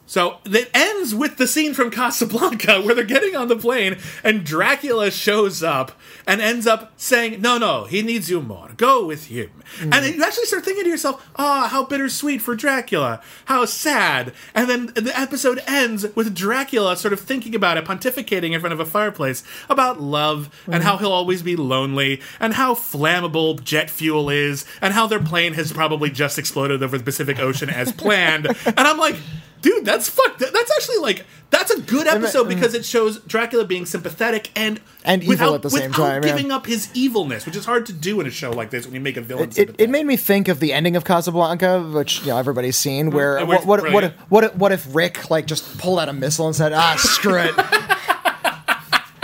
Speaker 1: So it ends with the scene from Casablanca where they're getting on the plane and Dracula shows up and ends up saying, No, no, he needs you more. Go with him. And you actually start thinking to yourself, Ah, how bittersweet for Dracula. How sad. And then the episode ends with Dracula sort of thinking about it, pontificating in front of a fireplace about love and how he'll always be lonely and how flammable jet fuel is and how their plane has probably just exploded over the Pacific Ocean as planned. And I'm like, dude that's fucked that- that's actually like that's a good episode because it shows dracula being sympathetic and
Speaker 2: mm. And evil at the same
Speaker 1: without
Speaker 2: time, yeah.
Speaker 1: giving up his evilness which is hard to do in a show like this when you make a villain
Speaker 2: It,
Speaker 1: sympathetic.
Speaker 2: it made me think of the ending of Casablanca, which you know everybody's seen, where
Speaker 1: Mm,
Speaker 2: what what what, if,
Speaker 1: brilliant.
Speaker 2: what if what if Rick like just pulled out a missile and said, "Ah, screw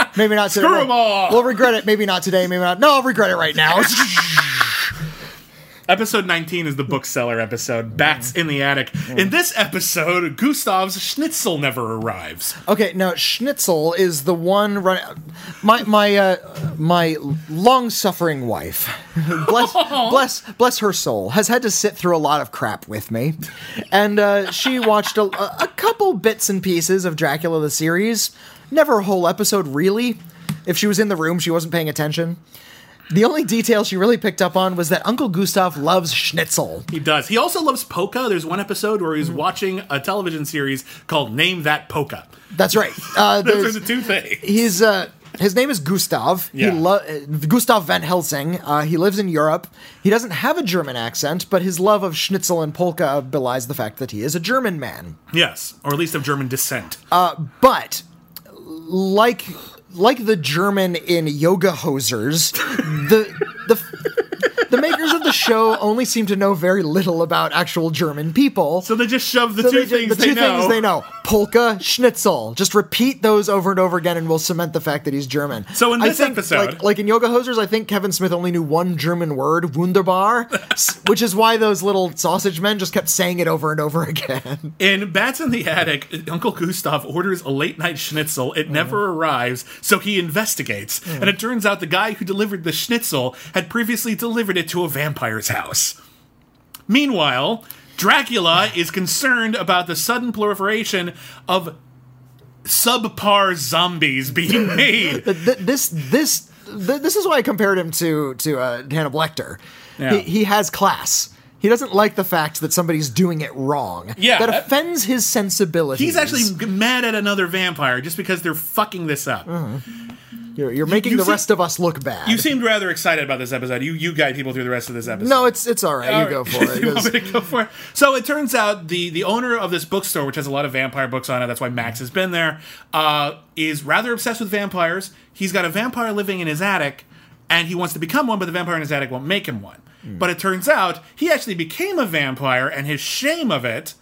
Speaker 2: it." Maybe not today.
Speaker 1: Screw 'em
Speaker 2: we'll,
Speaker 1: all.
Speaker 2: we'll regret it. Maybe not today. Maybe not. No, I'll regret it right now.
Speaker 1: episode 19 is the bookseller episode bats
Speaker 2: Mm.
Speaker 1: in the attic in this episode gustav's schnitzel never arrives
Speaker 2: Okay, now Schnitzel is the one run. My my uh, my long-suffering wife, bless bless bless her soul, has had to sit through a lot of crap with me, and uh, she watched a, a couple bits and pieces of Dracula the series, never a whole episode really. If she was in the room, she wasn't paying attention. The only detail she really picked up on was that Uncle Gustav loves Schnitzel.
Speaker 1: he does he also loves polka there's one episode where
Speaker 2: Mm.
Speaker 1: he's watching a television series called name that polka
Speaker 2: That's right. Uh,
Speaker 1: those
Speaker 2: there's-
Speaker 1: are the two things
Speaker 2: He's uh his name is Gustav.
Speaker 1: Yeah.
Speaker 2: He lo- uh, Gustav van Helsing. Uh, he lives in Europe. He doesn't have a German accent, but his love of schnitzel and polka belies the fact that he is a German man.
Speaker 1: yes or at least of german descent
Speaker 2: Uh, But like like the German in Yoga Hosers, the the the makers of the show only seem to know very little about actual German people.
Speaker 1: so they just shove the
Speaker 2: So
Speaker 1: two
Speaker 2: they ju-
Speaker 1: things
Speaker 2: the
Speaker 1: they
Speaker 2: two
Speaker 1: know
Speaker 2: things they know polka schnitzel just repeat those over and over again and we'll cement the fact that he's german
Speaker 1: So in
Speaker 2: I
Speaker 1: this
Speaker 2: think,
Speaker 1: episode-
Speaker 2: like, like in yoga hosers i think kevin smith only knew one german word wunderbar s- which is why those little sausage men just kept saying it over and over again
Speaker 1: In Bats in the Attic, Uncle Gustav orders a late night schnitzel. It never arrives, so he investigates. And it turns out the guy who delivered the schnitzel had previously delivered it to a vampire's house. Meanwhile, Dracula is concerned about the sudden proliferation of subpar zombies being made.
Speaker 2: Th- this this th- this is why i compared him to to uh, hannibal lecter
Speaker 1: Yeah.
Speaker 2: he, he has class he doesn't like the fact that somebody's doing it wrong.
Speaker 1: Yeah,
Speaker 2: that
Speaker 1: that-
Speaker 2: offends his sensibilities.
Speaker 1: He's actually mad at another vampire just because they're fucking this up.
Speaker 2: you're, you're making
Speaker 1: you
Speaker 2: the
Speaker 1: see-
Speaker 2: rest of us look bad.
Speaker 1: You seemed rather excited about this episode. You you guide people through the rest of this episode.
Speaker 2: No, it's it's all right. you
Speaker 1: All
Speaker 2: go
Speaker 1: right.
Speaker 2: for it.
Speaker 1: You want
Speaker 2: 'cause-
Speaker 1: me to go for it? So it turns out the the owner of this bookstore, which has a lot of vampire books on it, that's why Max has been there, uh, is rather obsessed with vampires. He's got a vampire living in his attic, and he wants to become one, but the vampire in his attic
Speaker 2: Hmm.
Speaker 1: won't make him one. But it turns out he actually became a vampire, and his shame of it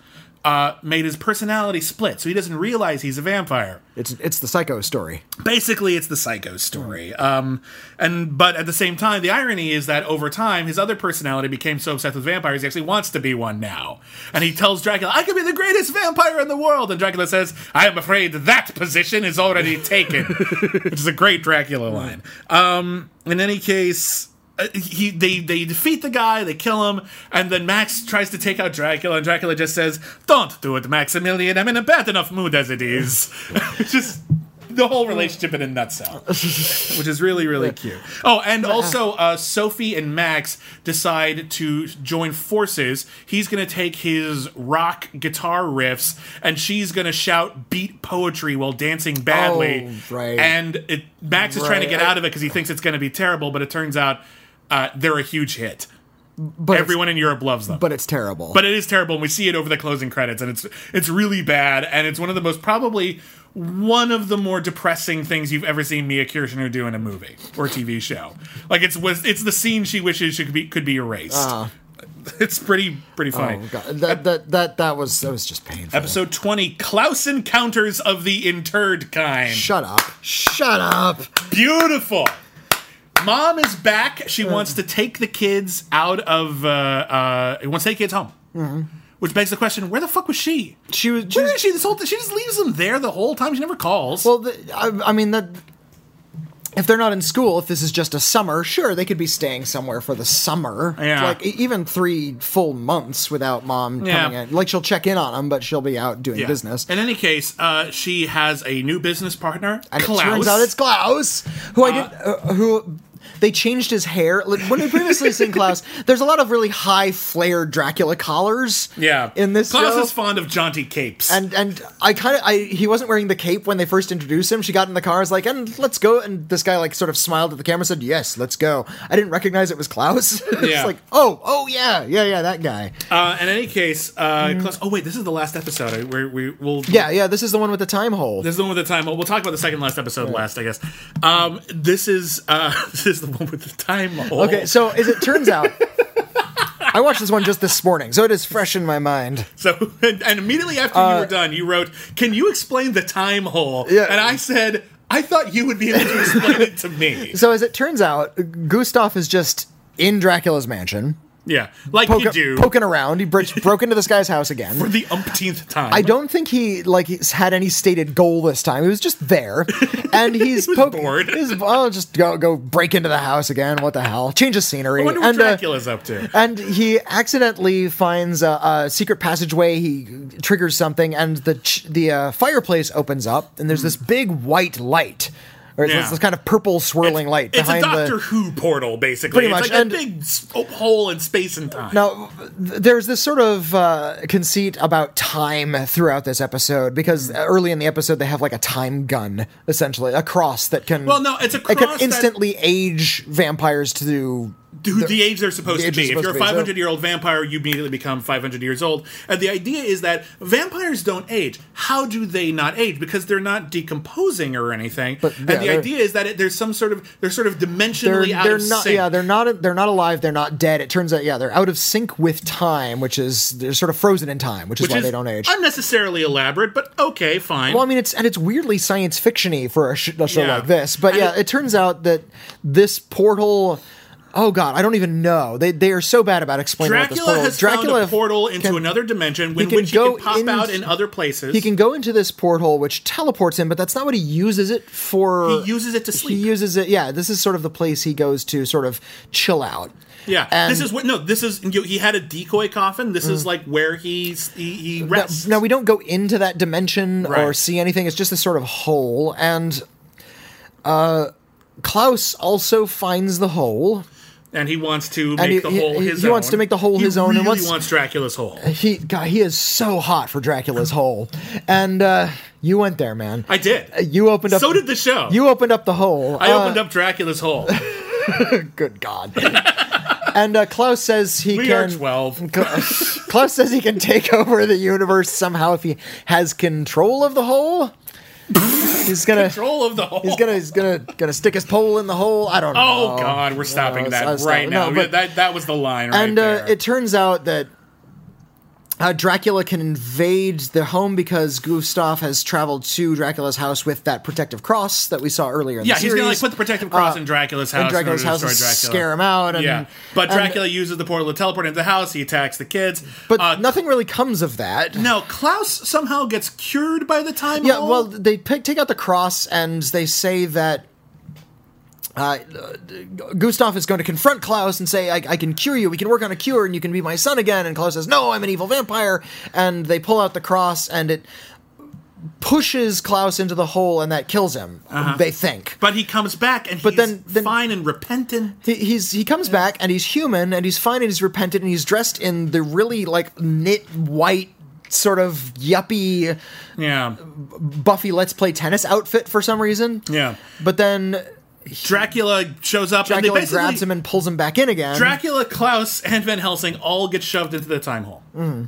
Speaker 1: uh, made his personality split, so he doesn't realize he's a vampire.
Speaker 2: It's it's the psycho story.
Speaker 1: Basically, it's the psycho story. Um, and but at the same time, the irony is that over time, his other personality became so obsessed with vampires, he actually wants to be one now. And he tells Dracula, "I could be the greatest vampire in the world." And Dracula says, "I am afraid that position is already taken," which is a great Dracula line. Um, in any case, uh, he they they defeat the guy, they kill him, and then Max tries to take out Dracula, and Dracula just says, "Don't do it, Maximilian. I'm in a bad enough mood as it is." just the whole relationship in a nutshell, which is really really cute. Oh, and also uh, Sophie and Max decide to join forces. He's gonna take his rock guitar riffs, and she's gonna shout beat poetry while dancing badly.
Speaker 2: Oh, right.
Speaker 1: And it, Max is trying to
Speaker 2: Right,
Speaker 1: get
Speaker 2: I-
Speaker 1: out of it because he thinks it's gonna be terrible, but it turns out uh, they're a huge hit.
Speaker 2: But it's-
Speaker 1: Everyone in Europe loves them.
Speaker 2: but it's terrible.
Speaker 1: But it is terrible, and we see it over the closing credits, and it's it's really bad, and it's one of the most probably one of the more depressing things you've ever seen Mia Kirshner do in a movie or TV show. Like it's was it's the scene she wishes she could be could be erased. It's pretty pretty funny.
Speaker 2: Uh-huh. oh, God. That, that that that was that was just painful.
Speaker 1: Episode twenty: Klaus encounters of the interred kind.
Speaker 2: Shut up! Shut up!
Speaker 1: Beautiful. Mom is back. She wants to take the kids out of. Uh, uh, wants to take kids home.
Speaker 2: Mm-hmm.
Speaker 1: Which begs the question: Where the fuck was she?
Speaker 2: She was. She
Speaker 1: Where
Speaker 2: was
Speaker 1: is she this whole time? She just leaves them there the whole time. She never calls.
Speaker 2: well, the, I, I mean that. If they're not in school, if this is just a summer, sure they could be staying somewhere for the summer.
Speaker 1: Yeah.
Speaker 2: Like e- even three full months without mom
Speaker 1: Yeah.
Speaker 2: coming in. Like she'll check in on them, but she'll be out doing
Speaker 1: Yeah.
Speaker 2: business.
Speaker 1: In any case, uh, she has a new business partner,
Speaker 2: And
Speaker 1: Klaus.
Speaker 2: it turns out it's Klaus, who I did, uh, who they changed his hair. Like, when we previously seen Klaus, there's a lot of really high flared Dracula collars.
Speaker 1: yeah.
Speaker 2: in this
Speaker 1: Klaus
Speaker 2: show.
Speaker 1: is fond of jaunty capes.
Speaker 2: and and I kind of I he wasn't wearing the cape when they first introduced him. She got in the car, was like, "And let's go." And this guy like sort of smiled at the camera, said, "Yes, let's go." I didn't recognize it was Klaus. it's
Speaker 1: Yeah.
Speaker 2: like, oh, oh yeah, yeah, yeah, that guy.
Speaker 1: uh, in any case, uh, Klaus. Oh wait, this is the last episode. I- Where we will.
Speaker 2: Mm-hmm. yeah, yeah, this is the one with the time hole.
Speaker 1: This is the one with the time. We'll, we'll talk about the second last episode last, I guess. Um, this is uh, this is the one with the time. hole.
Speaker 2: Okay, so as it turns out, I watched this one just this morning, so it is fresh in my mind.
Speaker 1: So, and, and immediately after you were done, you wrote, "Can you explain the time hole?"
Speaker 2: Uh, Yeah.
Speaker 1: And I said, "I thought you would be able to explain it to me."
Speaker 2: So as it turns out, Gustav is just in Dracula's mansion,
Speaker 1: Yeah, like you
Speaker 2: poking,
Speaker 1: do
Speaker 2: poking around. He br- broke into this guy's house again.
Speaker 1: for the umpteenth time.
Speaker 2: I don't think he like he's had any stated goal this time. He was just there, and he's
Speaker 1: was
Speaker 2: poke-
Speaker 1: bored.
Speaker 2: He's, I'll just go go break into the house again. What the hell? Change of scenery.
Speaker 1: I wonder what
Speaker 2: and, uh,
Speaker 1: Dracula's up to.
Speaker 2: and he accidentally finds a, a secret passageway. He triggers something, and the ch- the uh, fireplace opens up, and there's this big white light, or it's
Speaker 1: Hmm. Yeah.
Speaker 2: this, this kind of purple swirling light
Speaker 1: It's a
Speaker 2: behind
Speaker 1: Doctor
Speaker 2: the.
Speaker 1: Who portal, basically.
Speaker 2: Pretty
Speaker 1: it's
Speaker 2: much,
Speaker 1: like a
Speaker 2: and-
Speaker 1: big s- hole in space and time.
Speaker 2: Now, th- there's this sort of uh, conceit about time throughout this episode because early in the episode they have like a time gun, essentially a cross that can
Speaker 1: Well, no, it's a
Speaker 2: it
Speaker 1: cross
Speaker 2: can
Speaker 1: that-
Speaker 2: instantly age vampires to
Speaker 1: Who the age they're supposed
Speaker 2: the
Speaker 1: to
Speaker 2: age
Speaker 1: be.
Speaker 2: they're
Speaker 1: If
Speaker 2: supposed
Speaker 1: you're a
Speaker 2: to be, so-
Speaker 1: 500 year old vampire, you immediately become 500 years old. And the idea is that vampires don't age. How do they not age? Because they're not decomposing or anything.
Speaker 2: But,
Speaker 1: and
Speaker 2: yeah,
Speaker 1: the
Speaker 2: they're-
Speaker 1: idea is that it, there's some sort of they're sort of
Speaker 2: they're,
Speaker 1: dimensionally out
Speaker 2: they're
Speaker 1: of
Speaker 2: not
Speaker 1: sync.
Speaker 2: yeah they're not they're not alive they're not dead. It turns out yeah they're out of sync with time, which is they're sort of frozen in time, which,
Speaker 1: which
Speaker 2: is why
Speaker 1: is
Speaker 2: they don't age.
Speaker 1: Unnecessarily elaborate, but okay, fine.
Speaker 2: Well, I mean, it's and it's weirdly science fictiony for a, sh- a show
Speaker 1: Yeah.
Speaker 2: like this. But
Speaker 1: And
Speaker 2: yeah,
Speaker 1: it-
Speaker 2: it, turns out that this portal. Oh God, I don't even know. They they are so bad about explaining what this
Speaker 1: Dracula
Speaker 2: portal.
Speaker 1: has
Speaker 2: is. Dracula
Speaker 1: found a portal into
Speaker 2: can-
Speaker 1: another dimension, in
Speaker 2: can
Speaker 1: which he can
Speaker 2: go
Speaker 1: pop
Speaker 2: in-
Speaker 1: out in other places.
Speaker 2: He can go into this portal, which teleports him, but that's not what he uses it for.
Speaker 1: He uses it to sleep.
Speaker 2: He uses it. Yeah, this is sort of the place he goes to sort of chill out.
Speaker 1: Yeah,
Speaker 2: And- Mm.
Speaker 1: this is what no. This is you, he had a decoy coffin. This is like where he's he, he
Speaker 2: Now,
Speaker 1: rests.
Speaker 2: now we don't go into that dimension or
Speaker 1: Right.
Speaker 2: see anything. It's just this sort of hole, and uh, Klaus also finds the hole.
Speaker 1: and he wants to
Speaker 2: And
Speaker 1: make
Speaker 2: he-
Speaker 1: the hole
Speaker 2: he-
Speaker 1: his own.
Speaker 2: he wants to make the hole
Speaker 1: He
Speaker 2: his own and Uh,
Speaker 1: Really
Speaker 2: wants-
Speaker 1: wants Dracula's hole.
Speaker 2: He God, he is so hot for Dracula's hole, and uh, you went there, man.
Speaker 1: I did.
Speaker 2: you opened up.
Speaker 1: so did the show.
Speaker 2: uh, You uh, opened up the hole.
Speaker 1: I opened up Dracula's hole.
Speaker 2: Good God. and uh, Klaus says he
Speaker 1: We
Speaker 2: can.
Speaker 1: are twelve.
Speaker 2: Klaus Klaus says he can take over the universe somehow if he has control of the hole. he's gonna.
Speaker 1: Control of the hole.
Speaker 2: He's gonna. He's gonna. Gonna stick his pole in the hole. I don't know.
Speaker 1: Oh God, we're stopping
Speaker 2: No, uh,
Speaker 1: that
Speaker 2: it's- it's
Speaker 1: right
Speaker 2: not-
Speaker 1: now.
Speaker 2: no, but-
Speaker 1: that that was the line right
Speaker 2: and uh,
Speaker 1: there.
Speaker 2: it turns out that uh, Dracula can invade the home because Gustav has traveled to Dracula's house with that protective cross that we saw earlier. In
Speaker 1: Yeah,
Speaker 2: the
Speaker 1: he's
Speaker 2: series. uh,
Speaker 1: gonna like put the protective cross in Dracula's house.
Speaker 2: in Dracula's
Speaker 1: in order
Speaker 2: house
Speaker 1: to
Speaker 2: and
Speaker 1: destroy Dracula.
Speaker 2: scare him out. And,
Speaker 1: yeah, but
Speaker 2: and-
Speaker 1: Dracula uses the portal to teleport into the house. He attacks the kids.
Speaker 2: but
Speaker 1: uh,
Speaker 2: nothing really comes of that.
Speaker 1: no, Klaus somehow gets cured by the time.
Speaker 2: Yeah,
Speaker 1: all-
Speaker 2: well, they pick, take out the cross and they say that uh, Gustav is going to confront Klaus and say, I, I can cure you. We can work on a cure and you can be my son again. And Klaus says, No, I'm an evil vampire. And they pull out the cross and it pushes Klaus into the hole and that kills him, they think.
Speaker 1: but he comes back and
Speaker 2: But
Speaker 1: he's
Speaker 2: then- then-
Speaker 1: fine and repentant.
Speaker 2: He- He's he comes back and he's human and he's fine and he's repentant and he's dressed in the really like knit white sort of yuppie
Speaker 1: Yeah,
Speaker 2: Buffy Let's Play Tennis outfit for some reason.
Speaker 1: yeah.
Speaker 2: But then
Speaker 1: Dracula shows up and they
Speaker 2: Dracula
Speaker 1: basically
Speaker 2: grabs him and pulls him back in again.
Speaker 1: Dracula, Klaus, and Van Helsing all get shoved into the time hole,
Speaker 2: Mm-hmm.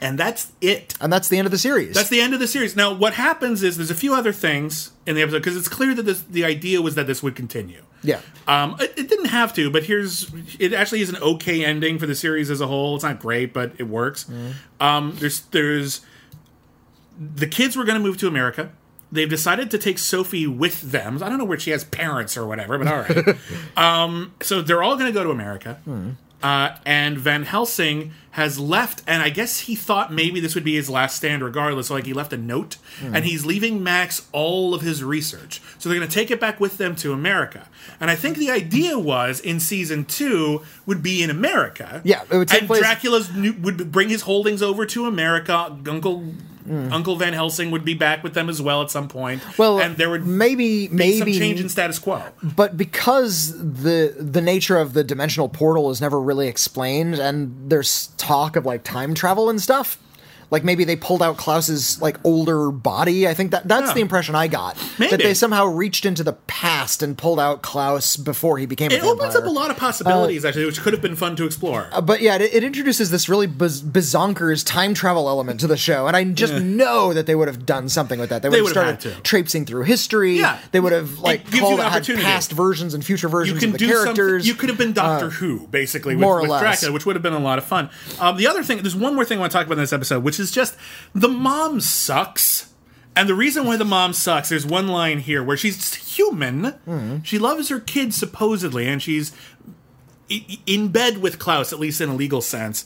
Speaker 1: and that's it.
Speaker 2: and that's the end of the series.
Speaker 1: That's the end of the series. Now, what happens is there's a few other things in the episode because it's clear that this, the idea was that this would continue.
Speaker 2: yeah.
Speaker 1: Um, it, it didn't have to, but here's it. Actually, is an okay ending for the series as a whole. It's not great, but it works.
Speaker 2: Mm-hmm.
Speaker 1: Um, there's there's the kids were going to move to America. They've decided to take Sophie with them. I don't know where she has parents or whatever, but all right. um, so they're all going to go to America.
Speaker 2: Hmm.
Speaker 1: Uh, and Van Helsing has left, and I guess he thought maybe this would be his last stand, regardless. So, like, he left a note,
Speaker 2: Hmm.
Speaker 1: and he's leaving Max all of his research. So, they're going to take it back with them to America. And I think the idea was in season two would be in America.
Speaker 2: Yeah, it would take
Speaker 1: and
Speaker 2: place-
Speaker 1: Dracula's new, would bring his holdings over to America. Uncle Uncle Van Helsing would be back with them as well at some point.
Speaker 2: Hmm. Well,
Speaker 1: and there would be
Speaker 2: maybe
Speaker 1: some
Speaker 2: maybe
Speaker 1: change in status quo.
Speaker 2: but because the the nature of the dimensional portal is never really explained and there's talk of like time travel and stuff like maybe they pulled out Klaus's like older body. I think that that's
Speaker 1: Yeah.
Speaker 2: the impression I got. That
Speaker 1: Maybe.
Speaker 2: they somehow reached into the past and pulled out Klaus before he became.
Speaker 1: It
Speaker 2: a
Speaker 1: opens up
Speaker 2: vampire.
Speaker 1: a lot of
Speaker 2: Uh,
Speaker 1: possibilities, actually, which could have been fun to explore.
Speaker 2: But yeah, it, it introduces this really biz- bizonkers time travel element to the show, and I just know that they would have done something with that. They would have
Speaker 1: would have had
Speaker 2: started
Speaker 1: to.
Speaker 2: traipsing through history.
Speaker 1: Yeah.
Speaker 2: They would have like
Speaker 1: gives you
Speaker 2: called
Speaker 1: an
Speaker 2: out had
Speaker 1: opportunity.
Speaker 2: past versions and future
Speaker 1: you
Speaker 2: versions
Speaker 1: can
Speaker 2: of the
Speaker 1: do
Speaker 2: characters. uh,
Speaker 1: something. You could have been Doctor Who, basically, with,
Speaker 2: more or
Speaker 1: with
Speaker 2: less.
Speaker 1: Dracula, which would have been a lot of fun. Um, the other thing, there's one more thing I want to talk about in this episode, which is just the mom sucks. And the reason why the mom sucks, there's one line here where she's human.
Speaker 2: Hmm.
Speaker 1: She loves her kids supposedly, and she's i- in bed with Klaus, at least in a legal sense.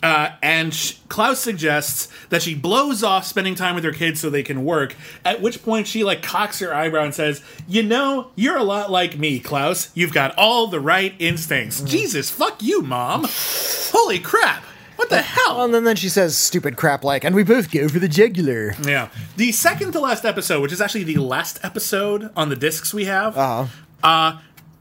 Speaker 1: Uh, and sh- Klaus suggests that she blows off spending time with her kids so they can work. At which point, she like cocks her eyebrow and says, "You know, you're a lot like me, Klaus. You've got all the right instincts."
Speaker 2: Mm.
Speaker 1: Jesus, fuck you, mom! Holy crap! What the hell?
Speaker 2: and then, then she says stupid crap like, "And we both go for the jugular."
Speaker 1: Yeah. The second to last episode, which is actually the last episode on the discs we have, uh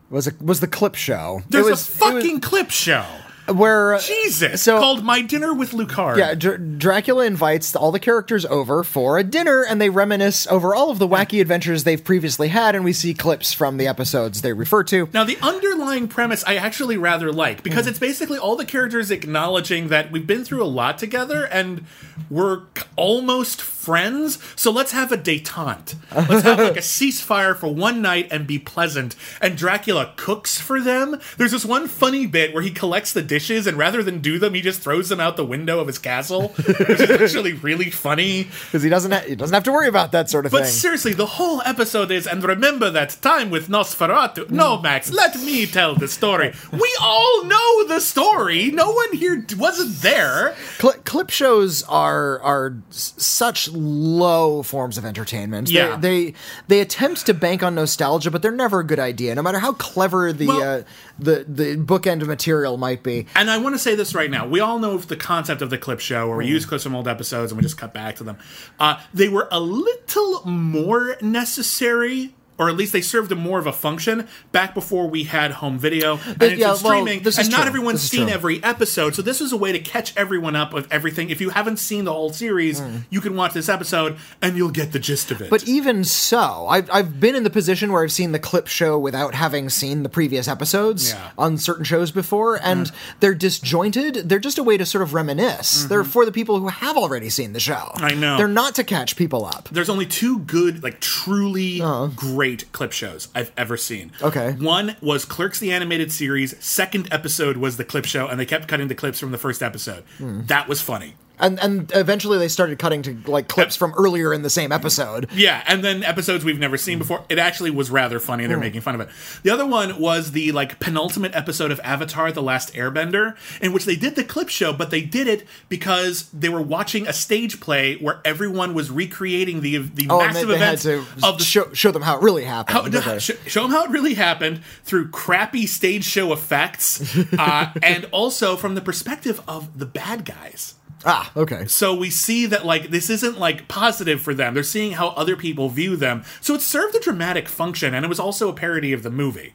Speaker 2: Was a, was the clip show? It
Speaker 1: there's
Speaker 2: Uh-huh. was-
Speaker 1: a
Speaker 2: it
Speaker 1: fucking clip show.
Speaker 2: was- where uh,
Speaker 1: Jesus.
Speaker 2: So-
Speaker 1: called My Dinner with Lucard.
Speaker 2: Yeah, Dr- Dracula invites all the characters over for a dinner, and they reminisce over all of the wacky adventures they've previously had, and we see clips from the episodes they refer to.
Speaker 1: Now, the underlying premise I actually rather like because it's basically all the characters acknowledging that we've been through a lot together and we're k- almost friends. So let's have a detente. Let's have like a ceasefire for one night and be pleasant. And Dracula cooks for them. There's this one funny bit where he collects the dishes and rather than do them, he just throws them out the window of his castle, which is actually really funny.
Speaker 2: because he doesn't ha- he doesn't have to worry about that sort of
Speaker 1: But
Speaker 2: thing.
Speaker 1: seriously, the whole episode is, and remember that time with Nosferatu. No, Max, let me tell the story. We all know the story. No one here d- wasn't there.
Speaker 2: Cli- clip shows are are s- such low forms of entertainment. They-
Speaker 1: Yeah.
Speaker 2: they, they attempt to bank on nostalgia, but they're never a good idea, no matter how clever the
Speaker 1: Well-
Speaker 2: uh, the the bookend material might be.
Speaker 1: And I want to say this right now. We all know the concept of the clip show where we
Speaker 2: Hmm.
Speaker 1: use clips from old episodes and we just cut back to them. Uh, they were a little more necessary. Or at least they served a more of a function back before we had home video and
Speaker 2: But,
Speaker 1: instant
Speaker 2: yeah, well,
Speaker 1: streaming,
Speaker 2: this is
Speaker 1: and not
Speaker 2: true.
Speaker 1: everyone's
Speaker 2: This is
Speaker 1: seen
Speaker 2: true.
Speaker 1: every episode. So this was a way to catch everyone up with everything. If you haven't seen the whole series, you can watch this episode and you'll get the gist of it.
Speaker 2: Hmm. But even so, I've, I've been in the position where I've seen the clip show without having seen the previous episodes
Speaker 1: Yeah.
Speaker 2: on certain shows before, and they're disjointed. They're just a way to sort of reminisce. They're for the people who have already seen the show.
Speaker 1: I know.
Speaker 2: They're not to catch people up.
Speaker 1: there's only two good, like truly great clip shows I've ever seen.
Speaker 2: Oh. Okay.
Speaker 1: One was Clerks the Animated
Speaker 2: Hmm.
Speaker 1: Series. Second episode was the clip show, and they kept cutting the clips from the first episode. That was funny.
Speaker 2: and and eventually they started cutting to like clips from earlier in the same episode.
Speaker 1: Yeah, and then episodes we've never
Speaker 2: Hmm.
Speaker 1: seen before. It actually was rather funny. They're making fun of it. The other one was the like penultimate episode of Avatar: The Last Airbender, in which they did the clip show, but they did it because they were watching a stage play where everyone was recreating the the
Speaker 2: Oh, and they,
Speaker 1: massive
Speaker 2: they had
Speaker 1: events
Speaker 2: to
Speaker 1: of the
Speaker 2: show, show them how it really happened.
Speaker 1: Oh, no,
Speaker 2: Okay.
Speaker 1: sh- show them how it really happened through crappy stage show effects, uh, and also from the perspective of the bad guys.
Speaker 2: ah, okay.
Speaker 1: So we see that like this isn't like positive for them. They're seeing how other people view them. So it served a dramatic function, and it was also a parody of the movie.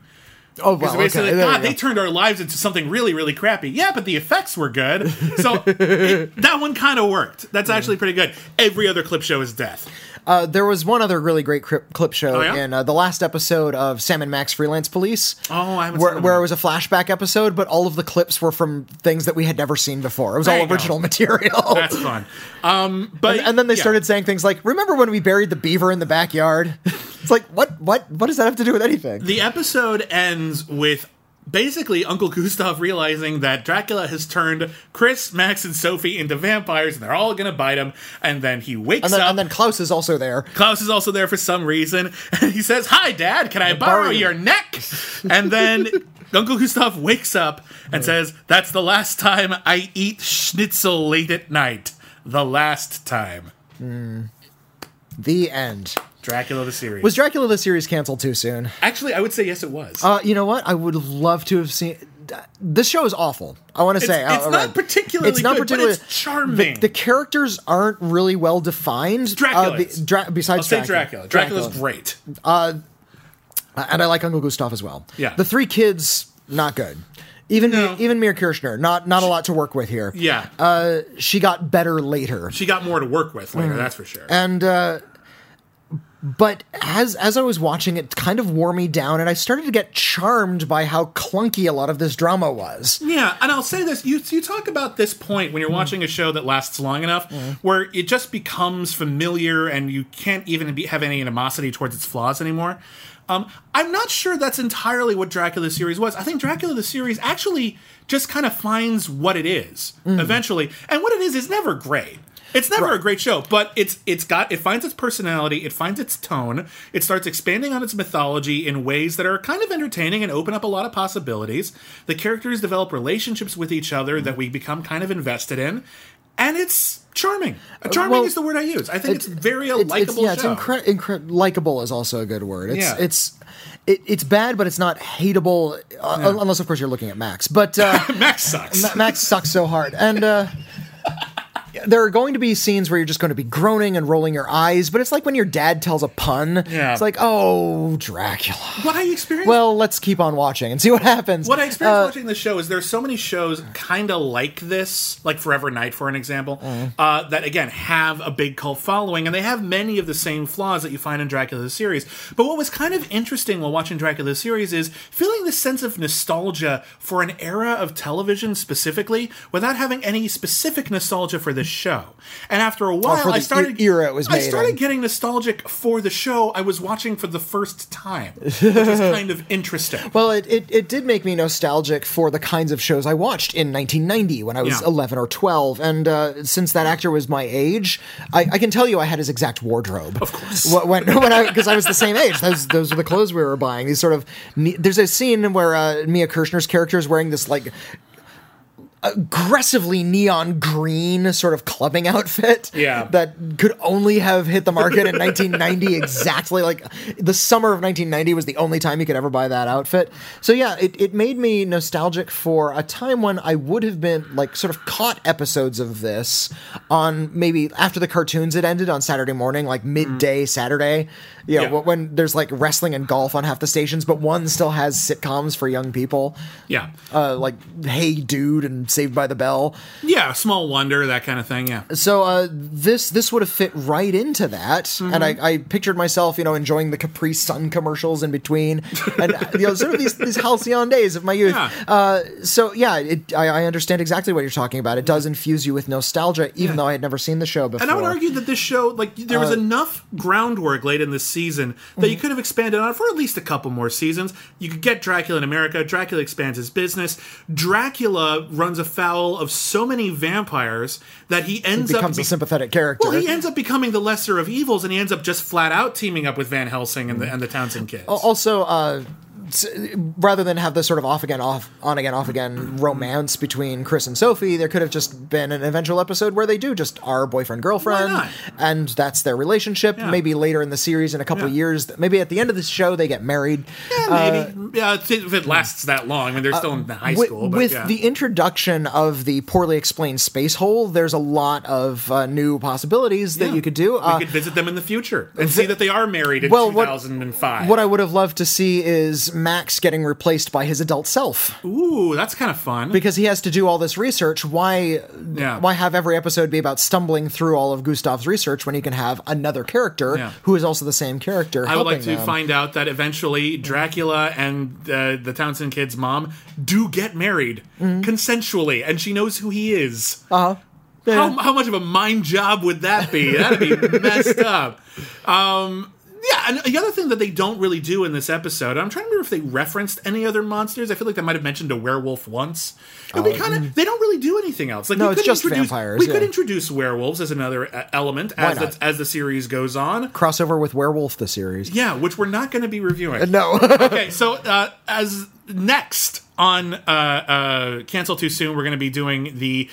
Speaker 2: Oh, wow.
Speaker 1: So basically,
Speaker 2: okay. There
Speaker 1: God,
Speaker 2: you
Speaker 1: they
Speaker 2: go.
Speaker 1: turned our lives into something really, really crappy. Yeah, but the effects were good. So it, that one kind of worked. That's actually pretty good. Every other clip show is death.
Speaker 2: Uh, there was one other really great clip, clip show
Speaker 1: Oh, yeah?
Speaker 2: in uh, the last episode of Sam and Max Freelance Police.
Speaker 1: Oh, I haven't seen
Speaker 2: where,
Speaker 1: that
Speaker 2: where
Speaker 1: one.
Speaker 2: it was a flashback episode, but all of the clips were from things that we had never seen before. It was
Speaker 1: There you
Speaker 2: all
Speaker 1: go.
Speaker 2: original material.
Speaker 1: That's fun. Um, but
Speaker 2: and then they
Speaker 1: yeah.
Speaker 2: started saying things like, "Remember when we buried the beaver in the backyard?" it's like, what, what, what does that have to do with anything?
Speaker 1: The episode ends with basically Uncle Gustav realizing that Dracula has turned Chris, Max, and Sophie into vampires, and they're all gonna bite him. And then he wakes
Speaker 2: and, then,
Speaker 1: up.
Speaker 2: and then Klaus is also there.
Speaker 1: Klaus is also there for some reason, and he says, "Hi, Dad. Can I borrow,
Speaker 2: borrow
Speaker 1: your neck?" And then Uncle Gustav wakes up and says, "That's the last time I eat schnitzel late at night. The last time."
Speaker 2: The end.
Speaker 1: Dracula the series.
Speaker 2: Was Dracula the series canceled too soon?
Speaker 1: Actually, I would say yes, it was.
Speaker 2: Uh, you know what? I would love to have seen. This show is awful. I want to say uh,
Speaker 1: it's
Speaker 2: outright.
Speaker 1: not particularly good, but it's charming.
Speaker 2: The, the characters aren't really well defined. Uh,
Speaker 1: Dracula
Speaker 2: the,
Speaker 1: is.
Speaker 2: Dra- besides
Speaker 1: I'll say
Speaker 2: Dracula,
Speaker 1: Dracula. Dracula's great.
Speaker 2: Uh, and I like Uncle Gustav as well.
Speaker 1: Yeah.
Speaker 2: the three kids not good. Even
Speaker 1: No.
Speaker 2: even Mir Kirshner, not not a lot to work with here.
Speaker 1: Yeah.
Speaker 2: She got better later.
Speaker 1: she got more to work with later, that's for sure.
Speaker 2: and uh but as as I was watching it kind of wore me down and I started to get charmed by how clunky a lot of this drama was.
Speaker 1: Yeah, and I'll say this: you you talk about this point when you're watching a show that lasts long enough, where it just becomes familiar, and you can't even be, have any animosity towards its flaws anymore. Um, I'm not sure that's entirely what Dracula the series was. I think Dracula the series actually just kind of finds what it is eventually, and what it is is never great. It's never a great show, but it's it's got it finds its personality, it finds its tone, it starts expanding on its mythology in ways that are kind of entertaining and open up a lot of possibilities. The characters develop relationships with each
Speaker 2: Mm-hmm.
Speaker 1: other that we become kind of invested in, and it's charming. Uh, Charming
Speaker 2: well,
Speaker 1: is the word I use. I think it's, very a
Speaker 2: It's, it's
Speaker 1: likable
Speaker 2: yeah,
Speaker 1: show.
Speaker 2: it's incre- incre- likable is also a good word. It's
Speaker 1: Yeah.
Speaker 2: it's it, it's bad, but it's not hateable, uh, unless of course you're looking at Max. But uh,
Speaker 1: Max sucks.
Speaker 2: Ma- Max sucks so hard, and uh, there are going to be scenes where you're just going to be groaning and rolling your eyes. But it's like when your dad tells a pun.
Speaker 1: Yeah.
Speaker 2: It's like, oh, Dracula.
Speaker 1: what I experienced
Speaker 2: well, let's keep on watching and see what happens. Uh,
Speaker 1: What I experienced watching this show is there are so many shows kind of like this, like Forever Night, for an example,
Speaker 2: Mm.
Speaker 1: uh, that again have a big cult following, and they have many of the same flaws that you find in Dracula the series. But what was kind of interesting while watching Dracula the series is feeling this sense of nostalgia for an era of television specifically, without having any specific nostalgia for this show. And after a while,
Speaker 2: for
Speaker 1: I
Speaker 2: the
Speaker 1: started
Speaker 2: e- era it was
Speaker 1: I
Speaker 2: made
Speaker 1: started
Speaker 2: in.
Speaker 1: getting nostalgic for the show I was watching for the first time, which is kind of interesting.
Speaker 2: well, it, it, it did make me nostalgic for the kinds of shows I watched in 1990 when I was
Speaker 1: Yeah.
Speaker 2: 11 or 12. And uh, since that actor was my age, I, I can tell you I had his exact wardrobe. Of
Speaker 1: course.
Speaker 2: When, when I, because I was the same age. Those, those were the clothes we were buying. These sort of, ne- there's a scene where uh, Mia Kirshner's character is wearing this like aggressively neon green sort of clubbing outfit
Speaker 1: Yeah.
Speaker 2: that could only have hit the market in 1990 exactly like the summer of 1990 was the only time you could ever buy that outfit so yeah it, it made me nostalgic for a time when i would have been like sort of caught episodes of this on maybe after the cartoons had ended on saturday morning like midday saturday yeah,
Speaker 1: Yeah.
Speaker 2: yeah when there's like wrestling and golf on half the stations but one still has sitcoms for young people
Speaker 1: Yeah.
Speaker 2: uh, like Hey Dude and Saved by the Bell.
Speaker 1: Yeah, small wonder, that kind of thing. Yeah,
Speaker 2: So uh, this this would have fit right into that, and I, I pictured myself, you know, enjoying the Capri Sun commercials in between, and you know, sort of these these halcyon days of my youth.
Speaker 1: Yeah.
Speaker 2: Uh, so yeah, it, I, I understand exactly what you're talking about. It does infuse you with nostalgia, even though I had never seen the show before.
Speaker 1: and I would argue that this show, like, there
Speaker 2: Uh,
Speaker 1: was enough groundwork late in this season that
Speaker 2: Mhm.
Speaker 1: you could have expanded on it for at least a couple more seasons. You could get Dracula in America. Dracula expands his business. Dracula runs runs afoul of so many vampires that he ends up
Speaker 2: becomes
Speaker 1: be-
Speaker 2: a sympathetic character.
Speaker 1: well, he ends up becoming the lesser of evils, and he ends up just flat out teaming up with Van Helsing and the, and the Townsend kids.
Speaker 2: also uh s- rather than have this sort of off again off on again off again romance between Chris and Sophie there could have just been an eventual episode where they do just are boyfriend
Speaker 1: not?
Speaker 2: girlfriend and that's their relationship
Speaker 1: Yeah.
Speaker 2: maybe later in the series in a couple
Speaker 1: Yeah.
Speaker 2: years maybe at the end of the show they get married
Speaker 1: Maybe yeah, it's- if it lasts that long. I mean, they're still in high
Speaker 2: Wi-
Speaker 1: school, but
Speaker 2: uh, with
Speaker 1: yeah.
Speaker 2: the introduction of the poorly explained space hole there's a lot of uh, new possibilities that
Speaker 1: Yeah.
Speaker 2: you could do
Speaker 1: we
Speaker 2: Uh,
Speaker 1: could visit them in the future and see that they are married in
Speaker 2: well, what-
Speaker 1: 2005.
Speaker 2: what I would have loved to see is Max getting replaced by his adult self.
Speaker 1: Ooh, that's kind of fun.
Speaker 2: because he has to do all this research why
Speaker 1: Yeah.
Speaker 2: why have every episode be about stumbling through all of gustav's research when you can have another character
Speaker 1: Yeah.
Speaker 2: who is also the same character
Speaker 1: I would like to
Speaker 2: helping them?
Speaker 1: find out that eventually Dracula and uh, the Townsend kid's mom do get married
Speaker 2: Mm-hmm.
Speaker 1: consensually, and she knows who he is.
Speaker 2: Uh-huh.
Speaker 1: Uh huh. How, how much of a mind job would that be? That'd be messed up. Um, yeah, and the other thing that they don't really do in this episode, I'm trying to remember if they referenced any other monsters. I feel like they might have mentioned a werewolf once. It would be kind of they don't really do anything else. Like
Speaker 2: Uh, mm. No,
Speaker 1: we
Speaker 2: it's
Speaker 1: could
Speaker 2: just
Speaker 1: introduce,
Speaker 2: vampires,
Speaker 1: We
Speaker 2: yeah.
Speaker 1: could introduce werewolves as another uh, element as
Speaker 2: not?
Speaker 1: the, as the series goes on.
Speaker 2: crossover with werewolf the series
Speaker 1: Yeah, which we're not going to be reviewing
Speaker 2: no
Speaker 1: okay, so uh, as next on uh, uh, Cancel Too Soon, we're going to be doing the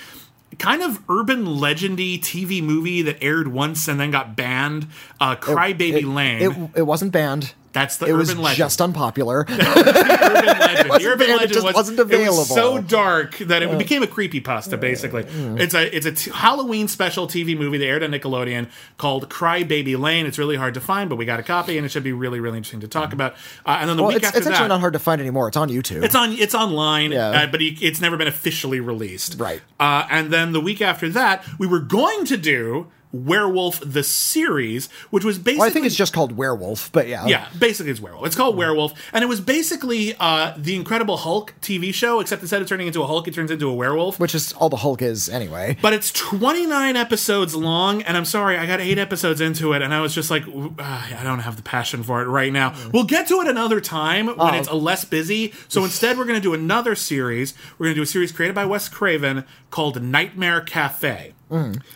Speaker 1: kind of urban legendy TV movie that aired once and then got banned, uh, Crybaby Lane.
Speaker 2: Oh, it, it wasn't banned
Speaker 1: That's the
Speaker 2: it
Speaker 1: urban
Speaker 2: was
Speaker 1: legend.
Speaker 2: just unpopular
Speaker 1: urban legend. The urban
Speaker 2: banned, it
Speaker 1: legend
Speaker 2: just
Speaker 1: was,
Speaker 2: wasn't
Speaker 1: It
Speaker 2: available.
Speaker 1: was so dark that it became a creepypasta, basically.
Speaker 2: Mm.
Speaker 1: It's a it's a t- Halloween special TV movie that aired on Nickelodeon called Cry Baby Lane. It's really hard to find, but we got a copy, and it should be really, really interesting to talk about. Uh, and then the
Speaker 2: Mm. well,
Speaker 1: week
Speaker 2: it's,
Speaker 1: after
Speaker 2: it's actually
Speaker 1: that,
Speaker 2: not hard to find anymore it's on youtube
Speaker 1: It's on. It's online,
Speaker 2: Yeah.
Speaker 1: uh, but he, it's never been officially released.
Speaker 2: Right.
Speaker 1: Uh, and then the week after that, we were going to do Werewolf the series, which was basically.
Speaker 2: well, i think it's just called werewolf but yeah
Speaker 1: yeah, basically it's Werewolf. It's called Werewolf, and it was basically uh, the Incredible Hulk TV show, except instead of turning into a Hulk, it turns into a werewolf.
Speaker 2: which is all the hulk is anyway
Speaker 1: But it's 29 episodes long, and I'm sorry, I got eight episodes into it, and I was just like, "Ooh, ah, I don't have the passion for it right now.
Speaker 2: Mm.
Speaker 1: We'll get to it another time
Speaker 2: Oh.
Speaker 1: when it's a less busy. So instead, we're going to do another series. We're going to do a series created by Wes Craven called Nightmare Cafe.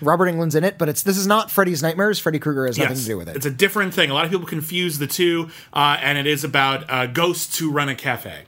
Speaker 2: robert england's in it but it's this is not freddy's nightmares freddy krueger has nothing
Speaker 1: Yes.
Speaker 2: to do with it
Speaker 1: It's a different thing. A lot of people confuse the two, uh, and it is about uh, ghosts who run a cafe.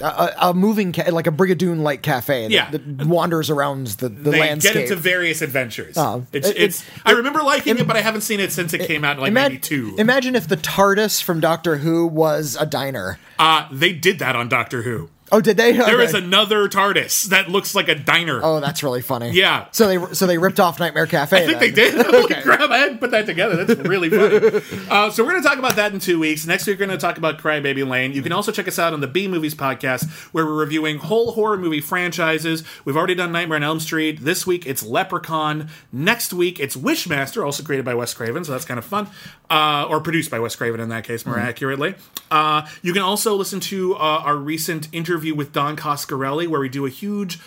Speaker 2: a, a moving ca- like a brigadoon like cafe that,
Speaker 1: Yeah.
Speaker 2: that wanders around the, the
Speaker 1: They
Speaker 2: landscape
Speaker 1: get into various adventures.
Speaker 2: Oh.
Speaker 1: it's,
Speaker 2: It-
Speaker 1: it's, I remember liking it, but I haven't seen it since it, came out in like
Speaker 2: Ima-
Speaker 1: '92.
Speaker 2: Imagine if the TARDIS from Doctor Who was a diner.
Speaker 1: uh, they did that on Doctor Who.
Speaker 2: Oh, did they?
Speaker 1: There is another TARDIS that looks like a diner.
Speaker 2: Oh, that's really funny.
Speaker 1: Yeah.
Speaker 2: So they so they ripped off Nightmare Cafe.
Speaker 1: I think they did. Holy crap, I hadn't put that together. That's really funny. uh, so we're going to talk about that in two weeks. Next week, we're going to talk about Crybaby Lane. You can also check us out on the B Movies podcast, where we're reviewing whole horror movie franchises. We've already done Nightmare on Elm Street. This week, it's Leprechaun. Next week, it's Wishmaster, also created by Wes Craven, so that's kind of fun. Uh, or produced by Wes Craven in that case, more accurately. Uh, you can also listen to uh, our recent interview with Don Coscarelli, where we do a huge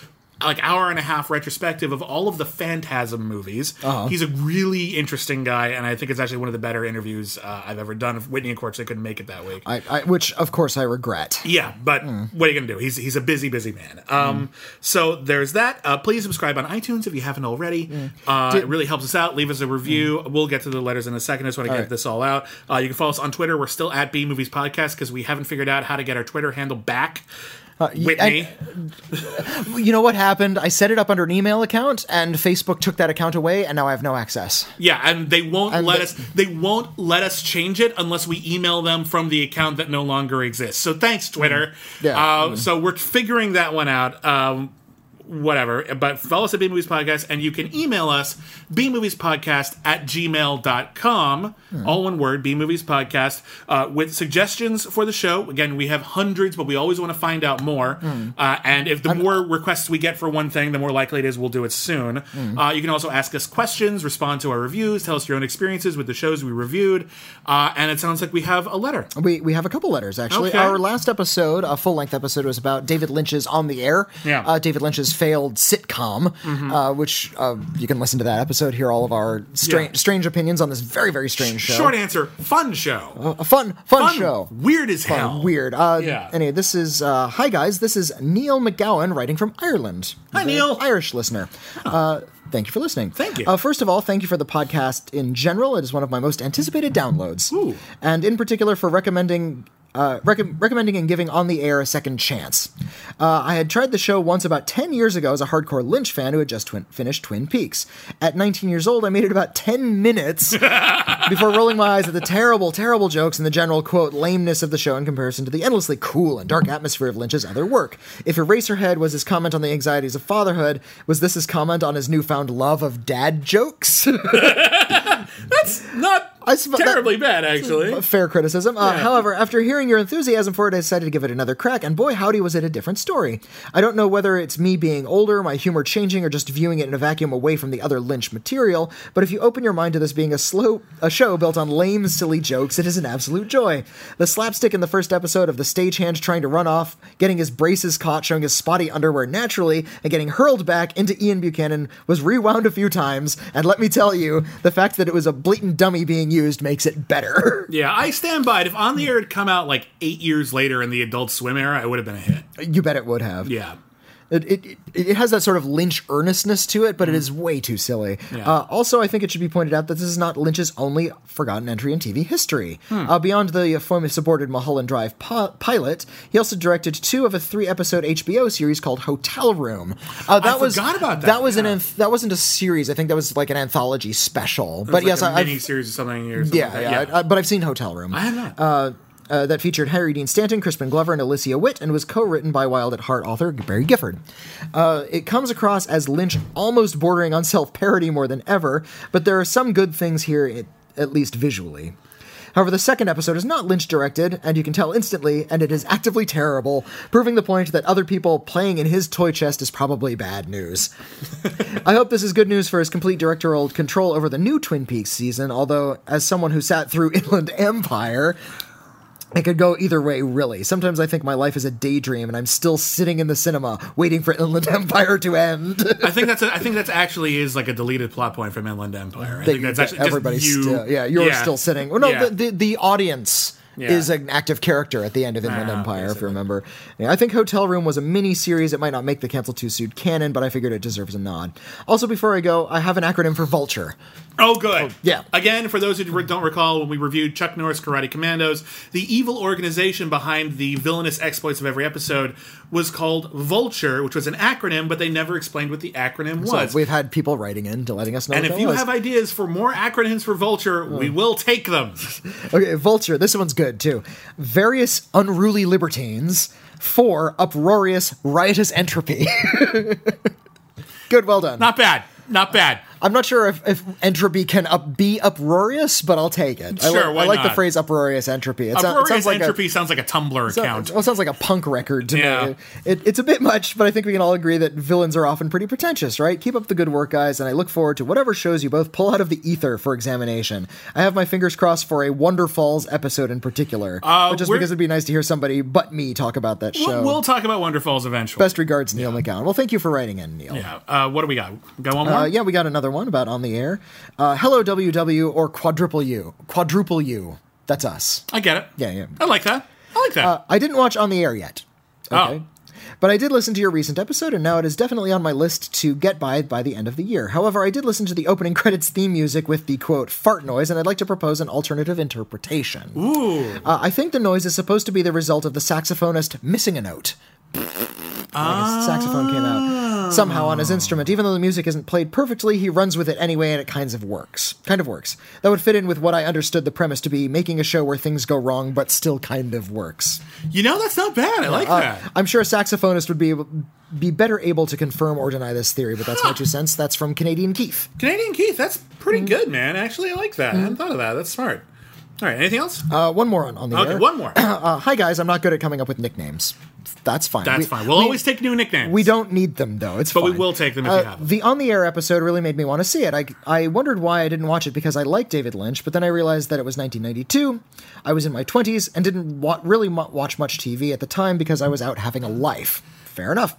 Speaker 1: like hour and a half retrospective of all of the Phantasm movies.
Speaker 2: Uh-huh.
Speaker 1: He's a really interesting guy, and I think it's actually one of the better interviews uh, I've ever done. If Whitney and Corpse, I couldn't make it that week.
Speaker 2: I, Hmm. I, which of course I regret.
Speaker 1: yeah, but what are you going to do? He's he's a busy, busy man.
Speaker 2: Hmm.
Speaker 1: Um, So there's that. Uh, please subscribe on iTunes if you haven't already.
Speaker 2: Hmm.
Speaker 1: Uh, it really helps us out. Leave us a review. We'll get to the letters in a second. I just want to get
Speaker 2: right.
Speaker 1: this all out. Uh, you can follow us on Twitter. We're still at B Movies Podcast because we haven't figured out how to get our Twitter handle back.
Speaker 2: Uh,
Speaker 1: Whitney.
Speaker 2: You know what happened? I set it up under an email account, and Facebook took that account away, and now I have no access.
Speaker 1: Yeah, and they won't let
Speaker 2: they-
Speaker 1: us. They won't let us change it unless we email them from the account that no longer exists. So thanks, Twitter.
Speaker 2: Mm. Yeah.
Speaker 1: Uh, So we're figuring that one out. Um, whatever. But follow us at B Movies Podcast, and you can email us bmoviespodcast at gmail.com. All one word, B Movies Podcast, uh, with suggestions for the show. Again, we have hundreds, but we always want to find out more.
Speaker 2: Hmm.
Speaker 1: Uh, and if the more requests we get for one thing, the more likely it is we'll do it soon.
Speaker 2: Hmm.
Speaker 1: Uh, you can also ask us questions, respond to our reviews, tell us your own experiences with the shows we reviewed. Uh, and it sounds like we have a letter.
Speaker 2: We we have a couple letters actually.
Speaker 1: Okay.
Speaker 2: Our last episode, a full length episode, was about David Lynch's On the Air.
Speaker 1: Yeah. Mm-hmm.
Speaker 2: Uh, David Lynch's failed sitcom, uh, which uh, you can listen to that episode. Hear all of our strange,
Speaker 1: Yeah.
Speaker 2: strange opinions on this very, very strange show.
Speaker 1: Short answer: fun show.
Speaker 2: a fun, fun,
Speaker 1: fun
Speaker 2: show.
Speaker 1: Weird as
Speaker 2: Fun,
Speaker 1: hell.
Speaker 2: weird. Uh,
Speaker 1: Yeah.
Speaker 2: Anyway, this is uh, hi guys. This is Neil McGowan writing from Ireland.
Speaker 1: Hi,
Speaker 2: The
Speaker 1: Neil.
Speaker 2: Irish listener. Uh, thank you for listening.
Speaker 1: Thank you.
Speaker 2: Uh, first of all, thank you for the podcast in general. It is one of my most anticipated downloads,
Speaker 1: Ooh.
Speaker 2: and in particular for recommending. Uh, recom recommending and giving on the air a second chance. Uh, I had tried the show once about 10 years ago as a hardcore Lynch fan who had just twin- finished Twin Peaks. At 19 years old, I made it about 10 minutes before rolling my eyes at the terrible, terrible jokes and the general quote lameness of the show in comparison to the endlessly cool and dark atmosphere of Lynch's other work. If Eraserhead was his comment on the anxieties of fatherhood, was this his comment on his newfound love of dad jokes?
Speaker 1: Not
Speaker 2: I sp- that-
Speaker 1: terribly bad, actually.
Speaker 2: Fair criticism. Uh,
Speaker 1: Yeah.
Speaker 2: However, after hearing your enthusiasm for it, I decided to give it another crack, and boy, howdy, was it a different story. I don't know whether it's me being older, my humor changing, or just viewing it in a vacuum away from the other Lynch material, but if you open your mind to this being a slow a show built on lame, silly jokes, it is an absolute joy. The slapstick in the first episode of the stagehand trying to run off, getting his braces caught, showing his spotty underwear naturally, and getting hurled back into Ian Buchanan was rewound a few times, and let me tell you, the fact that it was a blatant dummy being used makes it better.
Speaker 1: Yeah, I stand by it. If On the Air had come out like eight years later in the Adult Swim era, it would have been a hit.
Speaker 2: You bet it would have.
Speaker 1: Yeah.
Speaker 2: It, it, it- it has that sort of Lynch earnestness to it, but it is way too silly.
Speaker 1: Mm. Yeah.
Speaker 2: Uh, also, I think it should be pointed out that this is not Lynch's only forgotten entry in TV history.
Speaker 1: Hmm.
Speaker 2: Uh, beyond the famous aborted Mulholland Drive pi- pilot, he also directed two of a three-episode HBO series called Hotel Room. Uh, that was
Speaker 1: forgot about that,
Speaker 2: was an
Speaker 1: yeah.
Speaker 2: anth- that wasn't a series. I think that was like an anthology special. But
Speaker 1: It's like
Speaker 2: yes,
Speaker 1: a
Speaker 2: I.
Speaker 1: mini
Speaker 2: I've-
Speaker 1: series or something. Or something
Speaker 2: yeah,
Speaker 1: like that.
Speaker 2: yeah. I- I- but I've seen Hotel Room
Speaker 1: I have not.
Speaker 2: uh, that featured Harry Dean Stanton, Crispin Glover, and Alicia Witt, and was co-written by Wild at Heart author Barry Gifford. Uh, it comes across as Lynch almost bordering on self-parody more than ever, but there are some good things here, it, at least visually. However, the second episode is not Lynch directed, and you can tell instantly, and it is actively terrible, proving the point that other people playing in his toy chest is probably bad news. I hope this is good news for his complete directorial control over the new Twin Peaks season, although, as someone who sat through Inland Empire, it could go either way, really. Sometimes I think my life is a daydream and I'm still sitting in the cinema waiting for Inland Empire to end.
Speaker 1: I think that's a, I think that's actually is like a deleted plot point from Inland Empire. I think that's actually just
Speaker 2: Everybody's
Speaker 1: you-
Speaker 2: still, yeah, you're still sitting. Well, no,
Speaker 1: Yeah.
Speaker 2: the, the, the audience
Speaker 1: Yeah.
Speaker 2: is an active character at the end of Inland
Speaker 1: Ah,
Speaker 2: Empire, if you
Speaker 1: basically.
Speaker 2: remember. Yeah, I think Hotel Room was a mini series. It might not make the Cancel Too Soon canon, but I figured it deserves a nod. Also, before I go, I have an acronym for Vulture.
Speaker 1: Oh, good.
Speaker 2: yeah.
Speaker 1: Again, for those who re- don't recall, when we reviewed Chuck Norris Karate Commandos, the evil organization behind the villainous exploits of every episode was called Vulture, which was an acronym, but they never explained what the acronym
Speaker 2: So
Speaker 1: was.
Speaker 2: we've had people writing in to letting us know.
Speaker 1: and
Speaker 2: what
Speaker 1: if
Speaker 2: that
Speaker 1: you
Speaker 2: was.
Speaker 1: have ideas for more acronyms for Vulture, we will take them.
Speaker 2: Okay, Vulture. This one's good too. Various unruly libertines for uproarious, riotous entropy. good, well done.
Speaker 1: Not bad. Not bad.
Speaker 2: I'm not sure if, if entropy can up, be uproarious, but I'll take it. I,
Speaker 1: Sure,
Speaker 2: li-
Speaker 1: why
Speaker 2: I like the
Speaker 1: not?
Speaker 2: phrase uproarious entropy. It, so- it
Speaker 1: Uproarious
Speaker 2: sounds like
Speaker 1: entropy
Speaker 2: a.
Speaker 1: sounds like a Tumblr
Speaker 2: so-
Speaker 1: account.
Speaker 2: Well, it sounds like a punk record to
Speaker 1: Yeah.
Speaker 2: me. It, it's a bit much, but I think we can all agree that villains are often pretty pretentious, right? Keep up the good work, guys, and I look forward to whatever shows you both pull out of the ether for examination. I have my fingers crossed for a Wonder Falls episode in particular, but just
Speaker 1: Uh, we're-
Speaker 2: because it'd be nice to hear somebody but me talk about that show.
Speaker 1: We'll, we'll talk about Wonder Falls eventually.
Speaker 2: Best regards, Neil McGowan. Well, thank you for writing in, Neil.
Speaker 1: yeah. Uh, what do we got? Got one more?
Speaker 2: Uh, yeah, we got another one about on the air. Uh, Hello WW or quadruple U. Quadruple U. That's us.
Speaker 1: I get it.
Speaker 2: Yeah, Uh, yeah.
Speaker 1: I like that. I like that.
Speaker 2: I didn't watch on the air yet.
Speaker 1: Oh.
Speaker 2: But I did listen to your recent episode, and now it is definitely on my list to get by by the end of the year. However, I did listen to the opening credits theme music with the quote fart noise, and I'd like to propose an alternative interpretation.
Speaker 1: Ooh.
Speaker 2: Uh, I think the noise is supposed to be the result of the saxophonist missing a note. Like his saxophone came out somehow on his instrument. Even though the music isn't played perfectly, he runs with it anyway, and it kinds of works. Kind of works. That would fit in with what I understood the premise to be: making a show where things go wrong, but still kind of works.
Speaker 1: You know, that's not bad. I like that.
Speaker 2: Uh, I'm sure a saxophonist would be able, be better able to confirm or deny this theory, but that's my two cents. That's from Canadian Keith.
Speaker 1: Canadian Keith, that's pretty
Speaker 2: Mm.
Speaker 1: good, man. Actually, I like that. I hadn't thought of that. That's smart. All right. Anything else?
Speaker 2: Uh, one more on, on the
Speaker 1: okay.
Speaker 2: air.
Speaker 1: One more.
Speaker 2: Uh, hi guys, I'm not good at coming up with nicknames. That's fine.
Speaker 1: That's
Speaker 2: We-
Speaker 1: fine. We'll
Speaker 2: we-
Speaker 1: always take new nicknames.
Speaker 2: We don't need them though. It's
Speaker 1: But we
Speaker 2: fine.
Speaker 1: will take them if
Speaker 2: Uh,
Speaker 1: you have them.
Speaker 2: The on the air episode really made me want to see it. I I wondered why I didn't watch it because I like David Lynch, but then I realized that it was 1992. I was in my 20s and didn't wa- really mu watch much TV at the time because I was out having a life. Fair enough.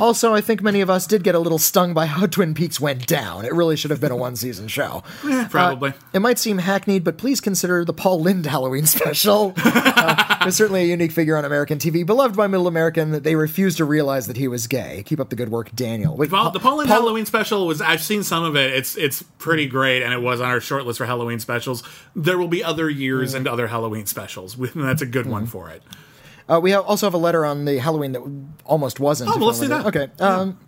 Speaker 2: Also, I think many of us did get a little stung by how Twin Peaks went down. It really should have been a one season show. Uh,
Speaker 1: Probably.
Speaker 2: It might seem hackneyed, but please consider the Paul Lind Halloween special. uh, was certainly a unique figure on American TV, beloved by middle America, and that they refused to realize that he was gay. Keep up the good work, Daniel. Wait,
Speaker 1: Well,
Speaker 2: Pa-
Speaker 1: the Poland
Speaker 2: Paul-
Speaker 1: Halloween special was I've seen some of it. It's it's pretty great and it was on our short list for Halloween specials. There will be other years and other Halloween specials. and That's a good
Speaker 2: Mm-hmm.
Speaker 1: one for it.
Speaker 2: Uh, we have, also have a letter on the Halloween that almost wasn't.
Speaker 1: Oh, well, let's
Speaker 2: If you
Speaker 1: do
Speaker 2: want
Speaker 1: that.
Speaker 2: to- Okay. Um,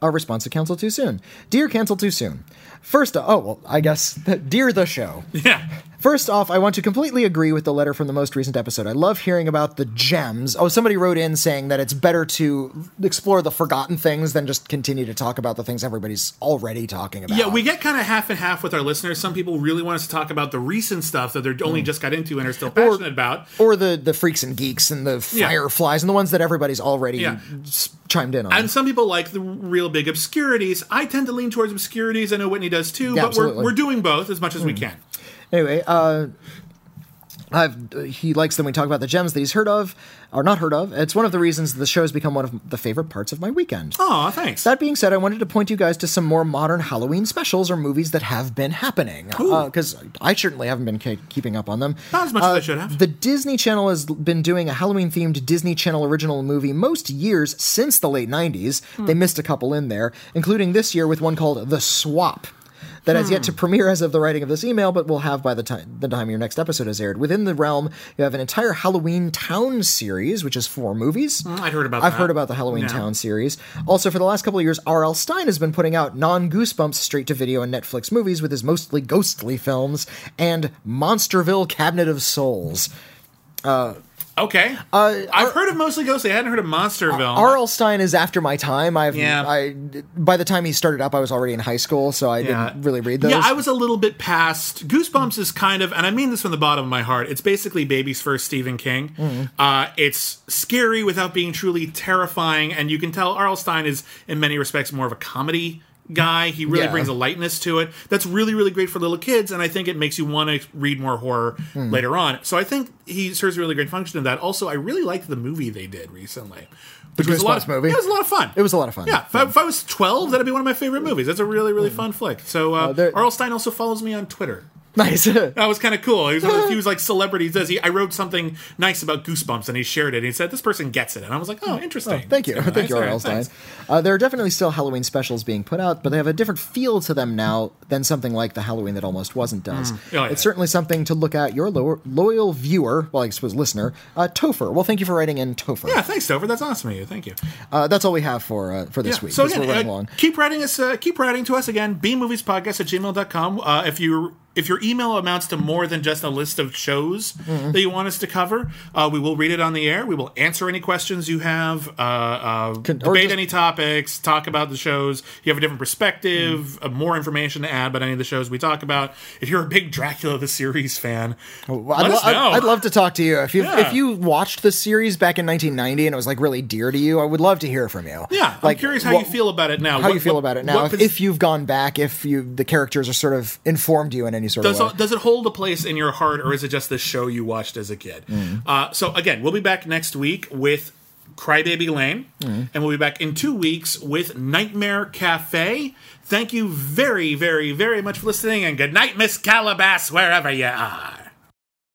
Speaker 2: a response to Cancel Too Soon. Dear Cancel Too Soon. First, oh, well, I guess, dear the show.
Speaker 1: Yeah.
Speaker 2: First off, I want to completely agree with the letter from the most recent episode. I love hearing about the gems. Oh, somebody wrote in saying that it's better to explore the forgotten things than just continue to talk about the things everybody's already talking about.
Speaker 1: Yeah, we get kind of half and half with our listeners. Some people really want us to talk about the recent stuff that they're only just got into and are still passionate about.
Speaker 2: Mm. or the the freaks and geeks and the
Speaker 1: Yeah.
Speaker 2: fireflies and the ones that everybody's already
Speaker 1: Yeah.
Speaker 2: s- chimed in on.
Speaker 1: And some people like the real big obscurities. I tend to lean towards obscurities. I know Whitney does too, but
Speaker 2: Yeah,
Speaker 1: we're,
Speaker 2: absolutely. Mm.
Speaker 1: we're doing both as much as we can.
Speaker 2: anyway, uh, I've, he likes them. We talk about the gems that he's heard of or not heard of. It's one of the reasons the show's become one of the favorite parts of my weekend.
Speaker 1: Oh, thanks.
Speaker 2: That being said, I wanted to point you guys to some more modern Halloween specials or movies that have been happening. Because I certainly haven't been ke- keeping up on them. Uh,
Speaker 1: Not as much as I should have.
Speaker 2: The Disney Channel has been doing a Halloween themed Disney Channel original movie most years since the late 90s. They missed a couple in there, including this year with one called The Swap. That has
Speaker 1: Hmm.
Speaker 2: yet to premiere as of the writing of this email, but will have by the time the time your next episode is aired. Within the realm, you have an entire Halloween Town series, which is four movies.
Speaker 1: Hmm, I'd heard about
Speaker 2: I've
Speaker 1: that.
Speaker 2: heard about the Halloween
Speaker 1: Yeah.
Speaker 2: Town series. Also, for the last couple of years, R.L. Stein has been putting out non Goosebumps straight to video and Netflix movies with his mostly ghostly films and Monsterville Cabinet of Souls.
Speaker 1: Okay.
Speaker 2: uh,
Speaker 1: I've heard of Mostly Ghostly. I hadn't heard of Monsterville.
Speaker 2: R.L. Stein is after my time. I've,
Speaker 1: Uh-huh. Yeah.
Speaker 2: I, by the time he started up, I was already in high school, so I didn't really read those.
Speaker 1: Yeah, I was a little bit past. Goosebumps is kind of, and I mean this from the bottom of my heart. It's basically Baby's first Stephen King.
Speaker 2: Mm.
Speaker 1: Uh, it's scary without being truly terrifying, and you can tell R.L. Stein is, in many respects, more of a comedy guy. He really
Speaker 2: Yeah.
Speaker 1: brings a lightness to it. That's really, really great for little kids, and I think it makes you want to read more horror
Speaker 2: Hmm.
Speaker 1: later on. So I think he serves a really great function of that. Also, I really liked the movie they did recently. Which
Speaker 2: Twin
Speaker 1: was a lot
Speaker 2: Spots
Speaker 1: of,
Speaker 2: movie?
Speaker 1: It was a lot of fun.
Speaker 2: It was a lot of fun.
Speaker 1: Yeah, if, I, if I was 12, that'd be one of my favorite movies. That's a really, really fun flick. So, uh,
Speaker 2: there-
Speaker 1: Arl Stein also follows me on Twitter.
Speaker 2: nice.
Speaker 1: That was kind of cool. He was, one of the few, like celebrities. Does he? I wrote something nice about Goosebumps, and he shared it. And he said, "This person gets it," and I was like, "Oh, interesting."
Speaker 2: Thank you.
Speaker 1: Yeah,
Speaker 2: Thank you,
Speaker 1: nice.
Speaker 2: R.L. Stein.
Speaker 1: Thanks.
Speaker 2: Uh, there are definitely still Halloween specials being put out, but they have a different feel to them now than something like the Halloween that almost wasn't does.
Speaker 1: Mm. Oh, yeah.
Speaker 2: It's certainly something to look at. Your lo- loyal viewer, well, I suppose listener, uh, Topher. Well, thank you for writing in, Topher.
Speaker 1: Yeah, thanks, Dover. That's awesome of you. Thank you.
Speaker 2: Uh, that's all we have for uh, for this week.
Speaker 1: So
Speaker 2: because
Speaker 1: again,
Speaker 2: we're running
Speaker 1: uh,
Speaker 2: long.
Speaker 1: keep writing us. Uh, keep writing to us again. bmoviespodcast at gmail.com. Uh, if you if your email amounts to more than just a list of shows
Speaker 2: Mm-hmm.
Speaker 1: that you want us to cover, uh, we will read it on the air. We will answer any questions you have. Uh, uh,
Speaker 2: or
Speaker 1: debate
Speaker 2: just-
Speaker 1: any topics. Talk about the shows. You have a different perspective.
Speaker 2: Mm-hmm.
Speaker 1: Uh, more information to add about any of the shows we talk about. If you're a big Dracula the series fan,
Speaker 2: Oh, Well,
Speaker 1: let
Speaker 2: I'd,
Speaker 1: us
Speaker 2: lo- I'd-
Speaker 1: know.
Speaker 2: I'd love to talk to you if you
Speaker 1: Yeah.
Speaker 2: if you watched this series back in 1990 and it was like really dear to you. I would love to hear from you.
Speaker 1: yeah,
Speaker 2: like,
Speaker 1: I'm curious how
Speaker 2: what-
Speaker 1: you feel about it now.
Speaker 2: How you feel about it now? If, if you've gone back, if you the characters are sort of informed you in any sort
Speaker 1: Does,
Speaker 2: of way.
Speaker 1: does it hold a place in your heart, or is it just the show you watched as a kid? Uh, so again, we'll be back next week with Crybaby Lane, and we'll be back in two weeks with Nightmare Cafe. Thank you very, very, very much for listening, and good night, Miss Calabas, wherever you are.